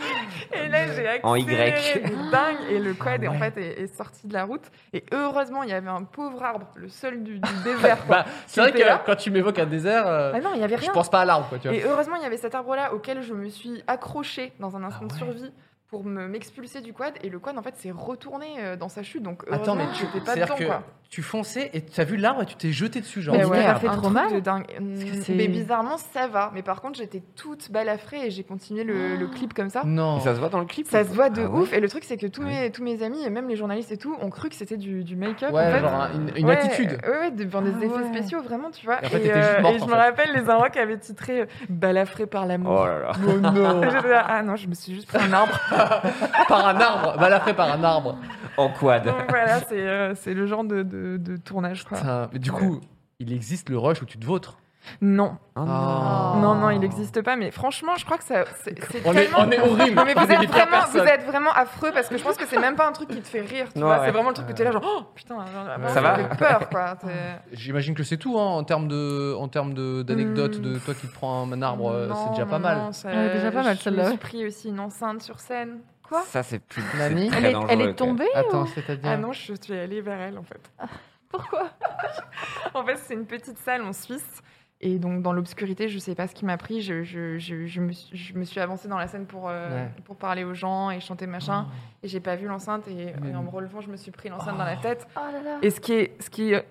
[SPEAKER 6] Et là, j'ai accéléré
[SPEAKER 3] En Y.
[SPEAKER 6] de dingue et le quad est, en fait, est, est sorti de la route. Et heureusement, il y avait un pauvre arbre, le seul du, du désert. quoi.
[SPEAKER 2] Bah, c'est vrai
[SPEAKER 6] C'était là.
[SPEAKER 2] que quand tu m'évoques un désert, euh,
[SPEAKER 6] Ah non, il y avait
[SPEAKER 2] je
[SPEAKER 6] rien.
[SPEAKER 2] pense pas à l'arbre, quoi, tu vois.
[SPEAKER 6] Et heureusement, il y avait cet arbre-là auquel je me suis accrochée dans un instant de
[SPEAKER 2] ouais.
[SPEAKER 6] survie pour me- m'expulser du quad. Et le quad, en fait, s'est retourné euh, dans sa chute. Donc,
[SPEAKER 2] Attends, mais tu
[SPEAKER 6] heureusement, j'étais pas
[SPEAKER 2] c'est-à-dire
[SPEAKER 6] dedans,
[SPEAKER 2] que
[SPEAKER 6] quoi.
[SPEAKER 2] tu fonçais et tu as vu l'arbre et tu t'es jeté dessus, genre.
[SPEAKER 4] Mais
[SPEAKER 2] dis
[SPEAKER 4] ouais,
[SPEAKER 2] merde.
[SPEAKER 4] ça fait
[SPEAKER 6] un
[SPEAKER 4] trop
[SPEAKER 6] truc
[SPEAKER 4] mal.
[SPEAKER 6] de dingue.
[SPEAKER 4] que
[SPEAKER 6] Hum,
[SPEAKER 4] c'est-
[SPEAKER 6] Mais bizarrement, ça va. Mais par contre, j'étais toute balafrée et j'ai continué le, le clip comme ça.
[SPEAKER 2] Non.
[SPEAKER 3] Et Ça se voit dans le clip
[SPEAKER 6] Oh. Ça
[SPEAKER 3] ou
[SPEAKER 6] se
[SPEAKER 3] pas
[SPEAKER 6] voit de
[SPEAKER 3] Ah ouais
[SPEAKER 6] ouf. Et le truc, c'est que tous,
[SPEAKER 3] Ah oui.
[SPEAKER 6] mes, tous mes amis et même les journalistes et tout ont cru que c'était du, du make-up.
[SPEAKER 2] Ouais,
[SPEAKER 6] en fait.
[SPEAKER 2] genre un- une, une
[SPEAKER 6] Ouais,
[SPEAKER 2] attitude.
[SPEAKER 6] Ouais, ouais, de- dans des
[SPEAKER 4] Ah
[SPEAKER 6] effets
[SPEAKER 4] ouais.
[SPEAKER 6] spéciaux, vraiment, tu vois.
[SPEAKER 2] Et en fait, t'étais juste
[SPEAKER 6] euh,
[SPEAKER 2] morte,
[SPEAKER 6] et je
[SPEAKER 2] en
[SPEAKER 6] me
[SPEAKER 2] fait.
[SPEAKER 6] rappelle, les Inrocks avaient titré euh, Balafré par
[SPEAKER 3] Oh
[SPEAKER 6] l'amour.
[SPEAKER 3] là là.
[SPEAKER 2] Oh non.
[SPEAKER 6] J'étais là, ah non, je me suis juste pris un arbre.
[SPEAKER 2] par un arbre. Bah, après, par un arbre.
[SPEAKER 3] En quad.
[SPEAKER 6] Donc voilà, c'est euh, c'est le genre de, de- de tournage, quoi.
[SPEAKER 2] Putain, mais du coup, il existe le rush où tu te vautres.
[SPEAKER 6] Non,
[SPEAKER 3] Oh
[SPEAKER 2] Ah.
[SPEAKER 6] non, non, il n'existe pas. Mais franchement, je crois que ça. c'est- c'est
[SPEAKER 2] On est,
[SPEAKER 6] tellement-
[SPEAKER 2] on est horrible.
[SPEAKER 6] Non, mais
[SPEAKER 2] On
[SPEAKER 6] vous
[SPEAKER 2] est des
[SPEAKER 6] êtes,
[SPEAKER 2] pires
[SPEAKER 6] vraiment, vous
[SPEAKER 2] personnes.
[SPEAKER 6] êtes vraiment affreux parce que je pense que c'est même pas un truc qui te fait rire. Tu
[SPEAKER 3] Ouais,
[SPEAKER 6] vois,
[SPEAKER 3] ouais.
[SPEAKER 6] c'est vraiment le truc que tu es là, genre, oh putain, genre, vraiment,
[SPEAKER 3] Ça va
[SPEAKER 6] fait peur, quoi. t'es-
[SPEAKER 2] J'imagine que c'est tout hein, en termes de, en termes de d'anecdotes de toi qui te prends un arbre, euh, c'est
[SPEAKER 6] Hmm. Non,
[SPEAKER 2] déjà pas
[SPEAKER 6] non,
[SPEAKER 2] mal.
[SPEAKER 6] non, ça-
[SPEAKER 4] Elle est déjà pas mal,
[SPEAKER 6] Je
[SPEAKER 4] celle-là.
[SPEAKER 6] me suis pris aussi une enceinte sur scène. Quoi
[SPEAKER 3] Ça, c'est plus. c'est
[SPEAKER 2] Mamie
[SPEAKER 3] très
[SPEAKER 4] Elle est,
[SPEAKER 3] dangereux,
[SPEAKER 4] elle est
[SPEAKER 3] quand même.
[SPEAKER 4] tombée
[SPEAKER 2] Attends,
[SPEAKER 4] ou-
[SPEAKER 2] c'est-à-dire
[SPEAKER 6] Ah non, je suis allée vers elle en fait.
[SPEAKER 4] Pourquoi
[SPEAKER 6] En fait, c'est une petite salle en Suisse. Et donc, dans l'obscurité, je sais pas ce qui m'a pris. Je, je, je, je me, suis- je me suis avancée dans la scène pour, euh,
[SPEAKER 2] Ouais. Oh.
[SPEAKER 6] pour parler aux gens et chanter machin. Et j'ai pas vu l'enceinte. Et,
[SPEAKER 2] Mais-
[SPEAKER 6] et en me relevant, je me suis pris l'enceinte dans la tête.
[SPEAKER 4] Oh là là.
[SPEAKER 6] Et ce qui est, ce qui est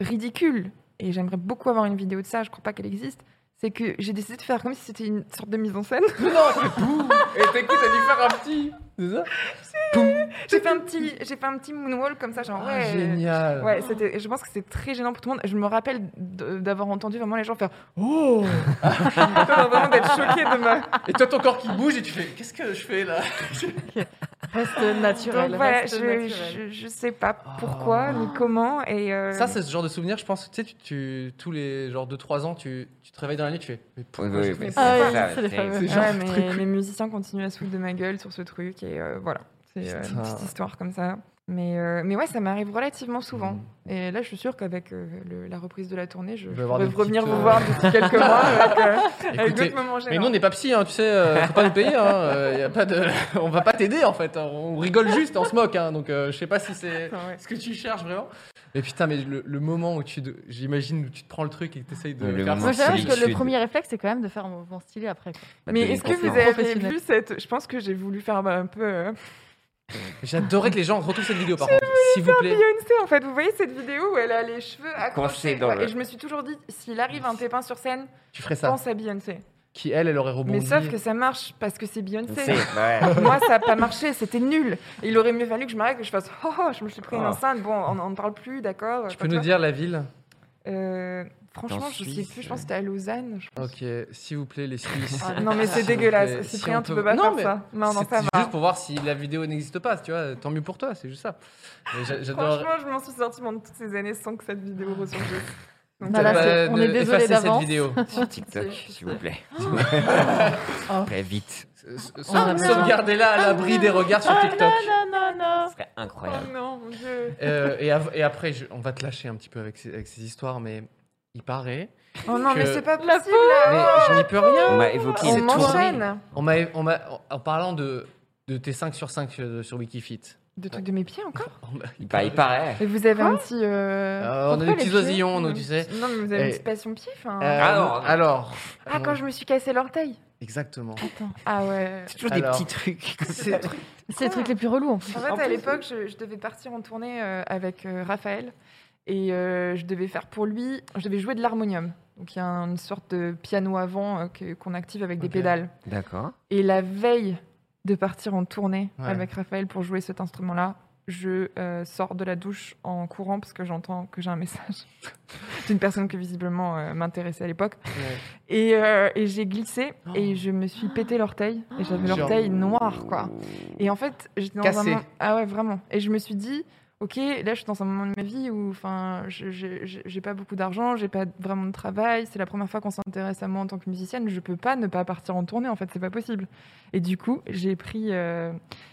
[SPEAKER 6] ridicule, et j'aimerais beaucoup avoir une vidéo de ça, je crois pas qu'elle existe, c'est que j'ai décidé de faire comme si c'était une sorte de mise en scène.
[SPEAKER 2] non, c'est tout. Et t'as qui T'as dû faire un petit, c'est ça
[SPEAKER 6] j'ai fait un petit, j'ai fait un petit moonwalk comme ça, genre
[SPEAKER 2] Ah,
[SPEAKER 6] ouais.
[SPEAKER 2] Génial.
[SPEAKER 6] Ouais, c'était, je pense que c'est très gênant pour tout le monde. Je me rappelle de- d'avoir entendu vraiment les gens faire
[SPEAKER 2] Oh
[SPEAKER 6] vraiment d'être choqués de ma.
[SPEAKER 2] Et toi, ton corps qui bouge et tu fais qu'est-ce que je fais là
[SPEAKER 4] Reste naturel.
[SPEAKER 6] Donc voilà,
[SPEAKER 4] reste
[SPEAKER 6] je,
[SPEAKER 4] naturel.
[SPEAKER 6] je, je sais pas pourquoi ni comment et. euh,
[SPEAKER 2] Oh. Ça, c'est ce genre de souvenir, je pense. Tu sais, tu, tu- tous les genre 2-3 ans, tu, tu te réveilles dans la nuit, tu fais. Mais
[SPEAKER 3] Oui,
[SPEAKER 2] pourquoi
[SPEAKER 3] oui,
[SPEAKER 2] j'ai
[SPEAKER 3] oui,
[SPEAKER 2] fait ça
[SPEAKER 6] Euh,
[SPEAKER 3] ça,
[SPEAKER 4] Ah oui,
[SPEAKER 3] ça,
[SPEAKER 4] c'est les
[SPEAKER 3] c'est-
[SPEAKER 4] fameux.
[SPEAKER 2] C'est genre
[SPEAKER 6] ouais,
[SPEAKER 2] de
[SPEAKER 6] mais
[SPEAKER 2] truc.
[SPEAKER 6] les musiciens continuent à se foutre de ma gueule sur ce truc et euh, voilà, c'est euh, une
[SPEAKER 2] Putain.
[SPEAKER 6] petite histoire comme ça. Mais euh, mais ouais, ça m'arrive relativement souvent. Et là, je suis sûre qu'avec euh, le- la reprise de la tournée, je,
[SPEAKER 2] Il va y
[SPEAKER 6] je
[SPEAKER 2] Mm. avoir
[SPEAKER 6] pourrais
[SPEAKER 2] des
[SPEAKER 6] revenir
[SPEAKER 2] petites,
[SPEAKER 6] vous
[SPEAKER 2] euh,
[SPEAKER 6] voir d'ici quelques mois avec, euh, avec
[SPEAKER 2] Écoutez,
[SPEAKER 6] d'autres moments
[SPEAKER 2] mais nous,
[SPEAKER 6] gênants.
[SPEAKER 2] on n'est pas psy, hein, tu sais, euh, faut pas nous payer. Hein, euh, y a pas de... On va pas t'aider en fait. hein, on rigole juste, on se moque. Hein, donc, euh, je sais pas si c'est
[SPEAKER 6] Enfin, ouais.
[SPEAKER 2] ce que tu cherches vraiment. Mais putain, mais le, le moment où tu. de- J'imagine où tu te prends le truc et que t'essayes de
[SPEAKER 3] Le
[SPEAKER 2] faire
[SPEAKER 3] moment
[SPEAKER 4] Moi,
[SPEAKER 2] ça.
[SPEAKER 4] j'avoue
[SPEAKER 3] Solitude.
[SPEAKER 4] que le premier réflexe, c'est quand même de faire un mouvement stylé après. quoi.
[SPEAKER 3] Bah,
[SPEAKER 6] Mais est-ce que vous avez
[SPEAKER 4] Professionnel.
[SPEAKER 6] vu cette Je pense que j'ai voulu faire bah, un peu. euh,
[SPEAKER 2] J'adorais que les gens retrouvent cette vidéo par contre. S'il vous plaît.
[SPEAKER 6] Beyoncé, en fait, vous voyez cette vidéo où elle a les cheveux accrochés
[SPEAKER 3] dans
[SPEAKER 6] quoi.
[SPEAKER 3] le-
[SPEAKER 6] Et je me suis toujours dit, s'il arrive un pépin sur scène,
[SPEAKER 2] Tu ferais ça.
[SPEAKER 6] pense à Beyoncé.
[SPEAKER 2] Qui, elle, elle aurait rebondi.
[SPEAKER 6] Mais sauf que ça marche parce que c'est Beyoncé.
[SPEAKER 3] Ouais.
[SPEAKER 6] Moi, ça n'a pas marché, c'était nul. Il aurait mieux fallu que je m'arrête, que je fasse Oh, oh, je me suis pris une
[SPEAKER 3] Ah.
[SPEAKER 6] enceinte. Bon, on on ne parle plus, d'accord.
[SPEAKER 2] Tu
[SPEAKER 6] Enfin,
[SPEAKER 2] peux nous
[SPEAKER 6] tu
[SPEAKER 2] dire la ville
[SPEAKER 6] vois. Euh, Franchement,
[SPEAKER 3] Dans
[SPEAKER 6] je sais
[SPEAKER 3] Suisse,
[SPEAKER 6] plus, je pense que c'était à Lausanne. je pense.
[SPEAKER 2] Ok, s'il vous plaît, les Suisses.
[SPEAKER 6] Ah, non, mais c'est
[SPEAKER 2] S'il vous plaît,
[SPEAKER 6] dégueulasse.
[SPEAKER 2] si
[SPEAKER 6] Cyprien,
[SPEAKER 2] on
[SPEAKER 6] tu
[SPEAKER 2] peut-
[SPEAKER 6] peux pas
[SPEAKER 2] Non,
[SPEAKER 6] faire
[SPEAKER 2] mais
[SPEAKER 6] ça. Non, non,
[SPEAKER 2] C'était
[SPEAKER 6] ça
[SPEAKER 2] juste
[SPEAKER 6] va.
[SPEAKER 2] pour voir si la vidéo n'existe pas, tu vois. Tant mieux pour toi, c'est juste ça. Mais j'a- J'adore.
[SPEAKER 6] Franchement, je m'en suis sortie pendant toutes ces années sans que cette vidéo ressurgisse. Donc, euh,
[SPEAKER 4] Voilà, c'est-
[SPEAKER 2] Bah,
[SPEAKER 4] on
[SPEAKER 2] de-
[SPEAKER 4] est désolé
[SPEAKER 2] effacer
[SPEAKER 4] d'avance.
[SPEAKER 2] cette vidéo.
[SPEAKER 3] Sur TikTok, s'il vous plaît. Très vite.
[SPEAKER 6] Oh
[SPEAKER 4] non.
[SPEAKER 2] Sauvegardez-la à l'abri des regards sur TikTok.
[SPEAKER 4] Non, non, non.
[SPEAKER 3] Ce serait
[SPEAKER 6] Oh
[SPEAKER 3] incroyable.
[SPEAKER 6] non, mon Dieu.
[SPEAKER 2] Euh, et, av- et après, je- on va te lâcher un petit peu avec ces, avec ces histoires, mais il paraît.
[SPEAKER 6] Oh non,
[SPEAKER 2] que-
[SPEAKER 6] mais c'est pas
[SPEAKER 4] La
[SPEAKER 6] possible. là.
[SPEAKER 2] Mais je n'y peux rien.
[SPEAKER 3] On m'a évoqué
[SPEAKER 2] On
[SPEAKER 3] une
[SPEAKER 2] m'enchaîne.
[SPEAKER 3] tournée.
[SPEAKER 2] On m'a, on m'a- en- en parlant de, de tes 5 sur 5 sur, sur Wikifit.
[SPEAKER 6] De trucs de mes pieds encore
[SPEAKER 2] on m'a-
[SPEAKER 3] Il paraît. il paraît.
[SPEAKER 6] Et vous avez un petit. euh,
[SPEAKER 2] Euh, on a des
[SPEAKER 6] pourquoi
[SPEAKER 2] petits
[SPEAKER 6] les
[SPEAKER 2] oisillons, nous,
[SPEAKER 6] Un
[SPEAKER 2] tu
[SPEAKER 6] petit-
[SPEAKER 2] sais.
[SPEAKER 6] Non, mais vous avez
[SPEAKER 2] Eh.
[SPEAKER 6] une petite passion pied, enfin.
[SPEAKER 2] Euh,
[SPEAKER 3] Alors-
[SPEAKER 2] alors.
[SPEAKER 6] Ah, quand je me suis cassé l'orteil.
[SPEAKER 2] Exactement.
[SPEAKER 6] Ah ouais.
[SPEAKER 3] C'est toujours
[SPEAKER 2] Alors.
[SPEAKER 3] des petits trucs.
[SPEAKER 2] C'est-
[SPEAKER 4] C'est les trucs les plus relous en plus.
[SPEAKER 6] En fait, à l'époque, je, je devais partir en tournée euh, avec euh, Raphaël et euh, je devais faire pour lui. Je devais jouer de l'harmonium. Donc il y a une sorte de piano avant euh, que- qu'on active avec des
[SPEAKER 2] Ok.
[SPEAKER 6] pédales.
[SPEAKER 3] D'accord.
[SPEAKER 6] Et la veille de partir en tournée
[SPEAKER 2] Ouais.
[SPEAKER 6] avec Raphaël pour jouer cet instrument-là, je euh, sors de la douche en courant parce que j'entends que j'ai un message d'une personne que visiblement euh, m'intéressait à l'époque.
[SPEAKER 2] Ouais.
[SPEAKER 6] Et, euh, et j'ai glissé
[SPEAKER 2] Oh.
[SPEAKER 6] et je me suis pété l'orteil et j'avais
[SPEAKER 2] Genre-
[SPEAKER 6] l'orteil noir quoi. Et en fait, j'étais dans un
[SPEAKER 2] Cassé.
[SPEAKER 6] moment- Ah ouais, vraiment. Et je me suis dit OK, là je suis dans un moment de ma vie où enfin je- je- je- j'ai pas beaucoup d'argent, j'ai pas vraiment de travail, c'est la première fois qu'on s'intéresse à moi en tant que musicienne, je peux pas ne pas partir en tournée en fait, c'est pas possible. Et du coup, j'ai pris euh,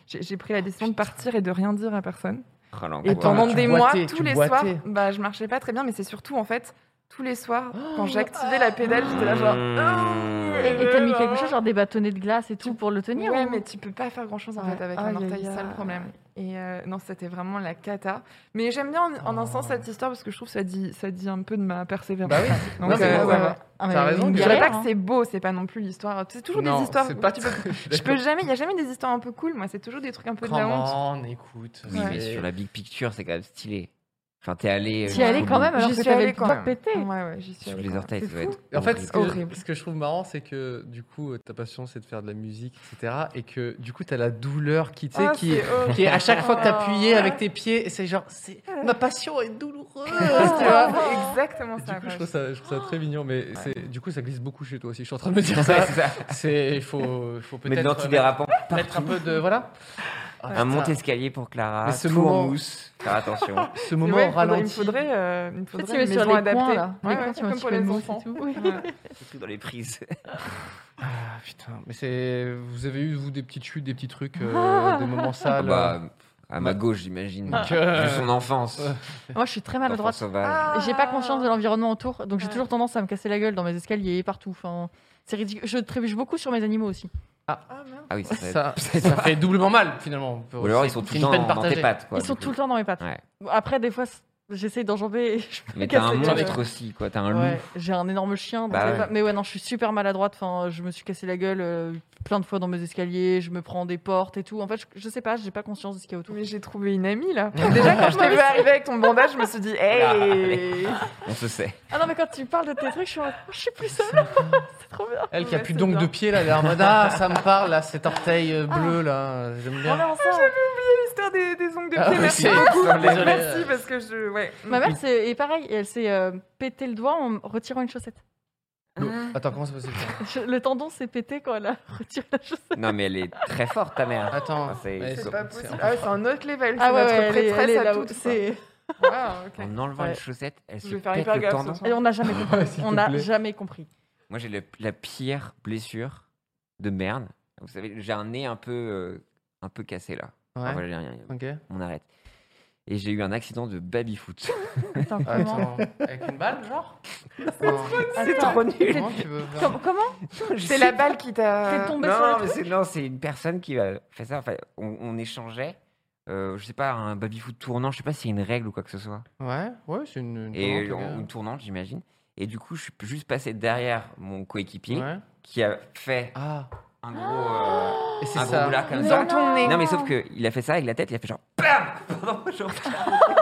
[SPEAKER 6] j'ai j'ai pris la décision de partir et de rien dire à personne.
[SPEAKER 3] Oh, l'angoisse.
[SPEAKER 6] Et pendant
[SPEAKER 2] Oh, tu
[SPEAKER 6] des
[SPEAKER 2] boitais,
[SPEAKER 6] mois, tous
[SPEAKER 2] tu
[SPEAKER 6] les
[SPEAKER 2] boitais.
[SPEAKER 6] soirs, bah, je marchais pas très bien, mais c'est surtout en fait tous les soirs,
[SPEAKER 2] Oh.
[SPEAKER 6] quand j'activais la pédale, j'étais là genre.
[SPEAKER 3] Mmh.
[SPEAKER 6] oh,
[SPEAKER 4] Et et t'as mis quelque chose, genre des bâtonnets de glace et tout pour le tenir
[SPEAKER 6] bah Ouais,
[SPEAKER 4] ou-
[SPEAKER 6] mais tu peux pas faire grand chose en
[SPEAKER 4] Ouais. Ah,
[SPEAKER 6] fait avec
[SPEAKER 4] Aïe,
[SPEAKER 6] un
[SPEAKER 4] aïe,
[SPEAKER 6] orteil, c'est ça le
[SPEAKER 4] aïe.
[SPEAKER 6] problème. Et euh, non, c'était vraiment la cata. Mais j'aime bien en, en un sens
[SPEAKER 4] Oh.
[SPEAKER 6] cette histoire parce que je trouve que ça dit, ça dit un peu de ma persévérance.
[SPEAKER 2] Bah oui.
[SPEAKER 6] Donc,
[SPEAKER 2] Non, c'est
[SPEAKER 6] euh,
[SPEAKER 2] bon,
[SPEAKER 6] ouais,
[SPEAKER 2] ouais.
[SPEAKER 6] ouais.
[SPEAKER 4] Ah, mais
[SPEAKER 2] T'as raison,
[SPEAKER 4] une
[SPEAKER 6] Je
[SPEAKER 2] que-
[SPEAKER 6] dirais
[SPEAKER 4] galère,
[SPEAKER 6] pas
[SPEAKER 4] hein.
[SPEAKER 6] que c'est beau, c'est pas non plus l'histoire. C'est toujours
[SPEAKER 2] Non,
[SPEAKER 6] des histoires.
[SPEAKER 2] c'est
[SPEAKER 6] où
[SPEAKER 2] pas
[SPEAKER 6] tu peux- Je peux jamais, il y a jamais des histoires un peu cool. Moi, c'est toujours des trucs un peu de la honte.
[SPEAKER 2] Comment on écoute
[SPEAKER 3] Oui,
[SPEAKER 2] c'est-
[SPEAKER 3] mais sur la big picture, c'est quand même stylé. Enfin, t'es allé. euh,
[SPEAKER 4] T'y allais quand même alors
[SPEAKER 6] J'y
[SPEAKER 4] que
[SPEAKER 6] suis allée
[SPEAKER 4] t'avais le
[SPEAKER 6] quand
[SPEAKER 4] bras
[SPEAKER 6] même.
[SPEAKER 4] pété.
[SPEAKER 6] Ouais, ouais, j'y suis
[SPEAKER 3] Sur
[SPEAKER 6] allée
[SPEAKER 3] les
[SPEAKER 6] quand
[SPEAKER 3] orteils,
[SPEAKER 6] même.
[SPEAKER 3] ça doit être.
[SPEAKER 2] En fait,
[SPEAKER 3] horrible.
[SPEAKER 2] ce que,
[SPEAKER 6] Horrible.
[SPEAKER 2] ce que je trouve marrant, c'est que du coup, euh, ta passion, c'est de faire de la musique, etc. Et que du coup, t'as la douleur qui, tu sais,
[SPEAKER 6] Ah,
[SPEAKER 2] qui,
[SPEAKER 6] c'est horrible.
[SPEAKER 2] qui est à chaque fois que
[SPEAKER 6] Ah.
[SPEAKER 2] t'appuyais avec tes pieds, c'est genre, c'est ma passion est douloureuse, tu vois.
[SPEAKER 6] Ah, C'est exactement
[SPEAKER 2] Et du
[SPEAKER 6] ça.
[SPEAKER 2] coup,
[SPEAKER 6] quoi.
[SPEAKER 2] je trouve ça, je trouve ça très mignon, mais c'est, du coup, ça glisse beaucoup chez toi aussi. Je suis en train de me dire ça.
[SPEAKER 3] C'est ça.
[SPEAKER 2] C'est, il faut, faut peut-être
[SPEAKER 3] Mais de
[SPEAKER 2] euh,
[SPEAKER 3] l'antidérapant
[SPEAKER 2] mettre, mettre un peu de, voilà. Ah,
[SPEAKER 3] Un
[SPEAKER 2] putain,
[SPEAKER 3] monte-escalier pour Clara,
[SPEAKER 2] Mais ce
[SPEAKER 3] tout
[SPEAKER 2] moment-
[SPEAKER 3] en mousse. Faire attention.
[SPEAKER 2] Ce moment
[SPEAKER 6] Ouais,
[SPEAKER 2] au
[SPEAKER 6] il faudrait-
[SPEAKER 2] ralenti.
[SPEAKER 6] Il me faudrait, euh, il me
[SPEAKER 4] Tu sais,
[SPEAKER 6] faudrait
[SPEAKER 4] tu mets
[SPEAKER 6] une
[SPEAKER 4] sur
[SPEAKER 6] maison
[SPEAKER 4] les
[SPEAKER 6] adaptée.
[SPEAKER 4] coins là.
[SPEAKER 6] Ouais,
[SPEAKER 4] les
[SPEAKER 6] ouais,
[SPEAKER 4] coins, tu mets
[SPEAKER 6] comme
[SPEAKER 4] un petit
[SPEAKER 6] pour
[SPEAKER 4] peu de
[SPEAKER 6] les
[SPEAKER 4] mousse et
[SPEAKER 6] enfants.
[SPEAKER 4] tout.
[SPEAKER 3] Surtout dans les prises.
[SPEAKER 2] Ah, putain, mais c'est, vous avez eu vous des petites chutes, des petits trucs, euh,
[SPEAKER 4] Ah.
[SPEAKER 2] des moments
[SPEAKER 3] Ah
[SPEAKER 2] sales.
[SPEAKER 3] bah, à ma
[SPEAKER 2] bah-
[SPEAKER 3] gauche, j'imagine.
[SPEAKER 2] Donc, euh,
[SPEAKER 3] Vu son enfance.
[SPEAKER 4] Moi, je suis très
[SPEAKER 3] Enfant
[SPEAKER 4] maladroite.
[SPEAKER 3] sauvage.
[SPEAKER 6] Ah,
[SPEAKER 4] Et J'ai pas conscience de l'environnement autour, donc j'ai
[SPEAKER 6] Ouais.
[SPEAKER 4] toujours tendance à me casser la gueule dans mes escaliers partout. Enfin, c'est ridicule. Je trébuche beaucoup sur mes animaux aussi.
[SPEAKER 6] Ah, merde.
[SPEAKER 3] Ah oui, ça, ça...
[SPEAKER 2] ça, ça fait doublement mal finalement.
[SPEAKER 3] Ou alors ils sont tout
[SPEAKER 2] une
[SPEAKER 3] le temps
[SPEAKER 2] peine
[SPEAKER 3] dans tes
[SPEAKER 2] partagée.
[SPEAKER 3] pattes. Quoi,
[SPEAKER 4] Ils sont
[SPEAKER 3] du
[SPEAKER 4] tout le
[SPEAKER 3] coup.
[SPEAKER 4] temps dans mes pattes.
[SPEAKER 3] Ouais.
[SPEAKER 4] Après, des fois, c'est- j'essaie d'enjamber et je me
[SPEAKER 3] Mais t'as
[SPEAKER 4] casse
[SPEAKER 3] un
[SPEAKER 4] les
[SPEAKER 3] monstre
[SPEAKER 4] gueules.
[SPEAKER 3] aussi, quoi. T'as un loup.
[SPEAKER 4] Ouais, j'ai un énorme chien. donc
[SPEAKER 3] Bah
[SPEAKER 4] c'est
[SPEAKER 3] ouais.
[SPEAKER 4] pas- Mais ouais, non, je suis super maladroite. Enfin, je me suis cassé la gueule euh, plein de fois dans mes escaliers. Je me prends des portes et tout. En fait, je, je sais pas, j'ai pas conscience de ce qu'il y a autour.
[SPEAKER 6] Mais j'ai trouvé une amie là. Déjà quand je t'ai vu arriver avec ton bandage, je me suis dit hey.
[SPEAKER 3] On se sait.
[SPEAKER 4] Ah non, mais quand tu parles de tes trucs, je suis en mode, oh, je suis plus seule. c'est trop bien.
[SPEAKER 2] Elle qui a
[SPEAKER 6] Ouais,
[SPEAKER 2] plus
[SPEAKER 6] c'est
[SPEAKER 2] donc
[SPEAKER 6] bien.
[SPEAKER 2] de pied là, elle est en mode, ah, ça me parle là, cet orteil euh, bleu là, j'aime
[SPEAKER 4] On est
[SPEAKER 2] bien.
[SPEAKER 4] ensemble.
[SPEAKER 6] L'histoire des, des ongles de pied.
[SPEAKER 2] Ah oui,
[SPEAKER 6] merci
[SPEAKER 2] c'est-
[SPEAKER 6] beaucoup.
[SPEAKER 2] non, désolé.
[SPEAKER 6] Merci parce que je ouais.
[SPEAKER 4] Ma mère, c'est et pareil. Elle s'est euh, pété le doigt en retirant une chaussette.
[SPEAKER 2] Le- Attends, comment ça possible ça
[SPEAKER 4] Je- Le tendon s'est pété quand elle a retiré la chaussette.
[SPEAKER 3] Non, mais elle est très forte, ta mère.
[SPEAKER 2] Attends,
[SPEAKER 3] Ah, c'est-
[SPEAKER 2] ouais,
[SPEAKER 3] c'est
[SPEAKER 6] C'est pas possible.
[SPEAKER 2] c'est-
[SPEAKER 6] Ah ouais, c'est un autre level.
[SPEAKER 4] Ah
[SPEAKER 6] c'est
[SPEAKER 4] ouais,
[SPEAKER 6] notre
[SPEAKER 4] ouais, elle est-
[SPEAKER 6] prêtresse
[SPEAKER 4] elle est
[SPEAKER 6] à
[SPEAKER 4] là où-
[SPEAKER 6] toutes.
[SPEAKER 4] c'est-
[SPEAKER 6] quoi. Wow, ok.
[SPEAKER 3] En enlevant
[SPEAKER 4] Ouais.
[SPEAKER 3] une chaussette, elle
[SPEAKER 6] Je
[SPEAKER 3] se
[SPEAKER 6] vais faire
[SPEAKER 3] pète
[SPEAKER 6] hyper
[SPEAKER 3] le
[SPEAKER 6] gaffe
[SPEAKER 3] tendon.
[SPEAKER 6] ce soir.
[SPEAKER 4] Et on n'a jamais compris.
[SPEAKER 2] Ouais, s'il
[SPEAKER 4] On
[SPEAKER 2] te
[SPEAKER 4] n'a
[SPEAKER 2] plaît.
[SPEAKER 4] jamais compris.
[SPEAKER 3] Moi, j'ai le- la pire blessure de merde. Vous savez, j'ai un nez un peu, euh, un peu cassé là. Enfin,
[SPEAKER 2] Ouais,
[SPEAKER 3] Ah, voilà, j'ai rien-
[SPEAKER 2] ok.
[SPEAKER 3] On arrête. Et j'ai eu un accident de baby-foot.
[SPEAKER 4] Attends, comment
[SPEAKER 2] Attends, avec une balle genre Non.
[SPEAKER 4] C'est
[SPEAKER 2] nul Comment tu veux faire
[SPEAKER 4] Comment
[SPEAKER 6] C'est la balle qui
[SPEAKER 4] T'es
[SPEAKER 6] t'a.
[SPEAKER 4] tombé sur
[SPEAKER 3] Non,
[SPEAKER 4] le
[SPEAKER 3] mais
[SPEAKER 4] truc
[SPEAKER 3] c'est non, c'est une personne qui a fait ça. Enfin, on, on échangeait. euh, je sais pas, un baby-foot tournant, je sais pas s'il y a une règle ou quoi que ce soit.
[SPEAKER 2] Ouais, ouais, c'est une. une
[SPEAKER 3] Et
[SPEAKER 2] tournante,
[SPEAKER 3] en- une tournante, j'imagine. Et du coup, je suis juste passé derrière mon
[SPEAKER 2] le
[SPEAKER 3] coéquipier
[SPEAKER 2] gars. Ouais.
[SPEAKER 3] qui a fait
[SPEAKER 2] Ah,
[SPEAKER 3] un gros,
[SPEAKER 2] et c'est
[SPEAKER 3] euh, un
[SPEAKER 2] ça.
[SPEAKER 3] gros boulard comme
[SPEAKER 4] Mais
[SPEAKER 3] ça.
[SPEAKER 6] Dans ton nez.
[SPEAKER 3] Non, mais sauf qu'il a fait ça avec la tête, il a fait genre BAM Pendant genre,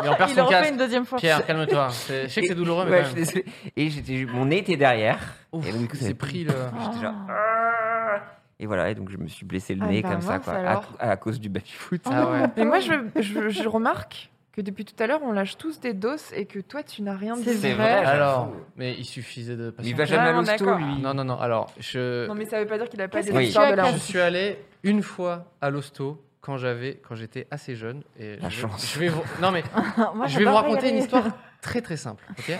[SPEAKER 2] Mais on perd
[SPEAKER 4] Il en
[SPEAKER 2] son
[SPEAKER 4] refait
[SPEAKER 2] casque.
[SPEAKER 4] une deuxième fois.
[SPEAKER 2] Pierre, calme-toi. C'est- Je sais que c'est douloureux, mais.
[SPEAKER 3] Ouais,
[SPEAKER 2] quand
[SPEAKER 3] je suis
[SPEAKER 2] même.
[SPEAKER 3] désolé. Et j'étais ju- mon nez était derrière.
[SPEAKER 2] Ouf,
[SPEAKER 3] et donc, du coup, ça
[SPEAKER 2] c'est
[SPEAKER 3] fait-
[SPEAKER 2] pris le.
[SPEAKER 4] Ah. Oh.
[SPEAKER 3] J'étais genre. ah. Et voilà, et donc je me suis blessé le
[SPEAKER 6] Ah
[SPEAKER 3] nez
[SPEAKER 6] bah
[SPEAKER 3] comme ça,
[SPEAKER 6] mince
[SPEAKER 3] quoi, à,
[SPEAKER 6] alors.
[SPEAKER 3] à cause du baby foot.
[SPEAKER 2] Ah ouais.
[SPEAKER 6] Mais moi je, je, je remarque que depuis tout à l'heure on lâche tous des doses et que toi tu n'as rien
[SPEAKER 4] C'est
[SPEAKER 6] dit.
[SPEAKER 4] vrai.
[SPEAKER 2] Alors, mais il suffisait de.
[SPEAKER 3] Mais
[SPEAKER 2] patienter.
[SPEAKER 3] il va jamais à
[SPEAKER 6] Vraiment,
[SPEAKER 3] l'hosto,
[SPEAKER 6] d'accord.
[SPEAKER 3] lui.
[SPEAKER 2] Non, non, non. Alors, je.
[SPEAKER 6] Non mais ça veut pas dire qu'il a pas
[SPEAKER 4] Qu'est-ce
[SPEAKER 6] des
[SPEAKER 3] que tu
[SPEAKER 6] histoires
[SPEAKER 4] as
[SPEAKER 6] de la
[SPEAKER 4] caché
[SPEAKER 2] Je suis allé une fois à l'hosto quand j'avais, quand j'étais assez jeune. Et
[SPEAKER 3] La
[SPEAKER 2] je,
[SPEAKER 3] chance.
[SPEAKER 2] Je vais vous, non mais
[SPEAKER 4] Moi,
[SPEAKER 2] je vais vous
[SPEAKER 4] j'adorerais y
[SPEAKER 2] raconter une
[SPEAKER 4] aller.
[SPEAKER 2] histoire très très simple. ok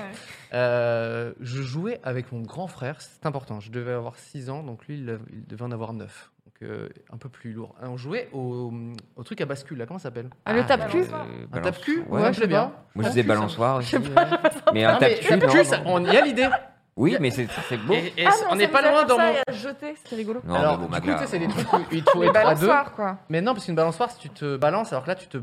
[SPEAKER 2] Euh, je jouais avec mon grand frère, c'est important. Je devais avoir 6 ans, donc lui, il, av- il devait en avoir 9. Donc euh, un peu plus lourd. On jouait au, au truc à bascule, là, comment ça s'appelle euh,
[SPEAKER 4] Ah, le tape-cul
[SPEAKER 2] Un tape-cul
[SPEAKER 3] Euh, Ouais,
[SPEAKER 2] je
[SPEAKER 4] je
[SPEAKER 2] sais
[SPEAKER 4] sais
[SPEAKER 2] bien.
[SPEAKER 3] Moi je disais balançoire aussi. Mais un
[SPEAKER 2] Ah, mais
[SPEAKER 3] tape-cul,
[SPEAKER 2] tape-cul,
[SPEAKER 3] non,
[SPEAKER 2] ça-
[SPEAKER 3] non.
[SPEAKER 2] on y a l'idée.
[SPEAKER 3] Oui, mais c'est c'est beau.
[SPEAKER 2] Et, et
[SPEAKER 4] Ah
[SPEAKER 2] c'est-
[SPEAKER 4] non,
[SPEAKER 2] on
[SPEAKER 4] ça
[SPEAKER 2] n'est
[SPEAKER 4] nous
[SPEAKER 2] pas
[SPEAKER 4] a
[SPEAKER 2] loin
[SPEAKER 4] fait
[SPEAKER 2] dans
[SPEAKER 4] ça
[SPEAKER 2] mon.
[SPEAKER 4] et à jeter, c'était rigolo.
[SPEAKER 3] Non,
[SPEAKER 2] Alors,
[SPEAKER 3] mais bon,
[SPEAKER 2] du coup, tu
[SPEAKER 3] Magla,
[SPEAKER 2] sais, c'est des trucs où il te faut
[SPEAKER 6] Les
[SPEAKER 2] être à deux.
[SPEAKER 6] balançoires quoi.
[SPEAKER 2] Mais non, parce qu'une balançoire, si tu te balances, alors que là, tu te.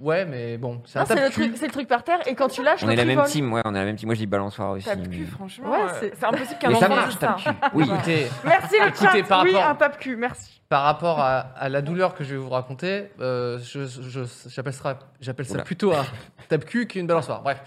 [SPEAKER 2] Ouais, mais bon, c'est
[SPEAKER 4] Non,
[SPEAKER 2] un
[SPEAKER 4] C'est le
[SPEAKER 2] tape-cul.
[SPEAKER 4] truc, c'est le truc par terre et quand tu lâches,
[SPEAKER 3] on est
[SPEAKER 4] le
[SPEAKER 3] la
[SPEAKER 4] truc
[SPEAKER 3] même
[SPEAKER 4] vole.
[SPEAKER 3] team, ouais, on est la même team. Moi, je dis balançoire aussi.
[SPEAKER 6] Tape
[SPEAKER 3] mais-
[SPEAKER 6] cul, franchement.
[SPEAKER 4] Ouais,
[SPEAKER 6] euh,
[SPEAKER 4] c'est-
[SPEAKER 6] c'est impossible qu'un
[SPEAKER 3] Mais ça
[SPEAKER 6] enfant
[SPEAKER 3] marche,
[SPEAKER 6] dise ça.
[SPEAKER 3] tape cul. Oui,
[SPEAKER 2] Écoutez,
[SPEAKER 6] Merci le
[SPEAKER 2] Écoutez,
[SPEAKER 6] chat.
[SPEAKER 2] par
[SPEAKER 6] oui,
[SPEAKER 2] rapport-
[SPEAKER 6] un tape cul, merci.
[SPEAKER 2] par rapport à, à la douleur que je vais vous raconter, euh, je- je- j'appelle ça, j'appelle ça
[SPEAKER 3] Oula.
[SPEAKER 2] plutôt un tape-cul qu'une balançoire. Bref,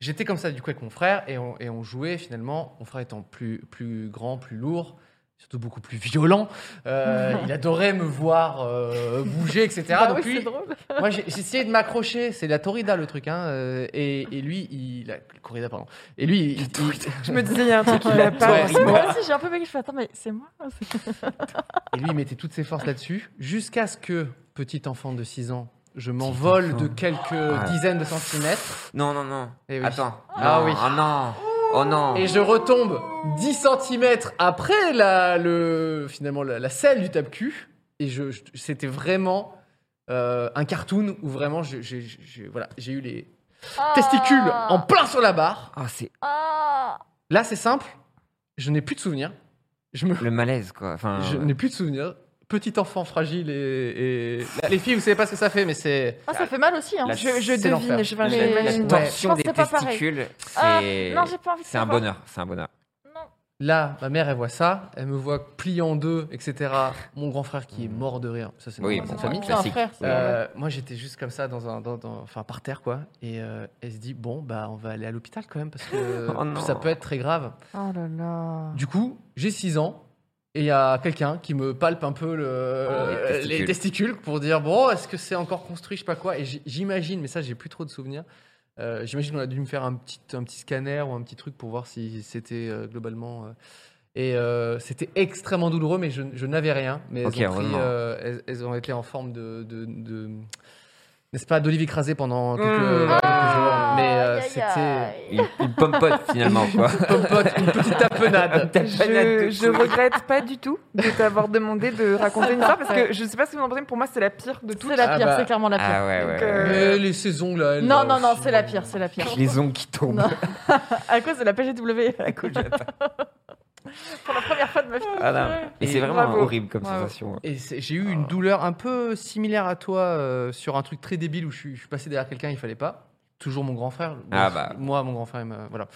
[SPEAKER 2] j'étais comme ça du coup avec mon frère et on, et on jouait finalement, mon frère étant plus, plus grand, plus lourd, surtout beaucoup plus violent, euh, il adorait me voir euh, bouger, etc.
[SPEAKER 4] Bah
[SPEAKER 2] Donc
[SPEAKER 4] oui,
[SPEAKER 2] lui,
[SPEAKER 4] c'est drôle.
[SPEAKER 2] moi, j'ai j'ai essayé de m'accrocher. C'est la corrida, le truc. Hein. euh, Et, et lui, il. La corrida, pardon. Et lui, il. il-
[SPEAKER 6] Je me disais, il y a un truc qui va pas.
[SPEAKER 2] Ouais.
[SPEAKER 6] en ce moment.
[SPEAKER 4] Moi aussi, j'ai un peu vécu. Je fais attends, mais c'est moi. c'est-
[SPEAKER 2] et lui, il mettait toutes ses forces là-dessus. Jusqu'à ce que, petit enfant de 6 ans, je m'envole
[SPEAKER 3] enfant.
[SPEAKER 2] de quelques dizaines de centimètres.
[SPEAKER 3] Non, non, non.
[SPEAKER 2] Eh oui.
[SPEAKER 3] Attends.
[SPEAKER 2] Ah
[SPEAKER 3] Non,
[SPEAKER 2] oui.
[SPEAKER 3] Oh non. Oh non.
[SPEAKER 2] Et je retombe 10 centimètres après la, le, finalement, la, la selle du tape-cul. Et je, je- c'était vraiment euh, un cartoon où vraiment je- j'ai j'ai- voilà, j'ai eu les.
[SPEAKER 4] Ah.
[SPEAKER 2] testicule en plein sur la barre.
[SPEAKER 3] Ah, c'est
[SPEAKER 2] Là, c'est simple. Je n'ai plus de souvenirs. Je me
[SPEAKER 3] le malaise, quoi. Enfin,
[SPEAKER 2] Je n'ai plus de souvenirs. Petit enfant fragile et. et- Là, les filles, vous savez pas ce que ça fait, mais c'est.
[SPEAKER 4] Ah, ça fait mal aussi. Hein.
[SPEAKER 3] La-
[SPEAKER 1] Je, je
[SPEAKER 2] C'est
[SPEAKER 1] devine,
[SPEAKER 2] l'enfer.
[SPEAKER 1] je vais
[SPEAKER 4] Mais-
[SPEAKER 1] je vais
[SPEAKER 3] la
[SPEAKER 1] imaginer.
[SPEAKER 3] tension
[SPEAKER 4] Ouais.
[SPEAKER 3] des
[SPEAKER 4] Je pense que c'est pas pareil.
[SPEAKER 3] testicules,
[SPEAKER 4] Ah,
[SPEAKER 3] c'est
[SPEAKER 4] non, j'ai pas envie de
[SPEAKER 3] c'est un
[SPEAKER 4] savoir.
[SPEAKER 3] bonheur. C'est un bonheur.
[SPEAKER 2] Là, ma mère, elle voit ça. Elle me voit plié en deux, etc. Mon grand frère qui est mort de rire. Ça, c'est
[SPEAKER 3] Mm. Oui,
[SPEAKER 2] dans
[SPEAKER 3] bon,
[SPEAKER 2] la famille.
[SPEAKER 4] c'est
[SPEAKER 3] classique.
[SPEAKER 4] un frère, ça.
[SPEAKER 3] Euh,
[SPEAKER 2] Euh, moi, j'étais juste comme ça, dans un, dans, dans- enfin, par terre, quoi. Et euh, elle se dit, bon, bah, on va aller à l'hôpital quand même, parce que
[SPEAKER 3] Oh non.
[SPEAKER 2] ça peut être très grave.
[SPEAKER 1] Oh là là.
[SPEAKER 2] Du coup, j'ai 6 ans. Et il y a quelqu'un qui me palpe un peu le-
[SPEAKER 3] Oh,
[SPEAKER 2] euh,
[SPEAKER 3] les
[SPEAKER 2] les,
[SPEAKER 3] testicules.
[SPEAKER 2] testicules. pour dire bon, est-ce que c'est encore construit, je sais pas quoi. Et j'- j'imagine, mais ça, j'ai plus trop de souvenirs. euh, j'imagine qu'on a dû me faire un petit, un petit scanner ou un petit truc pour voir si c'était euh, globalement. euh, et euh, c'était extrêmement douloureux, mais je, je n'avais rien. Mais elles,
[SPEAKER 3] Ok,
[SPEAKER 2] ont pris,
[SPEAKER 3] heureusement.
[SPEAKER 2] euh, elles, elles ont été en forme de, de- de- n'est-ce pas, d'olive écrasée pendant quelques,
[SPEAKER 3] Mmh.
[SPEAKER 2] quelques jours. Mais euh,
[SPEAKER 4] Hmm. Ah, Aïe, aïe,
[SPEAKER 2] c'était
[SPEAKER 4] aïe.
[SPEAKER 3] Une, une pomme-pote, finalement, quoi.
[SPEAKER 2] Pomme pote, une petite tapenade.
[SPEAKER 3] T'as pas
[SPEAKER 1] Je,
[SPEAKER 3] de-
[SPEAKER 1] je regrette pas du tout de t'avoir demandé de raconter une histoire parce que je sais pas si vous en pensez, mais pour moi c'est la pire de toutes.
[SPEAKER 4] C'est la
[SPEAKER 2] Ah
[SPEAKER 4] pire,
[SPEAKER 2] bah.
[SPEAKER 4] c'est clairement la pire.
[SPEAKER 3] Ah ouais, ouais.
[SPEAKER 1] Donc,
[SPEAKER 3] ouais.
[SPEAKER 1] euh,
[SPEAKER 2] Mais les saisons là. elles,
[SPEAKER 4] Non,
[SPEAKER 2] euh,
[SPEAKER 4] non, non,
[SPEAKER 2] aussi,
[SPEAKER 4] c'est la
[SPEAKER 2] bon.
[SPEAKER 4] pire, c'est la pire.
[SPEAKER 3] Les ongles qui tombent.
[SPEAKER 4] Non. à cause de la PGW.
[SPEAKER 3] À cause de la tarte.
[SPEAKER 4] Pour la première fois de ma vie.
[SPEAKER 3] Voilà. Et c'est vraiment
[SPEAKER 1] Bravo.
[SPEAKER 3] horrible comme
[SPEAKER 1] Bravo.
[SPEAKER 3] sensation. hein.
[SPEAKER 2] Et c'est- j'ai eu
[SPEAKER 3] Ah.
[SPEAKER 2] une douleur un peu similaire à toi euh, sur un truc très débile où je suis, je suis passé derrière quelqu'un, il fallait pas. Toujours mon grand frère.
[SPEAKER 3] Ah bah.
[SPEAKER 2] Moi, mon grand frère, il me- voilà.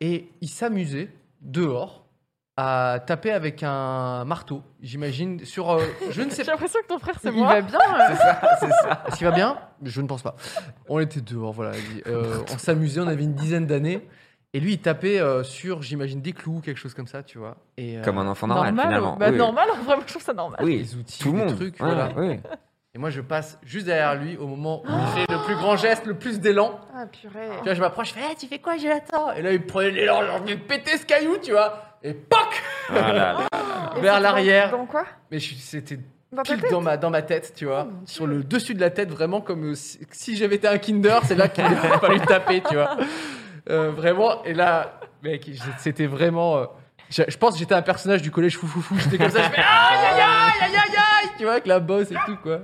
[SPEAKER 2] Et il s'amusait dehors à taper avec un marteau, j'imagine, sur. euh, je ne sais
[SPEAKER 4] J'ai
[SPEAKER 2] pas.
[SPEAKER 4] l'impression que ton frère, c'est
[SPEAKER 2] Il
[SPEAKER 4] moi.
[SPEAKER 2] va hein.
[SPEAKER 4] bien. hein.
[SPEAKER 3] C'est ça, c'est ça.
[SPEAKER 2] Est-ce qu'il va bien Je ne pense pas. On était dehors, voilà. il dit, euh, on s'amusait, on avait une dizaine d'années. Et lui, il tapait euh, sur, j'imagine, des clous, quelque chose comme ça, tu vois. Et, euh,
[SPEAKER 3] Comme un enfant normal, finalement.
[SPEAKER 4] Bah,
[SPEAKER 3] oui,
[SPEAKER 4] normal, en vrai, moi, je trouve ça normal.
[SPEAKER 3] oui.
[SPEAKER 2] des outils,
[SPEAKER 3] Tout le
[SPEAKER 2] des
[SPEAKER 3] monde.
[SPEAKER 2] trucs,
[SPEAKER 3] Ouais,
[SPEAKER 2] voilà.
[SPEAKER 3] oui.
[SPEAKER 2] Et moi, je passe juste derrière lui au moment où il fait le plus grand geste, le plus d'élan.
[SPEAKER 1] Ah purée.
[SPEAKER 2] Tu vois, je m'approche, je fais, Eh, tu fais quoi, je l'attends. Et là, il me prenait l'élan, j'ai envie de péter ce caillou, tu vois. Et POC
[SPEAKER 3] Voilà.
[SPEAKER 1] Et
[SPEAKER 2] Vers
[SPEAKER 1] c'était
[SPEAKER 2] l'arrière.
[SPEAKER 1] Dans, dans quoi
[SPEAKER 2] Mais je- c'était
[SPEAKER 1] Dans ta
[SPEAKER 2] pile
[SPEAKER 1] tête
[SPEAKER 2] dans ma, dans ma tête, tu
[SPEAKER 4] Oh
[SPEAKER 2] vois. sur le dessus de la tête, vraiment comme euh, si, si j'avais été un Kinder, c'est là qu'il a fallu taper, tu vois. Euh, vraiment, et là, mec, j- c'était vraiment. euh, je, je pense que j'étais un personnage du collège foufoufou. J'étais comme ça, je fais aïe aïe aïe aïe aïe aïe, tu vois, avec la bosse et tout, quoi.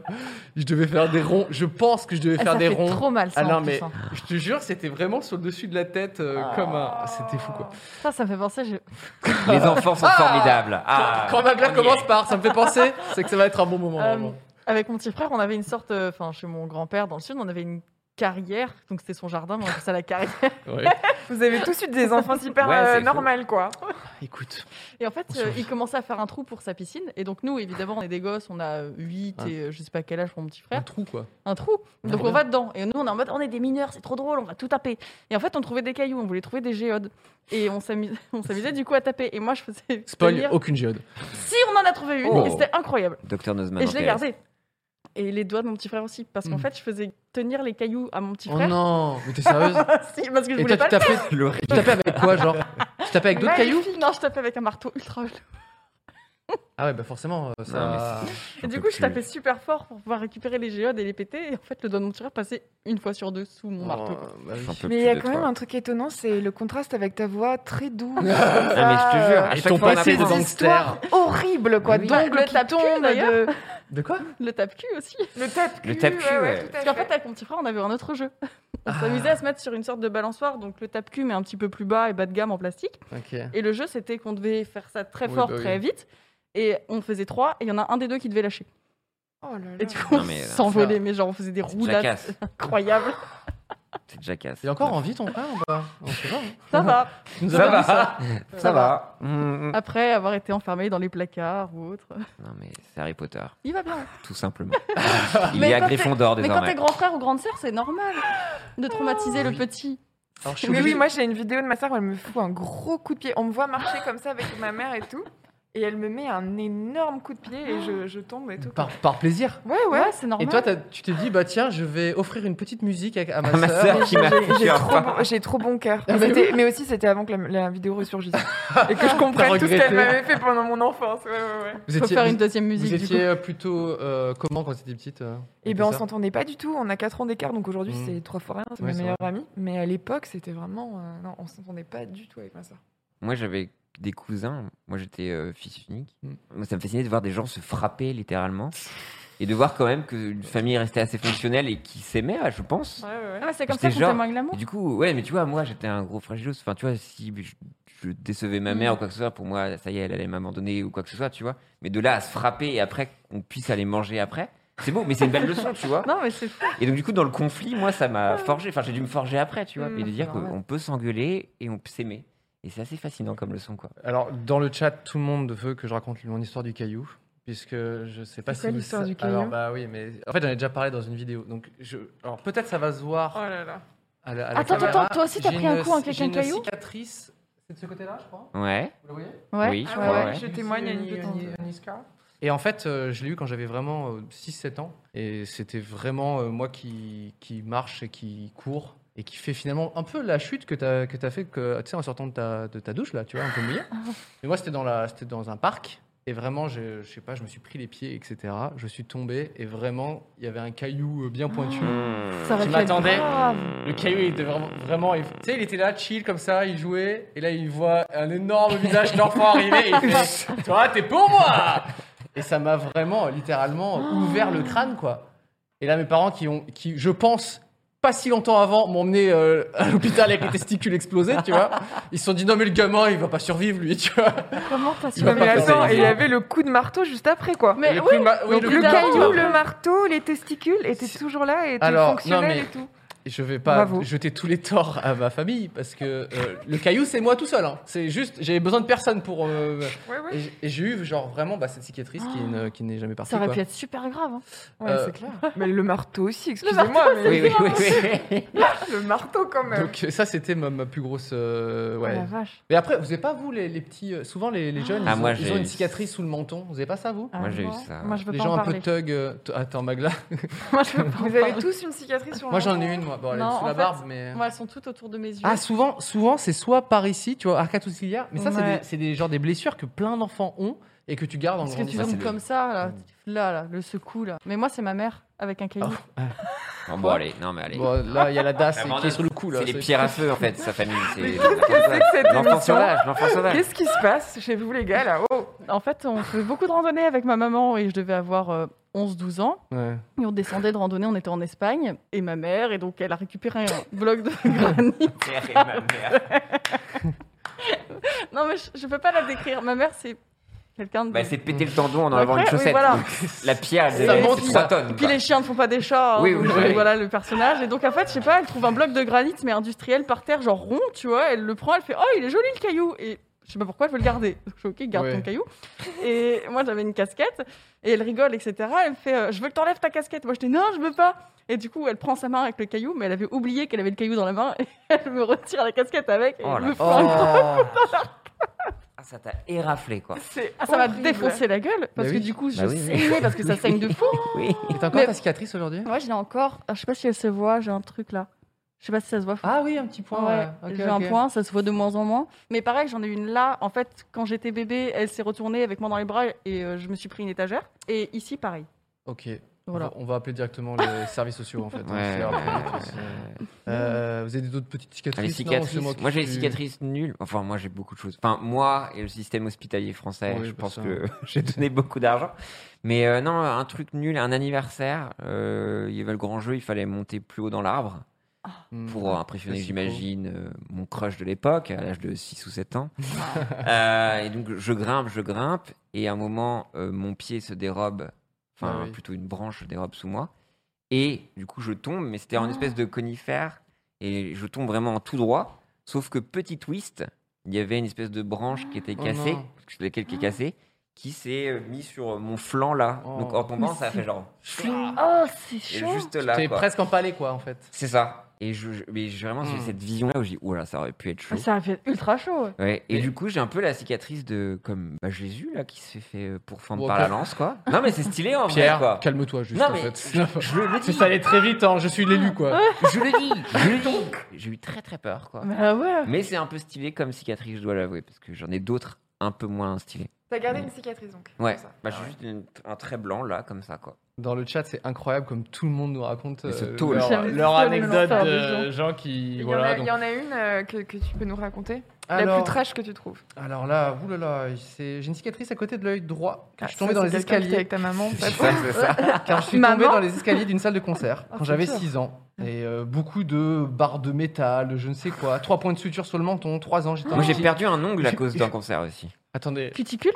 [SPEAKER 2] Je devais faire des ronds. Je pense que je devais
[SPEAKER 4] Ah,
[SPEAKER 2] faire
[SPEAKER 4] ça
[SPEAKER 2] des
[SPEAKER 4] fait
[SPEAKER 2] ronds.
[SPEAKER 4] trop mal, ça.
[SPEAKER 2] Ah non,
[SPEAKER 4] en plus,
[SPEAKER 2] mais
[SPEAKER 4] hein.
[SPEAKER 2] je te jure, c'était vraiment sur le dessus de la tête, euh, comme un. C'était fou quoi.
[SPEAKER 4] Ça, ça me fait penser. je-
[SPEAKER 3] Les
[SPEAKER 4] Ah.
[SPEAKER 3] enfants sont formidables. Ah,
[SPEAKER 2] Quand ma
[SPEAKER 3] on
[SPEAKER 2] blague
[SPEAKER 3] y
[SPEAKER 2] commence
[SPEAKER 3] est.
[SPEAKER 2] par ça me fait penser, c'est que ça va être un bon moment.
[SPEAKER 4] Euh,
[SPEAKER 2] vraiment.
[SPEAKER 4] avec mon petit frère, on avait une sorte. euh, Enfin, chez mon grand-père, dans le sud, on avait une carrière. Donc, c'était son jardin, mais on appelait ça la carrière.
[SPEAKER 2] Ouais.
[SPEAKER 1] Vous avez tous eu des enfants hyper
[SPEAKER 3] Ouais,
[SPEAKER 1] euh,
[SPEAKER 3] c'est fou.
[SPEAKER 1] normales quoi.
[SPEAKER 2] Écoute,
[SPEAKER 4] Et en fait, euh, il commençait à faire un trou pour sa piscine. Et donc, nous, évidemment, on est des gosses, on a 8 et euh, je sais pas quel âge pour mon petit
[SPEAKER 2] un
[SPEAKER 4] frère.
[SPEAKER 2] trou quoi.
[SPEAKER 4] un trou. Donc
[SPEAKER 2] Trop
[SPEAKER 4] on va dedans. Et nous, on est en mode, on est des mineurs, c'est trop drôle, on va tout taper. Et en fait, on trouvait des cailloux, on voulait trouver des géodes. Et on s'amus- on s'amusait du coup à taper. Et moi, je faisais.
[SPEAKER 2] Spoil, Oh.
[SPEAKER 4] tenir-
[SPEAKER 2] aucune géode.
[SPEAKER 4] Si, on en a trouvé une,
[SPEAKER 3] Oh.
[SPEAKER 4] et c'était incroyable.
[SPEAKER 3] Docteur Nozman.
[SPEAKER 4] et je l'ai
[SPEAKER 3] intéresse.
[SPEAKER 4] gardée. Et les doigts de mon petit frère aussi. Parce qu'en
[SPEAKER 2] Mm.
[SPEAKER 4] fait, je faisais tenir les cailloux à mon petit
[SPEAKER 2] Oh
[SPEAKER 4] frère.
[SPEAKER 2] non, mais t'es sérieuse
[SPEAKER 4] Si, parce que je
[SPEAKER 2] Et
[SPEAKER 4] voulais
[SPEAKER 2] toi, tu
[SPEAKER 4] pas le faire.
[SPEAKER 2] tapais,
[SPEAKER 3] Le
[SPEAKER 2] tu tapais avec quoi, genre Tu tapais avec d'autres cailloux
[SPEAKER 4] Non, je tapais avec un marteau ultra. violent.
[SPEAKER 2] Ah ouais, bah forcément, euh, ça.
[SPEAKER 4] Et du
[SPEAKER 3] peux
[SPEAKER 4] coup, je
[SPEAKER 3] plus.
[SPEAKER 4] tapais super fort pour pouvoir récupérer les géodes et les péter. Et en fait, le doigt de mon petit frère passait une fois sur deux sous
[SPEAKER 2] bah Oh.
[SPEAKER 4] mon marteau.
[SPEAKER 3] J'en peux
[SPEAKER 1] Mais
[SPEAKER 3] plus
[SPEAKER 1] il y a
[SPEAKER 3] de
[SPEAKER 1] quand même
[SPEAKER 3] toi.
[SPEAKER 1] un truc étonnant, c'est le contraste avec ta voix très douce.
[SPEAKER 3] Ah, mais je te
[SPEAKER 4] euh,
[SPEAKER 3] jure, à
[SPEAKER 2] Et
[SPEAKER 3] chaque
[SPEAKER 2] ton
[SPEAKER 3] fois on
[SPEAKER 2] passé de
[SPEAKER 3] apprend-
[SPEAKER 2] gangster.
[SPEAKER 1] Horrible quoi.
[SPEAKER 3] Ah Oui.
[SPEAKER 1] Donc
[SPEAKER 4] Le
[SPEAKER 1] le
[SPEAKER 4] tape-cul,
[SPEAKER 1] tombe
[SPEAKER 4] d'ailleurs.
[SPEAKER 1] de
[SPEAKER 2] De quoi
[SPEAKER 4] Le tape-cul aussi.
[SPEAKER 1] le tape
[SPEAKER 3] Le tape-cul, ouais.
[SPEAKER 1] tout à
[SPEAKER 4] Parce qu'en
[SPEAKER 1] fait.
[SPEAKER 4] fait, avec mon petit frère, on avait un autre jeu. On
[SPEAKER 2] Ah.
[SPEAKER 4] s'amusait à se mettre sur une sorte de balançoire, donc le tape-cul, mais un petit peu plus bas et bas de gamme en plastique.
[SPEAKER 2] Ok.
[SPEAKER 4] Et le jeu, c'était qu'on devait faire ça très
[SPEAKER 2] Oui,
[SPEAKER 4] fort,
[SPEAKER 2] bah oui.
[SPEAKER 4] très vite. Et on faisait trois, et il y en a un des deux qui devait lâcher.
[SPEAKER 1] Oh là là.
[SPEAKER 4] Et du coup,
[SPEAKER 3] Non,
[SPEAKER 4] on
[SPEAKER 3] mais là,
[SPEAKER 4] s'envolait, mais genre, on faisait des
[SPEAKER 3] C'est
[SPEAKER 4] roulades
[SPEAKER 3] Jackass.
[SPEAKER 4] incroyables.
[SPEAKER 3] C'est Jackass.
[SPEAKER 2] Il est encore en vie ton frère ou pas On sait pas. hein.
[SPEAKER 4] Ça va.
[SPEAKER 2] Tu nous as
[SPEAKER 3] Ça
[SPEAKER 2] pas dit
[SPEAKER 3] va. Ça
[SPEAKER 4] Ça
[SPEAKER 3] va. Mm, mm.
[SPEAKER 4] Après avoir été enfermé dans les placards ou autre.
[SPEAKER 3] Non, mais c'est Harry Potter,
[SPEAKER 4] Il va bien.
[SPEAKER 3] tout simplement. Il
[SPEAKER 4] Mais
[SPEAKER 3] est à
[SPEAKER 4] quand
[SPEAKER 3] Gryffondor
[SPEAKER 4] Mais quand t'es
[SPEAKER 3] désormais.
[SPEAKER 4] grand frère ou grande sœur, c'est normal de
[SPEAKER 2] Ah
[SPEAKER 4] traumatiser le petit.
[SPEAKER 2] Alors, je suis
[SPEAKER 1] Mais oui,
[SPEAKER 2] obligé-
[SPEAKER 1] moi j'ai une vidéo de ma soeur où elle me fout un gros coup de pied. On me voit marcher comme ça avec ma mère et tout. Et elle me met un énorme coup de pied et je, je tombe et tout.
[SPEAKER 2] Par, par plaisir.
[SPEAKER 1] Ouais, ouais.
[SPEAKER 4] c'est normal.
[SPEAKER 2] Et toi, t'as- tu t'es dit, bah tiens, je vais offrir une petite musique à, à ma,
[SPEAKER 3] Ma
[SPEAKER 2] sœur.
[SPEAKER 3] sœur qui m'a fait
[SPEAKER 1] J'ai
[SPEAKER 3] peur.
[SPEAKER 1] trop, bon, j'ai trop bon cœur.
[SPEAKER 2] Ah,
[SPEAKER 1] Mais,
[SPEAKER 2] bah
[SPEAKER 1] c'était- mais aussi, c'était avant que la, la vidéo ressurgisse. et que je comprenne tout ce
[SPEAKER 2] regretté.
[SPEAKER 1] qu'elle m'avait fait pendant mon enfance. Ouais, ouais, ouais.
[SPEAKER 2] Vous
[SPEAKER 4] Faut
[SPEAKER 2] étiez,
[SPEAKER 4] faire une
[SPEAKER 2] vous-
[SPEAKER 4] deuxième
[SPEAKER 2] vous
[SPEAKER 4] musique. du
[SPEAKER 2] étiez, euh, plutôt euh, comment quand t'étais petite euh,
[SPEAKER 1] Et
[SPEAKER 2] avec
[SPEAKER 1] ben
[SPEAKER 2] tes
[SPEAKER 1] on
[SPEAKER 2] sœurs
[SPEAKER 1] s'entendait pas du tout. On a 4 ans d'écart, donc aujourd'hui
[SPEAKER 2] Mm.
[SPEAKER 1] c'est trois fois rien. C'est
[SPEAKER 2] Ouais,
[SPEAKER 1] ma
[SPEAKER 2] c'est
[SPEAKER 1] meilleure amie. Mais à l'époque, c'était vraiment. euh, non, on s'entendait pas du tout avec ma soeur.
[SPEAKER 3] Moi, j'avais des cousins. Moi, j'étais euh, fils unique.
[SPEAKER 2] Mm.
[SPEAKER 3] Moi, ça me fascinait de voir des gens se frapper littéralement. Et de voir quand même qu'une famille restait assez fonctionnelle et qui s'aimait, je pense.
[SPEAKER 4] Ah, mais c'est comme
[SPEAKER 3] C'était
[SPEAKER 4] ça qu'on
[SPEAKER 3] genre-
[SPEAKER 4] témoigne l'amour.
[SPEAKER 3] Et du coup, ouais, mais tu vois, moi, j'étais un gros fragilos. Enfin, tu vois, si je, je décevais ma mère ou quoi que ce soit, pour moi, ça y est, elle allait m'abandonner ou quoi que ce soit, tu vois. Mais de là à se frapper et après qu'on puisse aller manger après, c'est beau, mais c'est une belle leçon, tu vois.
[SPEAKER 4] Non, mais c'est fou.
[SPEAKER 3] Et donc, du coup, dans le conflit, moi, ça m'a forgé. Enfin, j'ai dû me forger après, tu vois.
[SPEAKER 1] Mm,
[SPEAKER 3] et de dire
[SPEAKER 1] c'est normal.
[SPEAKER 3] qu'on peut s'engueuler et on peut s'aimer. Et c'est assez fascinant comme leçon, quoi.
[SPEAKER 2] Alors, dans le chat, tout le monde veut que je raconte mon histoire du caillou, puisque je sais pas
[SPEAKER 1] C'est quoi
[SPEAKER 2] si vous
[SPEAKER 1] l'histoire
[SPEAKER 2] sa-
[SPEAKER 1] du caillou
[SPEAKER 2] Alors, bah oui, mais en fait, j'en ai déjà parlé dans une vidéo. Donc, je... alors peut-être ça va se voir.
[SPEAKER 1] Oh là là.
[SPEAKER 2] à la- à la
[SPEAKER 4] Attends,
[SPEAKER 2] caméra.
[SPEAKER 4] attends, attends, toi aussi, t'as
[SPEAKER 2] J'ai
[SPEAKER 4] pris un
[SPEAKER 2] une-
[SPEAKER 4] coup en quelqu'un
[SPEAKER 2] j'ai une
[SPEAKER 4] caillou
[SPEAKER 2] cicatrice. C'est de ce côté-là, je crois.
[SPEAKER 3] Ouais,
[SPEAKER 2] Vous le voyez
[SPEAKER 4] Ouais.
[SPEAKER 3] oui, je
[SPEAKER 1] Ah
[SPEAKER 3] crois,
[SPEAKER 1] ouais,
[SPEAKER 3] ouais.
[SPEAKER 1] je témoigne à une
[SPEAKER 2] Ici, euh, Niska. Et en fait, euh, je l'ai eu quand j'avais vraiment euh, 6-7 ans. Et c'était vraiment euh, moi qui, qui marche et qui court. Et qui fait finalement un peu la chute que tu as, que as fait que, tu sais, en sortant de ta, de ta douche, là, tu vois, un peu mouillé. Mais moi, c'était dans, la- c'était dans un parc. Et vraiment, je, je sais pas, je me suis pris les pieds, etc. Je suis tombé. Et vraiment, il y avait un caillou euh, bien pointu.
[SPEAKER 4] Ça aurait
[SPEAKER 2] Je
[SPEAKER 4] pu être
[SPEAKER 2] m'attendais.
[SPEAKER 4] grave.
[SPEAKER 2] Le caillou, il était vraiment. vraiment il- tu sais, il était là, chill, comme ça, il jouait. Et là, il voit un énorme visage d'enfant arriver. Et il fait Toi, t'es pour moi Et ça m'a vraiment, littéralement, ouvert le crâne, quoi. Et là, mes parents qui ont. qui, je pense. Pas si longtemps avant, m'ont emmené euh, à l'hôpital avec les testicules explosés, tu vois. Ils se sont dit non mais le gamin, il va pas survivre lui, tu vois.
[SPEAKER 4] Comment t'as su
[SPEAKER 2] va
[SPEAKER 1] Non,
[SPEAKER 2] pas
[SPEAKER 1] mais
[SPEAKER 2] faire
[SPEAKER 1] attends,
[SPEAKER 2] ça,
[SPEAKER 1] et il y
[SPEAKER 2] évidemment.
[SPEAKER 1] avait le coup de marteau juste après quoi.
[SPEAKER 4] Mais
[SPEAKER 2] Le
[SPEAKER 4] oui,
[SPEAKER 2] coup de ma- oui,
[SPEAKER 4] donc
[SPEAKER 2] le
[SPEAKER 1] le
[SPEAKER 2] coup de marteau.
[SPEAKER 1] caillou, le marteau, les testicules étaient
[SPEAKER 2] Si-
[SPEAKER 1] toujours là et étaient
[SPEAKER 2] Alors, non,
[SPEAKER 1] fonctionnels
[SPEAKER 2] mais-
[SPEAKER 1] et tout.
[SPEAKER 2] Je vais pas
[SPEAKER 1] Bravo.
[SPEAKER 2] jeter tous les torts à ma famille parce que euh, le caillou c'est moi tout seul. hein. C'est juste, j'avais besoin de personne pour. euh,
[SPEAKER 1] Ouais, ouais.
[SPEAKER 2] Et j'- Et j'ai eu genre vraiment bah, cette cicatrice qui ne- qui n'est jamais partie.
[SPEAKER 4] Oh. Ça aurait
[SPEAKER 2] quoi.
[SPEAKER 4] pu être super grave. hein.
[SPEAKER 1] Ouais,
[SPEAKER 2] Euh,
[SPEAKER 1] c'est clair. Mais le marteau aussi, excusez-moi, mais
[SPEAKER 3] Oui, oui, oui, oui.
[SPEAKER 1] Ah, le marteau quand même.
[SPEAKER 2] Donc euh, ça c'était ma, ma plus grosse. euh,
[SPEAKER 4] Oh
[SPEAKER 2] ouais.
[SPEAKER 4] la vache.
[SPEAKER 2] Mais après, vous n'avez pas vous les, les petits, euh, souvent les, les jeunes,
[SPEAKER 3] Ah,
[SPEAKER 2] ils, ont,
[SPEAKER 3] moi,
[SPEAKER 2] ils
[SPEAKER 3] j'ai
[SPEAKER 2] ont
[SPEAKER 3] eu-
[SPEAKER 2] une cicatrice sous le menton. Vous n'avez pas ça vous
[SPEAKER 4] Ah,
[SPEAKER 3] Moi, j'ai eu
[SPEAKER 4] non.
[SPEAKER 3] ça.
[SPEAKER 4] Moi, je veux
[SPEAKER 2] Les
[SPEAKER 4] pas en
[SPEAKER 2] gens un peu
[SPEAKER 4] parler.
[SPEAKER 2] thug. euh, t- Attends Magla.
[SPEAKER 4] Moi, je veux pas en
[SPEAKER 1] Vous avez
[SPEAKER 4] parler.
[SPEAKER 1] tous une cicatrice sur le
[SPEAKER 2] moi j'en
[SPEAKER 1] menton
[SPEAKER 2] ai une moi. Bon, elle est
[SPEAKER 4] Non,
[SPEAKER 2] sous
[SPEAKER 4] en
[SPEAKER 2] la
[SPEAKER 4] fait,
[SPEAKER 2] barbe mais. euh.
[SPEAKER 4] Moi, elles sont toutes autour de mes yeux.
[SPEAKER 2] Ah souvent, souvent c'est soit par ici, tu vois, arcade sourcilière. Mais ça
[SPEAKER 4] Ouais.
[SPEAKER 2] c'est des, c'est des genre des blessures que plein d'enfants ont et que tu gardes en
[SPEAKER 4] Parce que tu
[SPEAKER 2] grandissant.
[SPEAKER 4] tombes
[SPEAKER 3] le-
[SPEAKER 4] comme ça, là, là, là, le secoue, là. Mais moi, c'est ma mère avec un
[SPEAKER 2] Ah,
[SPEAKER 4] caillou.
[SPEAKER 3] Bon, bon, allez, non, mais allez.
[SPEAKER 2] Bon, là il y a la DAS
[SPEAKER 3] Amanda,
[SPEAKER 2] qui est sur le cou là.
[SPEAKER 3] C'est les
[SPEAKER 2] c'est-
[SPEAKER 3] pierres à feu, en fait, sa famille. C'est
[SPEAKER 1] cette
[SPEAKER 3] l'enfant
[SPEAKER 1] émission
[SPEAKER 3] sauvage, l'enfant sauvage.
[SPEAKER 1] Qu'est-ce qui se passe chez vous les gars là Oh,
[SPEAKER 4] En fait, on faisait beaucoup de randonnées avec ma maman et je devais avoir 11-12 ans.
[SPEAKER 2] Ouais.
[SPEAKER 4] Et on descendait de randonnée, on était en Espagne. Et ma mère, et donc elle a récupéré un bloc de granit.
[SPEAKER 3] Mère et ma mère.
[SPEAKER 4] Non, mais je, je peux pas la décrire. Ma mère, c'est quelqu'un de.
[SPEAKER 3] Bah, elle s'est pété le tendon en
[SPEAKER 4] Après,
[SPEAKER 3] enlevant une
[SPEAKER 4] oui,
[SPEAKER 3] chaussette.
[SPEAKER 4] voilà.
[SPEAKER 3] La pierre, elle
[SPEAKER 4] Ça
[SPEAKER 3] devait
[SPEAKER 2] monte,
[SPEAKER 3] être 3
[SPEAKER 2] ça.
[SPEAKER 3] tonnes.
[SPEAKER 4] Et puis
[SPEAKER 3] quoi.
[SPEAKER 4] les chiens ne font pas des chats.
[SPEAKER 3] Bah.
[SPEAKER 4] hein,
[SPEAKER 3] Oui,
[SPEAKER 4] donc,
[SPEAKER 3] oui,
[SPEAKER 4] euh,
[SPEAKER 3] oui.
[SPEAKER 4] Voilà le personnage. Et donc en fait, je sais pas, elle trouve un bloc de granit mais industriel par terre, genre rond, tu vois. Elle le prend, elle fait oh il est joli le caillou. Et je sais pas pourquoi elle veut le garder. Donc je fais ok garde
[SPEAKER 2] Ouais.
[SPEAKER 4] ton caillou. Et moi j'avais une casquette et elle rigole etc. Elle me fait euh, je veux que t'enlèves ta casquette. Moi je dis non je veux pas. Et du coup elle prend sa main avec le caillou mais elle avait oublié qu'elle avait le caillou dans la main et elle me retire la casquette avec. Et
[SPEAKER 3] Oh
[SPEAKER 4] elle
[SPEAKER 3] la
[SPEAKER 4] me fait un-
[SPEAKER 2] Oh.
[SPEAKER 3] Ah, ça t'a éraflé, quoi.
[SPEAKER 1] c'est
[SPEAKER 4] Ah, ça m'a
[SPEAKER 1] horrible.
[SPEAKER 4] défoncé la gueule parce
[SPEAKER 2] Bah
[SPEAKER 4] que
[SPEAKER 2] oui.
[SPEAKER 4] du coup je
[SPEAKER 3] Bah oui, oui.
[SPEAKER 4] saignais parce que ça saigne de fou.
[SPEAKER 3] Oui.
[SPEAKER 2] Et t'as encore
[SPEAKER 4] Mais-
[SPEAKER 2] ta cicatrice aujourd'hui
[SPEAKER 4] Ouais, je l'ai encore. Ah, Je sais pas si elle se voit, j'ai un truc là. Je sais pas si ça se voit.
[SPEAKER 2] Ah oui, un petit point.
[SPEAKER 4] Ouais,
[SPEAKER 2] ouais. Ok,
[SPEAKER 4] j'ai un
[SPEAKER 2] ok.
[SPEAKER 4] point, ça se voit de moins en moins. Mais pareil, j'en ai une là. En fait, quand j'étais bébé, elle s'est retournée avec moi dans les bras et euh, je me suis pris une étagère. Et ici, pareil.
[SPEAKER 2] Ok.
[SPEAKER 4] Voilà.
[SPEAKER 2] On va appeler directement les services sociaux en fait. hein,
[SPEAKER 3] Ouais.
[SPEAKER 2] Euh, vous avez d'autres petites cicatrices
[SPEAKER 3] Ah, Les
[SPEAKER 2] Non,
[SPEAKER 3] cicatrices.
[SPEAKER 2] c'est
[SPEAKER 3] Moi,
[SPEAKER 2] qui
[SPEAKER 3] j'ai des
[SPEAKER 2] suis-
[SPEAKER 3] cicatrices nulles. Enfin, moi, j'ai beaucoup de choses. Enfin, moi et le système hospitalier français,
[SPEAKER 2] Oui,
[SPEAKER 3] je
[SPEAKER 2] bah
[SPEAKER 3] pense
[SPEAKER 2] ça.
[SPEAKER 3] que j'ai donné beaucoup d'argent. Mais euh, non, un truc nul, un anniversaire, euh, il y avait le grand jeu, il fallait monter plus haut dans l'arbre
[SPEAKER 2] Hmm.
[SPEAKER 3] pour impressionner,
[SPEAKER 2] Le psycho.
[SPEAKER 3] j'imagine, euh, mon crush de l'époque, à l'âge de 6 ou 7 ans. Euh, et donc, je grimpe, je grimpe, et à un moment, euh, mon pied se dérobe, enfin,
[SPEAKER 2] Ah oui.
[SPEAKER 3] plutôt une branche se dérobe sous moi, et du coup, je tombe, mais c'était
[SPEAKER 2] Ah.
[SPEAKER 3] en espèce de conifère, et je tombe vraiment en tout droit, sauf que petit twist, il y avait une espèce de branche qui était
[SPEAKER 2] Oh
[SPEAKER 3] cassée,
[SPEAKER 2] non.
[SPEAKER 3] laquelle qui est cassée, qui s'est euh, mis sur mon flanc là.
[SPEAKER 2] Oh.
[SPEAKER 3] Donc, en tombant,
[SPEAKER 4] Mais
[SPEAKER 3] ça a fait
[SPEAKER 4] c'est
[SPEAKER 3] genre.
[SPEAKER 4] Oh, c'est
[SPEAKER 3] Et juste là.
[SPEAKER 2] T'es
[SPEAKER 3] quoi.
[SPEAKER 2] presque empalé quoi en fait.
[SPEAKER 3] C'est ça. Et je, je- mais j'ai vraiment
[SPEAKER 2] Hmm.
[SPEAKER 3] cette vision-là où je dis, oula, Ah, ça aurait pu être chaud.
[SPEAKER 4] Ah, Ça a fait ultra chaud. ouais.
[SPEAKER 3] Ouais, et
[SPEAKER 2] Mais-
[SPEAKER 3] du coup, j'ai un peu la cicatrice de comme bah, Jésus là qui se fait euh, pourfendre
[SPEAKER 2] Bon,
[SPEAKER 3] par la
[SPEAKER 2] ok.
[SPEAKER 3] lance quoi. Non mais c'est stylé en
[SPEAKER 2] Pierre,
[SPEAKER 3] vrai quoi.
[SPEAKER 2] calme-toi juste
[SPEAKER 3] Non,
[SPEAKER 2] en
[SPEAKER 3] mais-
[SPEAKER 2] fait.
[SPEAKER 3] Je le
[SPEAKER 2] C'est
[SPEAKER 3] dis,
[SPEAKER 2] ça allait très vite, hein. je suis l'élu quoi.
[SPEAKER 3] je le dis, je le dis. J'ai eu très très peur quoi.
[SPEAKER 4] Bah ouais.
[SPEAKER 3] Mais c'est un peu stylé comme cicatrice, je dois l'avouer, parce que j'en ai d'autres un peu moins stylées.
[SPEAKER 1] T'as gardé une cicatrice donc.
[SPEAKER 3] Ouais,
[SPEAKER 1] comme ça.
[SPEAKER 3] bah, j'ai juste une- un trait blanc là comme ça quoi.
[SPEAKER 2] Dans le chat, c'est incroyable comme tout le monde nous raconte
[SPEAKER 3] Mais ce
[SPEAKER 2] euh,
[SPEAKER 3] taux, là.
[SPEAKER 2] leur,
[SPEAKER 4] J'aime
[SPEAKER 2] leur
[SPEAKER 4] tellement
[SPEAKER 2] anecdote
[SPEAKER 4] ça,
[SPEAKER 2] de
[SPEAKER 4] des
[SPEAKER 2] gens
[SPEAKER 1] Il
[SPEAKER 2] qui
[SPEAKER 1] y, en
[SPEAKER 2] voilà
[SPEAKER 1] a- il
[SPEAKER 2] donc-
[SPEAKER 1] y en a une euh, que, que tu peux nous raconter
[SPEAKER 6] La plus
[SPEAKER 2] Alors,
[SPEAKER 6] trash que tu trouves.
[SPEAKER 2] alors là, oulala, c'est- j'ai une cicatrice à côté de l'œil droit.
[SPEAKER 4] Ah,
[SPEAKER 2] Quand je suis tombé dans
[SPEAKER 6] Ça, c'est
[SPEAKER 2] les
[SPEAKER 6] quelqu'un qui était
[SPEAKER 2] escaliers.
[SPEAKER 6] avec ta maman.
[SPEAKER 3] C'est ça, c'est ça.
[SPEAKER 2] Car je suis
[SPEAKER 4] Maman Oh,
[SPEAKER 2] tombé dans les escaliers d'une salle de concert
[SPEAKER 6] Ah,
[SPEAKER 2] quand
[SPEAKER 6] c'est
[SPEAKER 2] j'avais
[SPEAKER 6] sûr.
[SPEAKER 2] 6 ans. Et euh, beaucoup de barres de métal, je ne sais quoi. Trois points de suture sur le menton, trois ans, j'étais
[SPEAKER 3] Moi,
[SPEAKER 2] un
[SPEAKER 3] j'ai
[SPEAKER 2] petit-
[SPEAKER 3] perdu un ongle à
[SPEAKER 2] Je-
[SPEAKER 3] cause
[SPEAKER 2] je-
[SPEAKER 3] d'un concert aussi.
[SPEAKER 2] Attendez,
[SPEAKER 4] Cuticule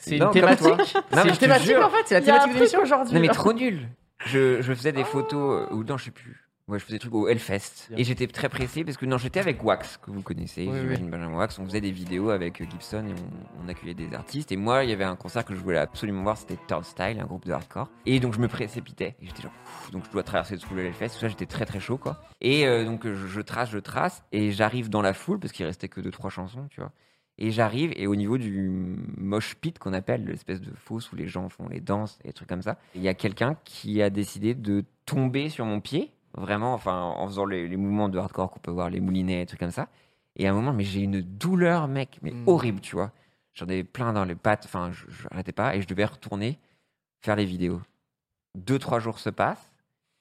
[SPEAKER 2] c'est
[SPEAKER 3] Non,
[SPEAKER 2] une
[SPEAKER 3] comme toi.
[SPEAKER 2] thématique
[SPEAKER 3] Non,
[SPEAKER 2] C'est
[SPEAKER 3] mais
[SPEAKER 2] une
[SPEAKER 3] je te
[SPEAKER 2] thématique
[SPEAKER 3] jure.
[SPEAKER 2] en fait, c'est la
[SPEAKER 4] Il y a un
[SPEAKER 2] thématique de
[SPEAKER 4] truc
[SPEAKER 2] l'émission.
[SPEAKER 4] aujourd'hui.
[SPEAKER 3] Non, mais trop nul. Je, je faisais des photos, euh, ou non, je sais plus. Ouais, je faisais des trucs au Hellfest. Et j'étais très pressé parce que non, j'étais avec Wax, que vous connaissez,
[SPEAKER 2] Oui,
[SPEAKER 3] j'imagine Benjamin Wax. On faisait des vidéos avec euh, Gibson et on, on accueillait des artistes. Et moi, il y avait un concert que je voulais absolument voir, c'était Turnstile, un groupe de hardcore. Et donc, je me précipitais. Et j'étais genre, Ouf, donc je dois traverser tout le Hellfest. Tout ça, j'étais très très chaud, quoi. Et euh, donc, je, je trace, je trace. Et j'arrive dans la foule parce qu'il restait que deux, trois chansons, tu vois. Et j'arrive, et au niveau du mosh pit qu'on appelle, l'espèce de fosse où les gens font les danses et des trucs comme ça, il y a quelqu'un qui a décidé de tomber sur mon pied, vraiment, enfin, en faisant les, les mouvements de hardcore qu'on peut voir, les moulinets et des trucs comme ça. Et à un moment, mais j'ai une douleur, mec, mais
[SPEAKER 2] Mm.
[SPEAKER 3] horrible, tu vois. J'en avais plein dans les pattes, enfin, je- je n'arrêtais pas, et je devais retourner faire les vidéos. Deux, trois jours se passent,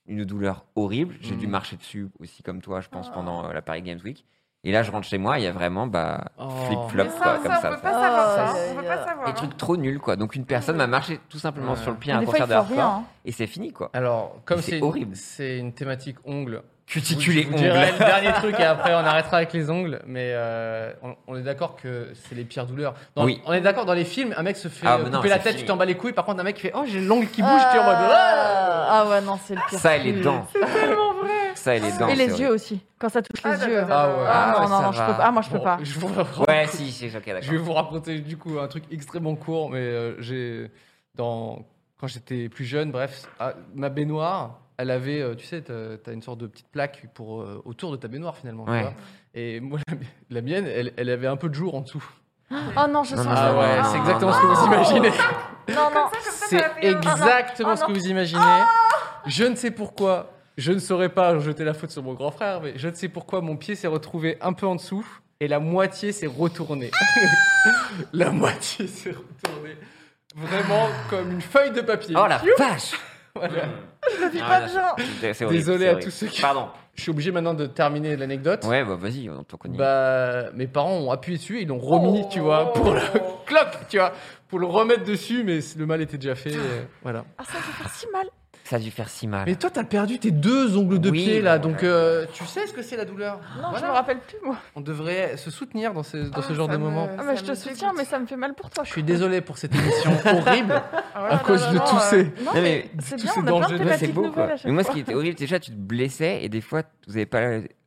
[SPEAKER 3] une douleur horrible, j'ai
[SPEAKER 2] Mm.
[SPEAKER 3] dû marcher dessus aussi comme toi, je pense, pendant euh, la Paris Games Week. Et là, je rentre chez moi, il y a vraiment bah,
[SPEAKER 2] Oh.
[SPEAKER 3] flip-flop,
[SPEAKER 6] Mais
[SPEAKER 3] quoi,
[SPEAKER 6] ça,
[SPEAKER 3] comme
[SPEAKER 6] ça, on peut pas savoir
[SPEAKER 2] Ah,
[SPEAKER 6] ça. hein. On peut pas savoir.
[SPEAKER 3] des
[SPEAKER 6] hein.
[SPEAKER 3] trucs trop nuls quoi. Donc une personne m'a marché tout simplement
[SPEAKER 2] Ouais.
[SPEAKER 3] sur le pied à
[SPEAKER 4] Mais
[SPEAKER 3] un
[SPEAKER 4] des fois,
[SPEAKER 3] concert
[SPEAKER 4] il
[SPEAKER 3] de
[SPEAKER 4] faut rien.
[SPEAKER 3] hardcore
[SPEAKER 4] hein.
[SPEAKER 3] et c'est fini quoi.
[SPEAKER 2] Alors, comme
[SPEAKER 3] Mais c'est
[SPEAKER 2] c'est
[SPEAKER 3] horrible.
[SPEAKER 2] une, c'est une thématique ongle,
[SPEAKER 3] Cuticulé
[SPEAKER 2] je vous dirai
[SPEAKER 3] ongle.
[SPEAKER 2] le dernier truc et après on arrêtera avec les ongles. Mais euh, on, on est d'accord que c'est les pires douleurs. Dans-
[SPEAKER 3] Oui.
[SPEAKER 2] On est d'accord dans les films, un mec se fait
[SPEAKER 3] Ah,
[SPEAKER 2] euh,
[SPEAKER 3] mais
[SPEAKER 2] couper
[SPEAKER 3] non,
[SPEAKER 2] la
[SPEAKER 3] c'est
[SPEAKER 2] tête,
[SPEAKER 3] fini.
[SPEAKER 2] tu t'en bats les couilles. Par contre, un mec qui fait oh j'ai l'ongle qui bouge, tu es en mode Ah
[SPEAKER 4] Ah ah ouais, non, c'est le pire.
[SPEAKER 3] Ça et les
[SPEAKER 4] truc.
[SPEAKER 3] dents. Ça et les dents.
[SPEAKER 4] Et
[SPEAKER 3] c'est
[SPEAKER 4] les
[SPEAKER 3] horrible.
[SPEAKER 4] yeux aussi. Quand ça touche
[SPEAKER 6] Ah,
[SPEAKER 4] les
[SPEAKER 6] d'accord,
[SPEAKER 4] yeux.
[SPEAKER 6] d'accord.
[SPEAKER 2] ouais.
[SPEAKER 4] Ah,
[SPEAKER 3] Ah,
[SPEAKER 4] non, non,
[SPEAKER 3] ça
[SPEAKER 4] non, je
[SPEAKER 3] va.
[SPEAKER 4] peux pas. Ah, moi, je peux
[SPEAKER 2] Bon,
[SPEAKER 4] pas.
[SPEAKER 2] Je vous raconte-
[SPEAKER 3] Ouais si, si ok
[SPEAKER 2] Je vais
[SPEAKER 3] d'accord.
[SPEAKER 2] vous raconter du coup un truc extrêmement court, mais euh, j'ai dans quand j'étais plus jeune, bref, à- ma baignoire, elle avait, euh, tu sais, t'as t'as une sorte de petite plaque pour euh, autour de ta baignoire finalement. tu
[SPEAKER 3] Ouais.
[SPEAKER 2] vois. Et moi, la, mi- la mienne, elle, elle avait un peu de jour en dessous.
[SPEAKER 4] Oh non, je
[SPEAKER 3] Non,
[SPEAKER 4] sens
[SPEAKER 3] non,
[SPEAKER 4] ça.
[SPEAKER 2] Ah
[SPEAKER 3] non,
[SPEAKER 2] ouais,
[SPEAKER 3] non,
[SPEAKER 2] c'est
[SPEAKER 3] non,
[SPEAKER 2] exactement
[SPEAKER 3] non,
[SPEAKER 2] ce que vous
[SPEAKER 3] non.
[SPEAKER 2] imaginez.
[SPEAKER 4] Non, non.
[SPEAKER 2] Ah, C'est exactement ce que vous imaginez. Je ne sais pourquoi, je ne saurais pas jeter la faute sur mon grand frère, mais je ne sais pourquoi mon pied s'est retrouvé un peu en dessous et la moitié s'est retournée. la moitié s'est retournée. Vraiment comme une feuille de papier.
[SPEAKER 3] Oh la vache. Ah,
[SPEAKER 2] Voilà.
[SPEAKER 3] Je vis pas bien.
[SPEAKER 2] Désolé à tous ceux qui-
[SPEAKER 3] Pardon.
[SPEAKER 2] Je suis obligé maintenant de terminer l'anecdote.
[SPEAKER 3] Ouais bah vas-y on t'en connaît.
[SPEAKER 2] Bah, mes parents ont appuyé dessus, et ils l'ont remis, tu vois, pour le cloc, tu vois, pour le remettre dessus, mais le mal était déjà fait. euh, voilà.
[SPEAKER 4] Ah, ça fait faire si mal.
[SPEAKER 3] Ça a dû faire si mal.
[SPEAKER 2] Mais toi, t'as perdu tes deux ongles de
[SPEAKER 3] Ah. Oui, bah
[SPEAKER 2] pied là,
[SPEAKER 3] bon,
[SPEAKER 2] donc
[SPEAKER 3] ouais.
[SPEAKER 2] euh, tu sais ce que c'est la douleur.
[SPEAKER 4] Non, je
[SPEAKER 2] Voilà.
[SPEAKER 4] me rappelle plus, moi.
[SPEAKER 2] On devrait se soutenir dans ce, dans
[SPEAKER 6] Ah,
[SPEAKER 2] ce genre
[SPEAKER 6] ça
[SPEAKER 2] de
[SPEAKER 6] me-
[SPEAKER 2] moment.
[SPEAKER 4] Ah,
[SPEAKER 6] ça
[SPEAKER 4] mais je te
[SPEAKER 6] me
[SPEAKER 4] soutiens,
[SPEAKER 6] dégoûte.
[SPEAKER 4] mais ça me fait mal pour toi.
[SPEAKER 2] Je suis désolé pour cette émission horrible
[SPEAKER 6] Ah,
[SPEAKER 2] à
[SPEAKER 6] voilà,
[SPEAKER 2] cause de
[SPEAKER 6] vraiment, euh,
[SPEAKER 2] tousser.
[SPEAKER 4] Non,
[SPEAKER 3] Non,
[SPEAKER 4] mais
[SPEAKER 3] mais
[SPEAKER 4] c'est
[SPEAKER 2] tout
[SPEAKER 4] bien,
[SPEAKER 2] ce
[SPEAKER 4] on a plein
[SPEAKER 2] danger,
[SPEAKER 4] de
[SPEAKER 2] là,
[SPEAKER 3] Ouais, c'est
[SPEAKER 4] thématiques
[SPEAKER 3] beau
[SPEAKER 4] nouvelles
[SPEAKER 3] quoi.
[SPEAKER 4] à chaque
[SPEAKER 3] Mais moi, ce
[SPEAKER 4] fois.
[SPEAKER 3] qui était horrible, c'est déjà tu te blessais et des fois, vous n'avez pas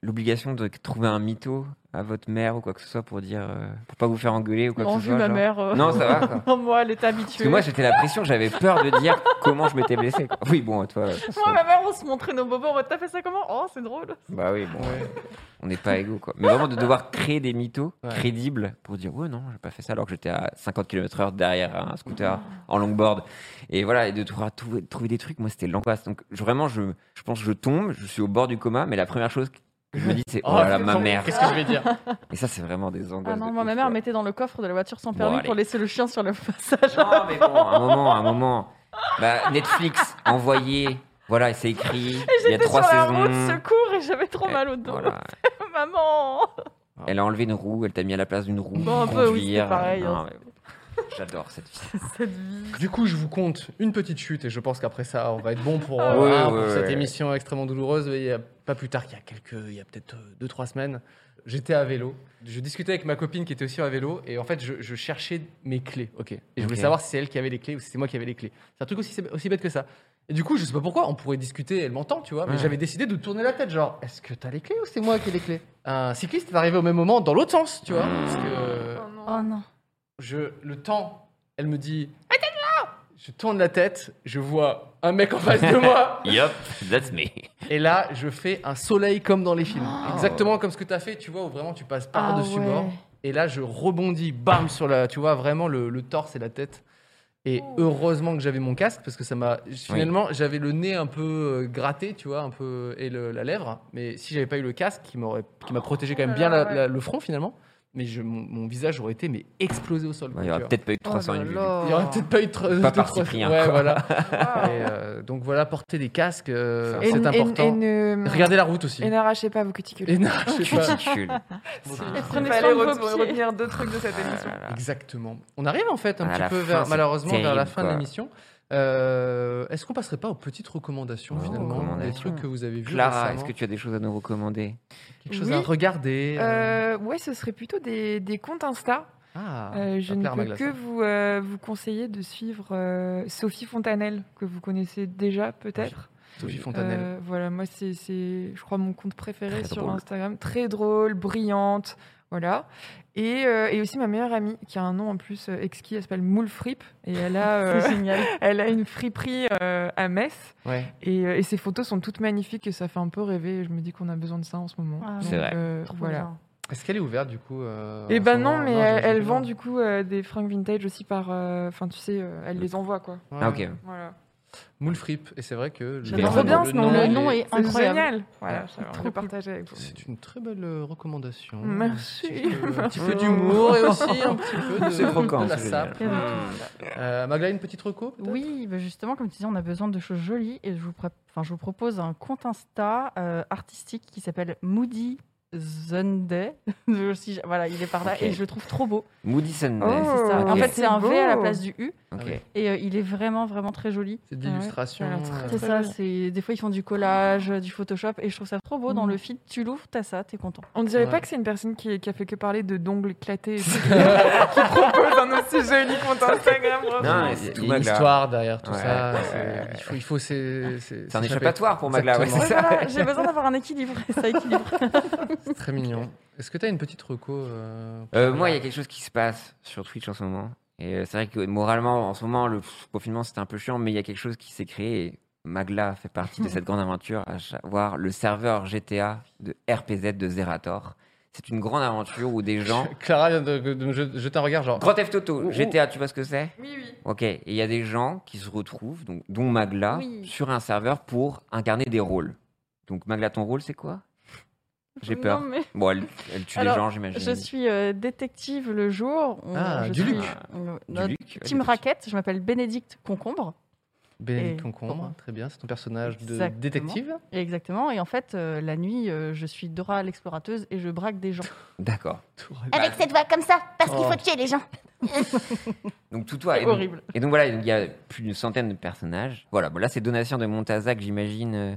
[SPEAKER 3] l'obligation de trouver un mytho à votre mère ou quoi que ce soit pour dire, euh, pour pas vous faire engueuler ou quoi
[SPEAKER 4] Non,
[SPEAKER 3] que ce
[SPEAKER 4] vu
[SPEAKER 3] soit.
[SPEAKER 4] ma
[SPEAKER 3] genre.
[SPEAKER 4] mère. euh,
[SPEAKER 3] Non, ça va. Quoi.
[SPEAKER 4] Non, moi, elle était
[SPEAKER 3] Parce que
[SPEAKER 4] habituée.
[SPEAKER 3] moi, j'étais la pression, j'avais peur de dire comment je m'étais blessé. quoi. Oui, bon, toi. euh,
[SPEAKER 4] Moi, ma mère, on se montrait nos bobos. On va taper ça comment Oh, c'est drôle.
[SPEAKER 3] Bah oui, bon, on n'est pas égaux, quoi. Mais vraiment de devoir créer des mythos
[SPEAKER 2] Ouais.
[SPEAKER 3] crédibles pour dire, ouais, non, j'ai pas fait ça alors que j'étais à 50 km/h derrière un scooter en longboard. Et voilà, et de trouver, trouver- trouver des trucs, moi, c'était l'angoisse. Donc, je- vraiment, je, je pense que je tombe, je suis au bord du coma, mais la première chose que je me dis, c'est, oh, là là, ma mère.
[SPEAKER 2] Qu'est-ce que je vais dire
[SPEAKER 3] Et ça, c'est vraiment des angoisses.
[SPEAKER 4] Ah non,
[SPEAKER 3] de
[SPEAKER 4] moi, ma
[SPEAKER 3] ouf,
[SPEAKER 4] mère
[SPEAKER 3] quoi.
[SPEAKER 4] mettait dans le coffre de la voiture sans
[SPEAKER 3] Bon,
[SPEAKER 4] permis
[SPEAKER 3] allez.
[SPEAKER 4] pour laisser le chien sur le passage.
[SPEAKER 3] Non, mais bon, un moment, un moment. Bah, Netflix, envoyé. Voilà, c'est écrit. Il y a
[SPEAKER 4] J'étais sur
[SPEAKER 3] trois
[SPEAKER 4] la
[SPEAKER 3] saisons. Eh,
[SPEAKER 4] route secours et j'avais trop mal au dos.
[SPEAKER 3] Voilà.
[SPEAKER 4] Maman
[SPEAKER 2] Ah.
[SPEAKER 3] Elle a enlevé une roue, elle t'a mis à la place d'une roue.
[SPEAKER 4] Bon, un peu, oui, c'est
[SPEAKER 3] conduire.
[SPEAKER 4] pareil,
[SPEAKER 3] Non,
[SPEAKER 4] hein.
[SPEAKER 3] mais- J'adore cette fille.
[SPEAKER 4] Cette vie.
[SPEAKER 2] Du coup, je vous compte une petite chute et je pense qu'après ça, on va être bon pour, euh,
[SPEAKER 3] Ah Ouais,
[SPEAKER 2] voilà,
[SPEAKER 3] ouais,
[SPEAKER 2] pour
[SPEAKER 3] ouais,
[SPEAKER 2] cette
[SPEAKER 3] ouais.
[SPEAKER 2] émission extrêmement douloureuse. Mais il y a- pas plus tard qu'il y a quelques, il y a peut-être euh, deux trois semaines, j'étais à vélo. Je discutais avec ma copine qui était aussi à vélo et en fait, je, je cherchais mes clés. Ok. Et je voulais
[SPEAKER 3] Ok.
[SPEAKER 2] savoir si c'est elle qui avait les clés ou si c'est moi qui avais les clés. C'est un truc aussi, aussi bête que ça. Et du coup, je sais pas pourquoi, on pourrait discuter, elle m'entend, tu vois, mais
[SPEAKER 3] Ouais.
[SPEAKER 2] j'avais décidé de tourner la tête, genre, est-ce que t'as les clés ou c'est moi qui ai les clés Un cycliste est arrivé au même moment dans l'autre sens, tu vois, parce que euh,
[SPEAKER 6] Oh
[SPEAKER 4] Oh
[SPEAKER 6] non.
[SPEAKER 4] non.
[SPEAKER 2] je, le temps, elle me dit Attends-moi Je tourne la tête, je vois un mec en face de moi,
[SPEAKER 3] Yup, that's me.
[SPEAKER 2] et là, je fais un soleil comme dans les films.
[SPEAKER 3] Oh.
[SPEAKER 2] Exactement comme ce que tu as fait, tu vois, où vraiment tu passes par-dessus
[SPEAKER 4] ouais.
[SPEAKER 2] bord. Et là, je rebondis, bam, sur la. Tu vois, vraiment le, le torse et la tête. Et heureusement que j'avais mon casque, parce que ça m'a. Finalement, j'avais le nez un peu euh, gratté, tu vois, un peu. et le- la lèvre. Mais si j'avais pas eu le casque, qui m'aurait- qui m'a protégé quand même bien la- la- le front, finalement, mais je, mon, mon visage aurait été mais explosé au sol.
[SPEAKER 3] Ouais, Il y aura
[SPEAKER 2] tu vois.
[SPEAKER 3] peut-être pas eu de
[SPEAKER 6] Oh
[SPEAKER 3] 300
[SPEAKER 6] là
[SPEAKER 3] 000 vues.
[SPEAKER 6] là.
[SPEAKER 2] Il y aurait peut-être pas eu de
[SPEAKER 3] Pas
[SPEAKER 2] de-
[SPEAKER 3] parti
[SPEAKER 2] de-
[SPEAKER 3] pris, hein,
[SPEAKER 2] Ouais,
[SPEAKER 3] quoi.
[SPEAKER 2] voilà.
[SPEAKER 6] Waouh.
[SPEAKER 2] Et, euh, donc voilà, porter des casques, euh,
[SPEAKER 3] Ça,
[SPEAKER 6] Et
[SPEAKER 2] c'est
[SPEAKER 6] n- et-
[SPEAKER 2] important.
[SPEAKER 6] Et ne
[SPEAKER 2] Regardez la route aussi.
[SPEAKER 6] et n'arrachez pas vos cuticules.
[SPEAKER 2] Et non, je sais pas.
[SPEAKER 3] Cuticule.
[SPEAKER 4] Et
[SPEAKER 6] Il
[SPEAKER 4] prenez
[SPEAKER 6] fallait
[SPEAKER 4] soin de
[SPEAKER 6] re-
[SPEAKER 4] vos pieds.
[SPEAKER 6] retenir deux trucs de cette émission.
[SPEAKER 3] Voilà.
[SPEAKER 2] Exactement. On arrive en fait un
[SPEAKER 3] À la
[SPEAKER 2] petit peu
[SPEAKER 3] fin,
[SPEAKER 2] vers,
[SPEAKER 3] c'est
[SPEAKER 2] malheureusement vers la
[SPEAKER 3] terrible,
[SPEAKER 2] fin
[SPEAKER 3] quoi.
[SPEAKER 2] de l'émission. Euh, Est-ce qu'on passerait pas aux petites recommandations
[SPEAKER 3] Aux
[SPEAKER 2] finalement
[SPEAKER 3] Oh, recommandations.
[SPEAKER 2] Des trucs que vous avez vus
[SPEAKER 3] Clara,
[SPEAKER 2] récemment
[SPEAKER 3] est-ce que tu as des choses à nous recommander
[SPEAKER 2] Quelque chose
[SPEAKER 6] Oui.
[SPEAKER 2] à regarder euh,
[SPEAKER 6] Euh, ouais, ce serait plutôt des, des comptes Insta.
[SPEAKER 2] Ah,
[SPEAKER 6] Euh, je
[SPEAKER 2] va
[SPEAKER 6] ne
[SPEAKER 2] plaire à ma
[SPEAKER 6] peux
[SPEAKER 2] glace,
[SPEAKER 6] que
[SPEAKER 2] hein.
[SPEAKER 6] vous, euh, vous conseiller de suivre euh, Sophie Fontanelle, que vous connaissez déjà peut-être.
[SPEAKER 2] Sophie Fontanelle.
[SPEAKER 6] Euh, voilà, moi c'est, c'est, je crois, mon compte préféré
[SPEAKER 3] Très
[SPEAKER 6] sur
[SPEAKER 3] drôle.
[SPEAKER 6] Instagram. Très drôle, brillante, voilà. Et, euh, et aussi ma meilleure amie, qui a un nom en plus euh, exquis, elle s'appelle Moule Frippe, et elle a, euh,
[SPEAKER 4] C'est génial.
[SPEAKER 6] elle a une friperie euh, à Metz.
[SPEAKER 2] Ouais.
[SPEAKER 6] Et, euh, et ses photos sont toutes magnifiques et ça fait un peu rêver. Je me dis qu'on a besoin de ça en ce moment.
[SPEAKER 4] Ah,
[SPEAKER 3] C'est vrai.
[SPEAKER 6] Euh,
[SPEAKER 4] Trop
[SPEAKER 6] voilà.
[SPEAKER 4] bien.
[SPEAKER 2] Est-ce qu'elle est ouverte du coup euh,
[SPEAKER 6] Et
[SPEAKER 2] en
[SPEAKER 6] ben
[SPEAKER 2] ce
[SPEAKER 6] non,
[SPEAKER 2] moment
[SPEAKER 6] mais
[SPEAKER 2] Non,
[SPEAKER 6] elle,
[SPEAKER 2] je- je
[SPEAKER 6] elle
[SPEAKER 2] sais
[SPEAKER 6] vend
[SPEAKER 2] pas.
[SPEAKER 6] du coup euh, des fringues vintage aussi par. euh, Enfin, tu sais, euh, elle les envoie quoi.
[SPEAKER 2] Ouais.
[SPEAKER 3] Ah, ok.
[SPEAKER 6] Voilà.
[SPEAKER 2] Moule fripe. Et c'est vrai que le-
[SPEAKER 4] J'adore.
[SPEAKER 3] Trop bien,
[SPEAKER 6] ce nom.
[SPEAKER 4] Le
[SPEAKER 2] il
[SPEAKER 4] nom est
[SPEAKER 6] C'est
[SPEAKER 4] incroyable.
[SPEAKER 6] génial. Voilà,
[SPEAKER 4] C'est
[SPEAKER 6] j'aimerais
[SPEAKER 4] trop
[SPEAKER 6] le
[SPEAKER 4] cool.
[SPEAKER 6] partager avec vous.
[SPEAKER 2] C'est une très belle euh, recommandation.
[SPEAKER 6] Merci.
[SPEAKER 2] Un petit peu- Un petit peu
[SPEAKER 3] Merci.
[SPEAKER 2] d'humour et aussi un petit peu de,
[SPEAKER 3] C'est croquant,
[SPEAKER 2] de la
[SPEAKER 3] c'est
[SPEAKER 2] sape.
[SPEAKER 4] Il y a de tout.
[SPEAKER 2] Euh, Magla, une petite reco peut-être
[SPEAKER 4] Oui, bah justement, comme tu disais, on a besoin de choses jolies et je vous, prép- enfin, je vous propose un compte Insta euh, artistique qui s'appelle Moody Sunday. Je- si je- voilà, il est par là
[SPEAKER 3] Ok.
[SPEAKER 4] et je le trouve trop beau.
[SPEAKER 3] Moody Sunday.
[SPEAKER 6] Oh,
[SPEAKER 4] C'est ça. En
[SPEAKER 3] ok.
[SPEAKER 4] fait, c'est un V
[SPEAKER 6] C'est
[SPEAKER 4] à la
[SPEAKER 6] beau.
[SPEAKER 4] place du U
[SPEAKER 3] Ok.
[SPEAKER 2] Ouais.
[SPEAKER 4] et euh, il est vraiment, vraiment très joli.
[SPEAKER 2] C'est de
[SPEAKER 6] Ah ouais,
[SPEAKER 2] l'illustration.
[SPEAKER 6] ça a l'air très-
[SPEAKER 2] euh,
[SPEAKER 4] C'est
[SPEAKER 6] Très
[SPEAKER 4] ça,
[SPEAKER 6] bien.
[SPEAKER 4] c'est des fois ils font du collage, euh, du Photoshop et je trouve ça trop beau. Dans
[SPEAKER 6] Mm.
[SPEAKER 4] le feed, tu l'ouvres, t'as ça, t'es content.
[SPEAKER 6] On dirait
[SPEAKER 2] Ouais.
[SPEAKER 6] pas que c'est une personne qui, qui a fait que parler de d'ongles éclatés et tout, qui propose un aussi joli compte Instagram. bravo.
[SPEAKER 3] Non,
[SPEAKER 2] il y a-
[SPEAKER 3] c'est
[SPEAKER 2] il
[SPEAKER 3] tout
[SPEAKER 2] y a une
[SPEAKER 3] Magla.
[SPEAKER 2] histoire derrière tout
[SPEAKER 3] Ouais,
[SPEAKER 2] ça.
[SPEAKER 3] ouais,
[SPEAKER 2] c'est-
[SPEAKER 3] ouais,
[SPEAKER 2] Il faut, il faut s'é- s'é-
[SPEAKER 3] C'est un
[SPEAKER 2] s'échapper.
[SPEAKER 3] échappatoire pour Magla. ouais,
[SPEAKER 2] Exactement.
[SPEAKER 3] c'est
[SPEAKER 4] Ouais,
[SPEAKER 3] ça.
[SPEAKER 4] voilà, j'ai besoin d'avoir un équilibre, ça équilibre.
[SPEAKER 2] C'est très mignon. Est-ce que tu as une petite reco euh,
[SPEAKER 3] Euh,
[SPEAKER 4] Ah,
[SPEAKER 2] pour-
[SPEAKER 3] moi, il y a quelque chose qui se passe sur Twitch en ce moment. Et euh, c'est vrai que moralement, en ce moment, le pff, confinement, c'était un peu chiant, mais il y a quelque chose qui s'est créé. Et Magla fait partie de cette grande aventure, à savoir le serveur GTA de RPZ de Zerator. C'est une grande aventure où des gens.
[SPEAKER 2] Clara vient de, de me je- jeter un regard genre.
[SPEAKER 3] Grand Theft Auto,
[SPEAKER 2] Ouh.
[SPEAKER 3] GTA, tu vois ce que c'est
[SPEAKER 6] Oui, oui.
[SPEAKER 3] Ok, et il y a des gens qui se retrouvent, donc, dont Magla,
[SPEAKER 4] Oui.
[SPEAKER 3] sur un serveur pour incarner des rôles. Donc Magla, ton rôle, c'est quoi J'ai
[SPEAKER 4] Non,
[SPEAKER 3] peur.
[SPEAKER 4] mais
[SPEAKER 3] Bon, elle, elle tue
[SPEAKER 4] Alors,
[SPEAKER 3] les gens, j'imagine.
[SPEAKER 4] je suis euh, détective le jour. on-
[SPEAKER 2] Ah,
[SPEAKER 4] je
[SPEAKER 2] du
[SPEAKER 4] suis- euh,
[SPEAKER 2] Luc.
[SPEAKER 4] on-
[SPEAKER 3] Du
[SPEAKER 4] notre
[SPEAKER 3] Luc, ouais,
[SPEAKER 4] Team
[SPEAKER 3] détective.
[SPEAKER 4] Raquette, je m'appelle Bénédicte Concombre.
[SPEAKER 2] Bénédicte
[SPEAKER 4] Et-
[SPEAKER 2] Concombre, très bien, c'est ton personnage de
[SPEAKER 4] Exactement.
[SPEAKER 2] détective.
[SPEAKER 4] Exactement. Et en fait, euh, la nuit, euh, je suis Dora l'explorateuse et je braque des gens.
[SPEAKER 3] D'accord.
[SPEAKER 9] Avec cette voix comme ça, parce qu'il
[SPEAKER 2] Oh.
[SPEAKER 9] faut tuer les gens.
[SPEAKER 3] Donc tout toi.
[SPEAKER 4] C'est
[SPEAKER 3] Ah, Et donc,
[SPEAKER 4] horrible.
[SPEAKER 3] et donc voilà, il y a plus d'une centaine de personnages. Voilà, bon, là c'est Donatien de Montazac, j'imagine, euh,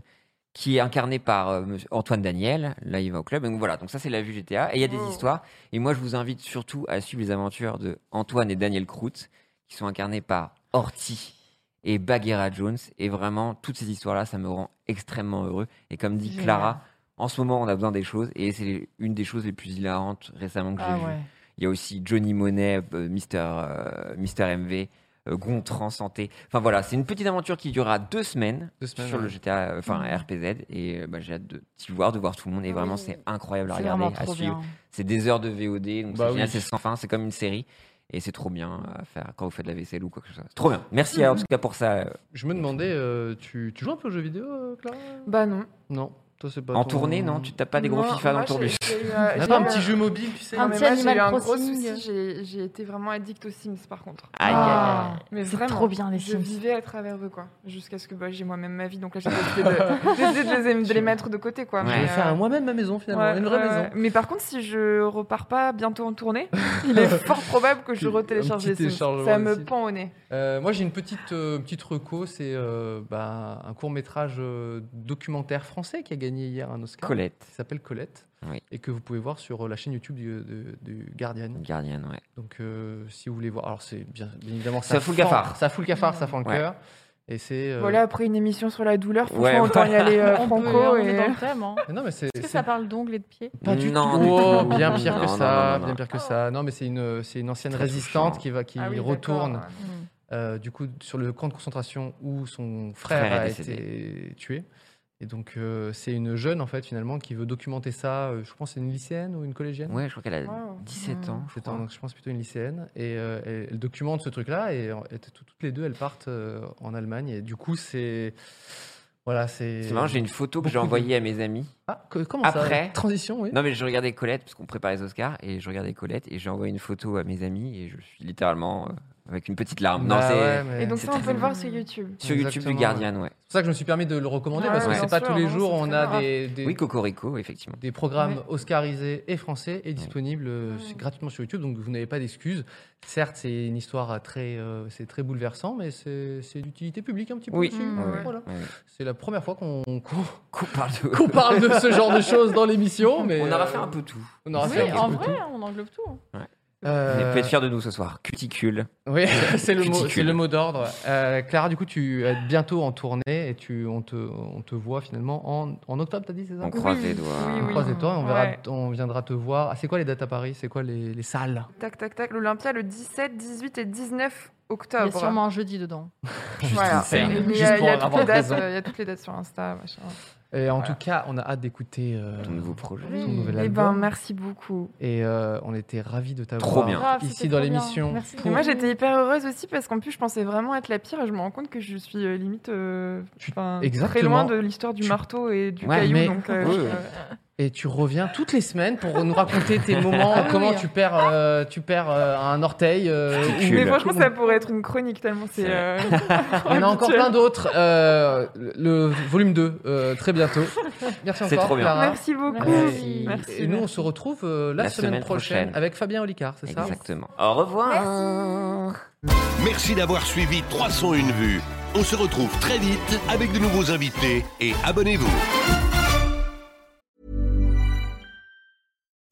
[SPEAKER 3] qui est incarné par euh, monsieur Antoine Daniel. Là, il va au club. Donc voilà, donc ça c'est la vue GTA. Et il y a des
[SPEAKER 6] Wow.
[SPEAKER 3] histoires. Et moi, je vous invite surtout à suivre les aventures de Antoine et Daniel Croûte, qui sont incarnés par Orti et Bagheera Jones. Et vraiment, toutes ces histoires-là, ça me rend extrêmement heureux. Et comme dit
[SPEAKER 4] Génial.
[SPEAKER 3] Clara, en ce moment, on a besoin des choses. Et c'est une des choses les plus hilarantes récemment que j'ai
[SPEAKER 4] Ah
[SPEAKER 3] vues.
[SPEAKER 4] ouais.
[SPEAKER 3] Il y a aussi Johnny Monet, euh, Mister, euh, Mister MV, euh, Gontran Santé. Enfin voilà, c'est une petite aventure qui durera deux semaines,
[SPEAKER 2] Deux semaines,
[SPEAKER 3] sur le
[SPEAKER 2] ouais.
[SPEAKER 3] GTA, euh, enfin RPZ. Et euh, bah, j'ai hâte de t'y voir, de voir tout le monde. Et vraiment, c'est incroyable à
[SPEAKER 4] C'est
[SPEAKER 3] regarder,
[SPEAKER 4] vraiment
[SPEAKER 3] à
[SPEAKER 4] trop
[SPEAKER 3] suivre.
[SPEAKER 4] bien.
[SPEAKER 3] C'est des heures de VOD, donc
[SPEAKER 2] Bah
[SPEAKER 3] c'est génial,
[SPEAKER 2] oui.
[SPEAKER 3] c'est sans fin, c'est comme une série. Et c'est trop bien à faire quand vous faites de la vaisselle ou quoi que ce soit. C'est trop bien. Merci à- en tout cas pour ça. euh,
[SPEAKER 2] Je me demandais, euh, tu, tu joues un peu aux jeux vidéo, euh, Clara
[SPEAKER 6] Bah non.
[SPEAKER 2] Non, toi c'est pas.
[SPEAKER 3] En
[SPEAKER 2] ton-
[SPEAKER 3] tournée, non Tu tapes pas des gros
[SPEAKER 6] Moi-
[SPEAKER 3] FIFA
[SPEAKER 6] moi,
[SPEAKER 3] dans ton
[SPEAKER 6] j'ai-
[SPEAKER 3] bus
[SPEAKER 6] j'ai eu,
[SPEAKER 2] On
[SPEAKER 6] euh, j'ai Ah,
[SPEAKER 2] a pas un
[SPEAKER 6] eu
[SPEAKER 2] petit jeu mobile, tu sais
[SPEAKER 4] Un
[SPEAKER 6] Non, mais
[SPEAKER 4] petit
[SPEAKER 6] moi,
[SPEAKER 4] Animal
[SPEAKER 6] j'ai eu un gros
[SPEAKER 4] Crossing.
[SPEAKER 6] souci, j'ai- j'ai été vraiment addict aux Sims par contre.
[SPEAKER 3] Aïe, aïe, aïe.
[SPEAKER 2] Ah.
[SPEAKER 6] Mais
[SPEAKER 4] C'est
[SPEAKER 6] vraiment,
[SPEAKER 4] trop bien, les
[SPEAKER 6] Je
[SPEAKER 4] Sims.
[SPEAKER 6] vivais à travers eux quoi, jusqu'à ce que bah, j'ai moi-même ma vie, donc là j'ai décidé de, j'ai décidé de les, de les mettre de côté quoi.
[SPEAKER 3] Ouais.
[SPEAKER 2] Je
[SPEAKER 6] Mais,
[SPEAKER 2] vais faire à
[SPEAKER 6] euh,
[SPEAKER 2] moi-même ma maison finalement,
[SPEAKER 6] ouais,
[SPEAKER 2] une vraie
[SPEAKER 6] ouais,
[SPEAKER 2] maison.
[SPEAKER 6] ouais. Mais par contre, si je repars pas bientôt en tournée, il est fort probable que je
[SPEAKER 2] Un
[SPEAKER 6] retélécharge
[SPEAKER 2] petit
[SPEAKER 6] les Sims.
[SPEAKER 2] téléchargement
[SPEAKER 6] Ça
[SPEAKER 2] des
[SPEAKER 6] me
[SPEAKER 2] Sims.
[SPEAKER 6] pend au nez.
[SPEAKER 2] Euh, moi, j'ai une petite, euh, petite reco. C'est euh, bah, un court métrage documentaire français qui a gagné hier un Oscar.
[SPEAKER 3] Colette,
[SPEAKER 2] Qui s'appelle Colette.
[SPEAKER 3] Oui.
[SPEAKER 2] Et que vous pouvez voir sur euh, la chaîne YouTube du, de- du Guardian.
[SPEAKER 3] gardienne, ouais.
[SPEAKER 2] Donc, euh, si vous voulez voir. Alors, c'est bien, bien évidemment.
[SPEAKER 3] Ça fout le
[SPEAKER 2] fend-
[SPEAKER 3] cafard.
[SPEAKER 2] Ça fout le cafard, ça fend le
[SPEAKER 3] Ouais.
[SPEAKER 2] cœur. Et c'est. euh,
[SPEAKER 6] Voilà, après une émission sur la douleur, franchement,
[SPEAKER 3] Ouais,
[SPEAKER 6] autant y aller euh,
[SPEAKER 4] On
[SPEAKER 6] franco.
[SPEAKER 4] peut- on est
[SPEAKER 6] et...
[SPEAKER 4] dans le thème. hein.
[SPEAKER 2] Non, mais c'est.
[SPEAKER 4] Est-ce que
[SPEAKER 2] c'est
[SPEAKER 4] ça parle d'ongles et de pieds
[SPEAKER 2] Pas du
[SPEAKER 3] Non,
[SPEAKER 2] tout.
[SPEAKER 3] du
[SPEAKER 2] Oh,
[SPEAKER 3] tout.
[SPEAKER 2] bien pire
[SPEAKER 3] Non,
[SPEAKER 2] que
[SPEAKER 3] non,
[SPEAKER 2] ça,
[SPEAKER 3] non, non, non.
[SPEAKER 2] bien pire que ça. Non, mais c'est une, c'est une ancienne
[SPEAKER 3] Très
[SPEAKER 2] résistante
[SPEAKER 3] touchant.
[SPEAKER 2] qui va, qui
[SPEAKER 6] Ah oui, d'accord.
[SPEAKER 2] retourne euh, du coup sur le camp de concentration où son frère,
[SPEAKER 3] Frère est
[SPEAKER 2] a
[SPEAKER 3] décédé.
[SPEAKER 2] été tué. Et donc euh, c'est une jeune en fait finalement qui veut documenter ça. Euh, je pense que c'est une lycéenne ou une collégienne.
[SPEAKER 3] Ouais, je crois qu'elle a
[SPEAKER 6] Wow.
[SPEAKER 3] 17 ans. je
[SPEAKER 2] C'est
[SPEAKER 3] crois.
[SPEAKER 2] un- je pense plutôt une lycéenne et euh, elle, elle documente ce truc-là et, en- et tout- toutes les deux elles partent euh, en Allemagne et du coup c'est voilà c'est
[SPEAKER 3] C'est marrant, j'ai une photo que
[SPEAKER 2] Beaucoup
[SPEAKER 3] j'ai
[SPEAKER 2] de-
[SPEAKER 3] envoyée à mes amis
[SPEAKER 2] Ah, que- comment
[SPEAKER 3] Après-
[SPEAKER 2] ça Transition, oui.
[SPEAKER 3] Non, mais je regardais Colette, parce qu'on préparait les Oscars, et je regardais Colette, et j'ai envoyé une photo à mes amis, et je suis littéralement euh, avec une petite larme. non,
[SPEAKER 2] Bah
[SPEAKER 3] c'est
[SPEAKER 2] ouais, mais-
[SPEAKER 6] Et donc
[SPEAKER 3] c'est
[SPEAKER 6] ça, on
[SPEAKER 3] très
[SPEAKER 6] peut le voir
[SPEAKER 10] mignon.
[SPEAKER 6] sur YouTube.
[SPEAKER 3] sur YouTube du
[SPEAKER 2] Exactement,
[SPEAKER 3] Guardian, ouais.
[SPEAKER 2] C'est pour ça que je me suis permis de le recommander,
[SPEAKER 6] Ouais,
[SPEAKER 2] parce que
[SPEAKER 6] ouais,
[SPEAKER 2] c'est
[SPEAKER 6] bien
[SPEAKER 2] pas
[SPEAKER 6] sûr,
[SPEAKER 2] tous les
[SPEAKER 6] non,
[SPEAKER 2] jours
[SPEAKER 6] c'est
[SPEAKER 2] on
[SPEAKER 6] très
[SPEAKER 2] a
[SPEAKER 6] rare.
[SPEAKER 2] des, des,
[SPEAKER 3] Oui, Cocorico, effectivement.
[SPEAKER 2] des programmes
[SPEAKER 6] Ouais.
[SPEAKER 2] oscarisés et français et disponibles euh,
[SPEAKER 6] Ouais.
[SPEAKER 2] gratuitement sur YouTube, donc vous n'avez pas d'excuses. Certes, c'est une histoire euh, très, euh, c'est très bouleversant, mais c'est c'est d'utilité publique un petit peu.
[SPEAKER 3] Oui.
[SPEAKER 2] aussi.
[SPEAKER 6] Mmh,
[SPEAKER 3] ouais,
[SPEAKER 2] Voilà.
[SPEAKER 3] ouais.
[SPEAKER 2] C'est la première fois qu'on qu'on-
[SPEAKER 3] Qu'on parle de-
[SPEAKER 2] qu'on parle de ce genre de choses dans l'émission. mais,
[SPEAKER 3] On aura
[SPEAKER 2] euh,
[SPEAKER 3] fait un peu tout.
[SPEAKER 2] On aura
[SPEAKER 10] Oui,
[SPEAKER 2] fait un
[SPEAKER 10] en
[SPEAKER 2] peu
[SPEAKER 10] vrai,
[SPEAKER 2] tout.
[SPEAKER 10] hein, on englobe tout. hein.
[SPEAKER 2] Euh,
[SPEAKER 3] On est peut-être fiers de nous ce soir. Cuticule.
[SPEAKER 2] Oui, c'est le mot,
[SPEAKER 3] Cuticule.
[SPEAKER 2] c'est le mot d'ordre. Euh, Clara, du coup, tu vas être bientôt en tournée et tu, on, te, on te voit finalement en, en octobre, t'as dit, c'est ça
[SPEAKER 3] On croise les doigts.
[SPEAKER 6] oui,
[SPEAKER 2] On
[SPEAKER 6] oui.
[SPEAKER 2] croise les doigts, on, verra,
[SPEAKER 6] Ouais.
[SPEAKER 2] on viendra te voir. Ah, c'est quoi les dates à Paris C'est quoi les, les salles
[SPEAKER 6] Tac, tac, tac. L'Olympia le 17, 18 et 19
[SPEAKER 10] Il y
[SPEAKER 3] Ah,
[SPEAKER 6] octobre.
[SPEAKER 10] a sûrement un jeudi dedans.
[SPEAKER 6] Voilà.
[SPEAKER 2] Juste
[SPEAKER 6] Mais
[SPEAKER 2] une scène.
[SPEAKER 6] Il y,
[SPEAKER 2] Juste
[SPEAKER 6] a- il y
[SPEAKER 2] pour
[SPEAKER 6] a toutes
[SPEAKER 2] avoir
[SPEAKER 6] les dates,
[SPEAKER 2] raison.
[SPEAKER 6] euh, il y a toutes les dates sur Insta. Machin.
[SPEAKER 2] Et en
[SPEAKER 6] Voilà.
[SPEAKER 2] tout cas, on a hâte d'écouter euh,
[SPEAKER 3] Ton nouveau projet.
[SPEAKER 2] ton nouvel
[SPEAKER 6] Eh ben,
[SPEAKER 2] album.
[SPEAKER 6] merci beaucoup.
[SPEAKER 2] Et euh, on était ravis de t'avoir
[SPEAKER 3] Trop bien.
[SPEAKER 10] Grave,
[SPEAKER 2] ici
[SPEAKER 10] c'était
[SPEAKER 2] dans
[SPEAKER 10] trop bien.
[SPEAKER 2] l'émission.
[SPEAKER 10] Merci.
[SPEAKER 2] pour-
[SPEAKER 6] Et moi, j'étais hyper heureuse aussi parce qu'en plus, je pensais vraiment être la pire et je me rends compte que je suis euh, limite euh,
[SPEAKER 2] Tu-
[SPEAKER 6] enfin, très
[SPEAKER 2] exactement.
[SPEAKER 6] loin de l'histoire du
[SPEAKER 2] Tu-
[SPEAKER 6] marteau et du
[SPEAKER 3] Ouais,
[SPEAKER 6] caillou.
[SPEAKER 2] mais-
[SPEAKER 6] Donc, euh,
[SPEAKER 3] Oui.
[SPEAKER 6] je- Ah
[SPEAKER 2] Et tu reviens toutes les semaines pour nous raconter tes moments,
[SPEAKER 10] oui,
[SPEAKER 2] comment
[SPEAKER 10] oui.
[SPEAKER 2] tu perds, euh, tu perds euh, un orteil. euh,
[SPEAKER 3] Cuticule.
[SPEAKER 2] ou-
[SPEAKER 6] Mais franchement, ça pourrait être une chronique tellement c'est.
[SPEAKER 3] C'est
[SPEAKER 6] euh,
[SPEAKER 2] On a encore
[SPEAKER 6] habituel.
[SPEAKER 2] plein d'autres. euh, le volume 2, euh, très bientôt. Merci
[SPEAKER 3] C'est
[SPEAKER 2] encore,
[SPEAKER 3] trop bien.
[SPEAKER 2] Clara.
[SPEAKER 6] Merci beaucoup.
[SPEAKER 10] Merci.
[SPEAKER 6] Merci.
[SPEAKER 2] Et nous, on se retrouve euh, la,
[SPEAKER 3] La
[SPEAKER 2] semaine,
[SPEAKER 3] semaine
[SPEAKER 2] prochaine,
[SPEAKER 3] prochaine.
[SPEAKER 2] avec Fabien Olicard, c'est ça
[SPEAKER 3] Exactement. Au revoir.
[SPEAKER 5] Merci d'avoir suivi 301 vues. On se retrouve très vite avec de nouveaux invités et abonnez-vous.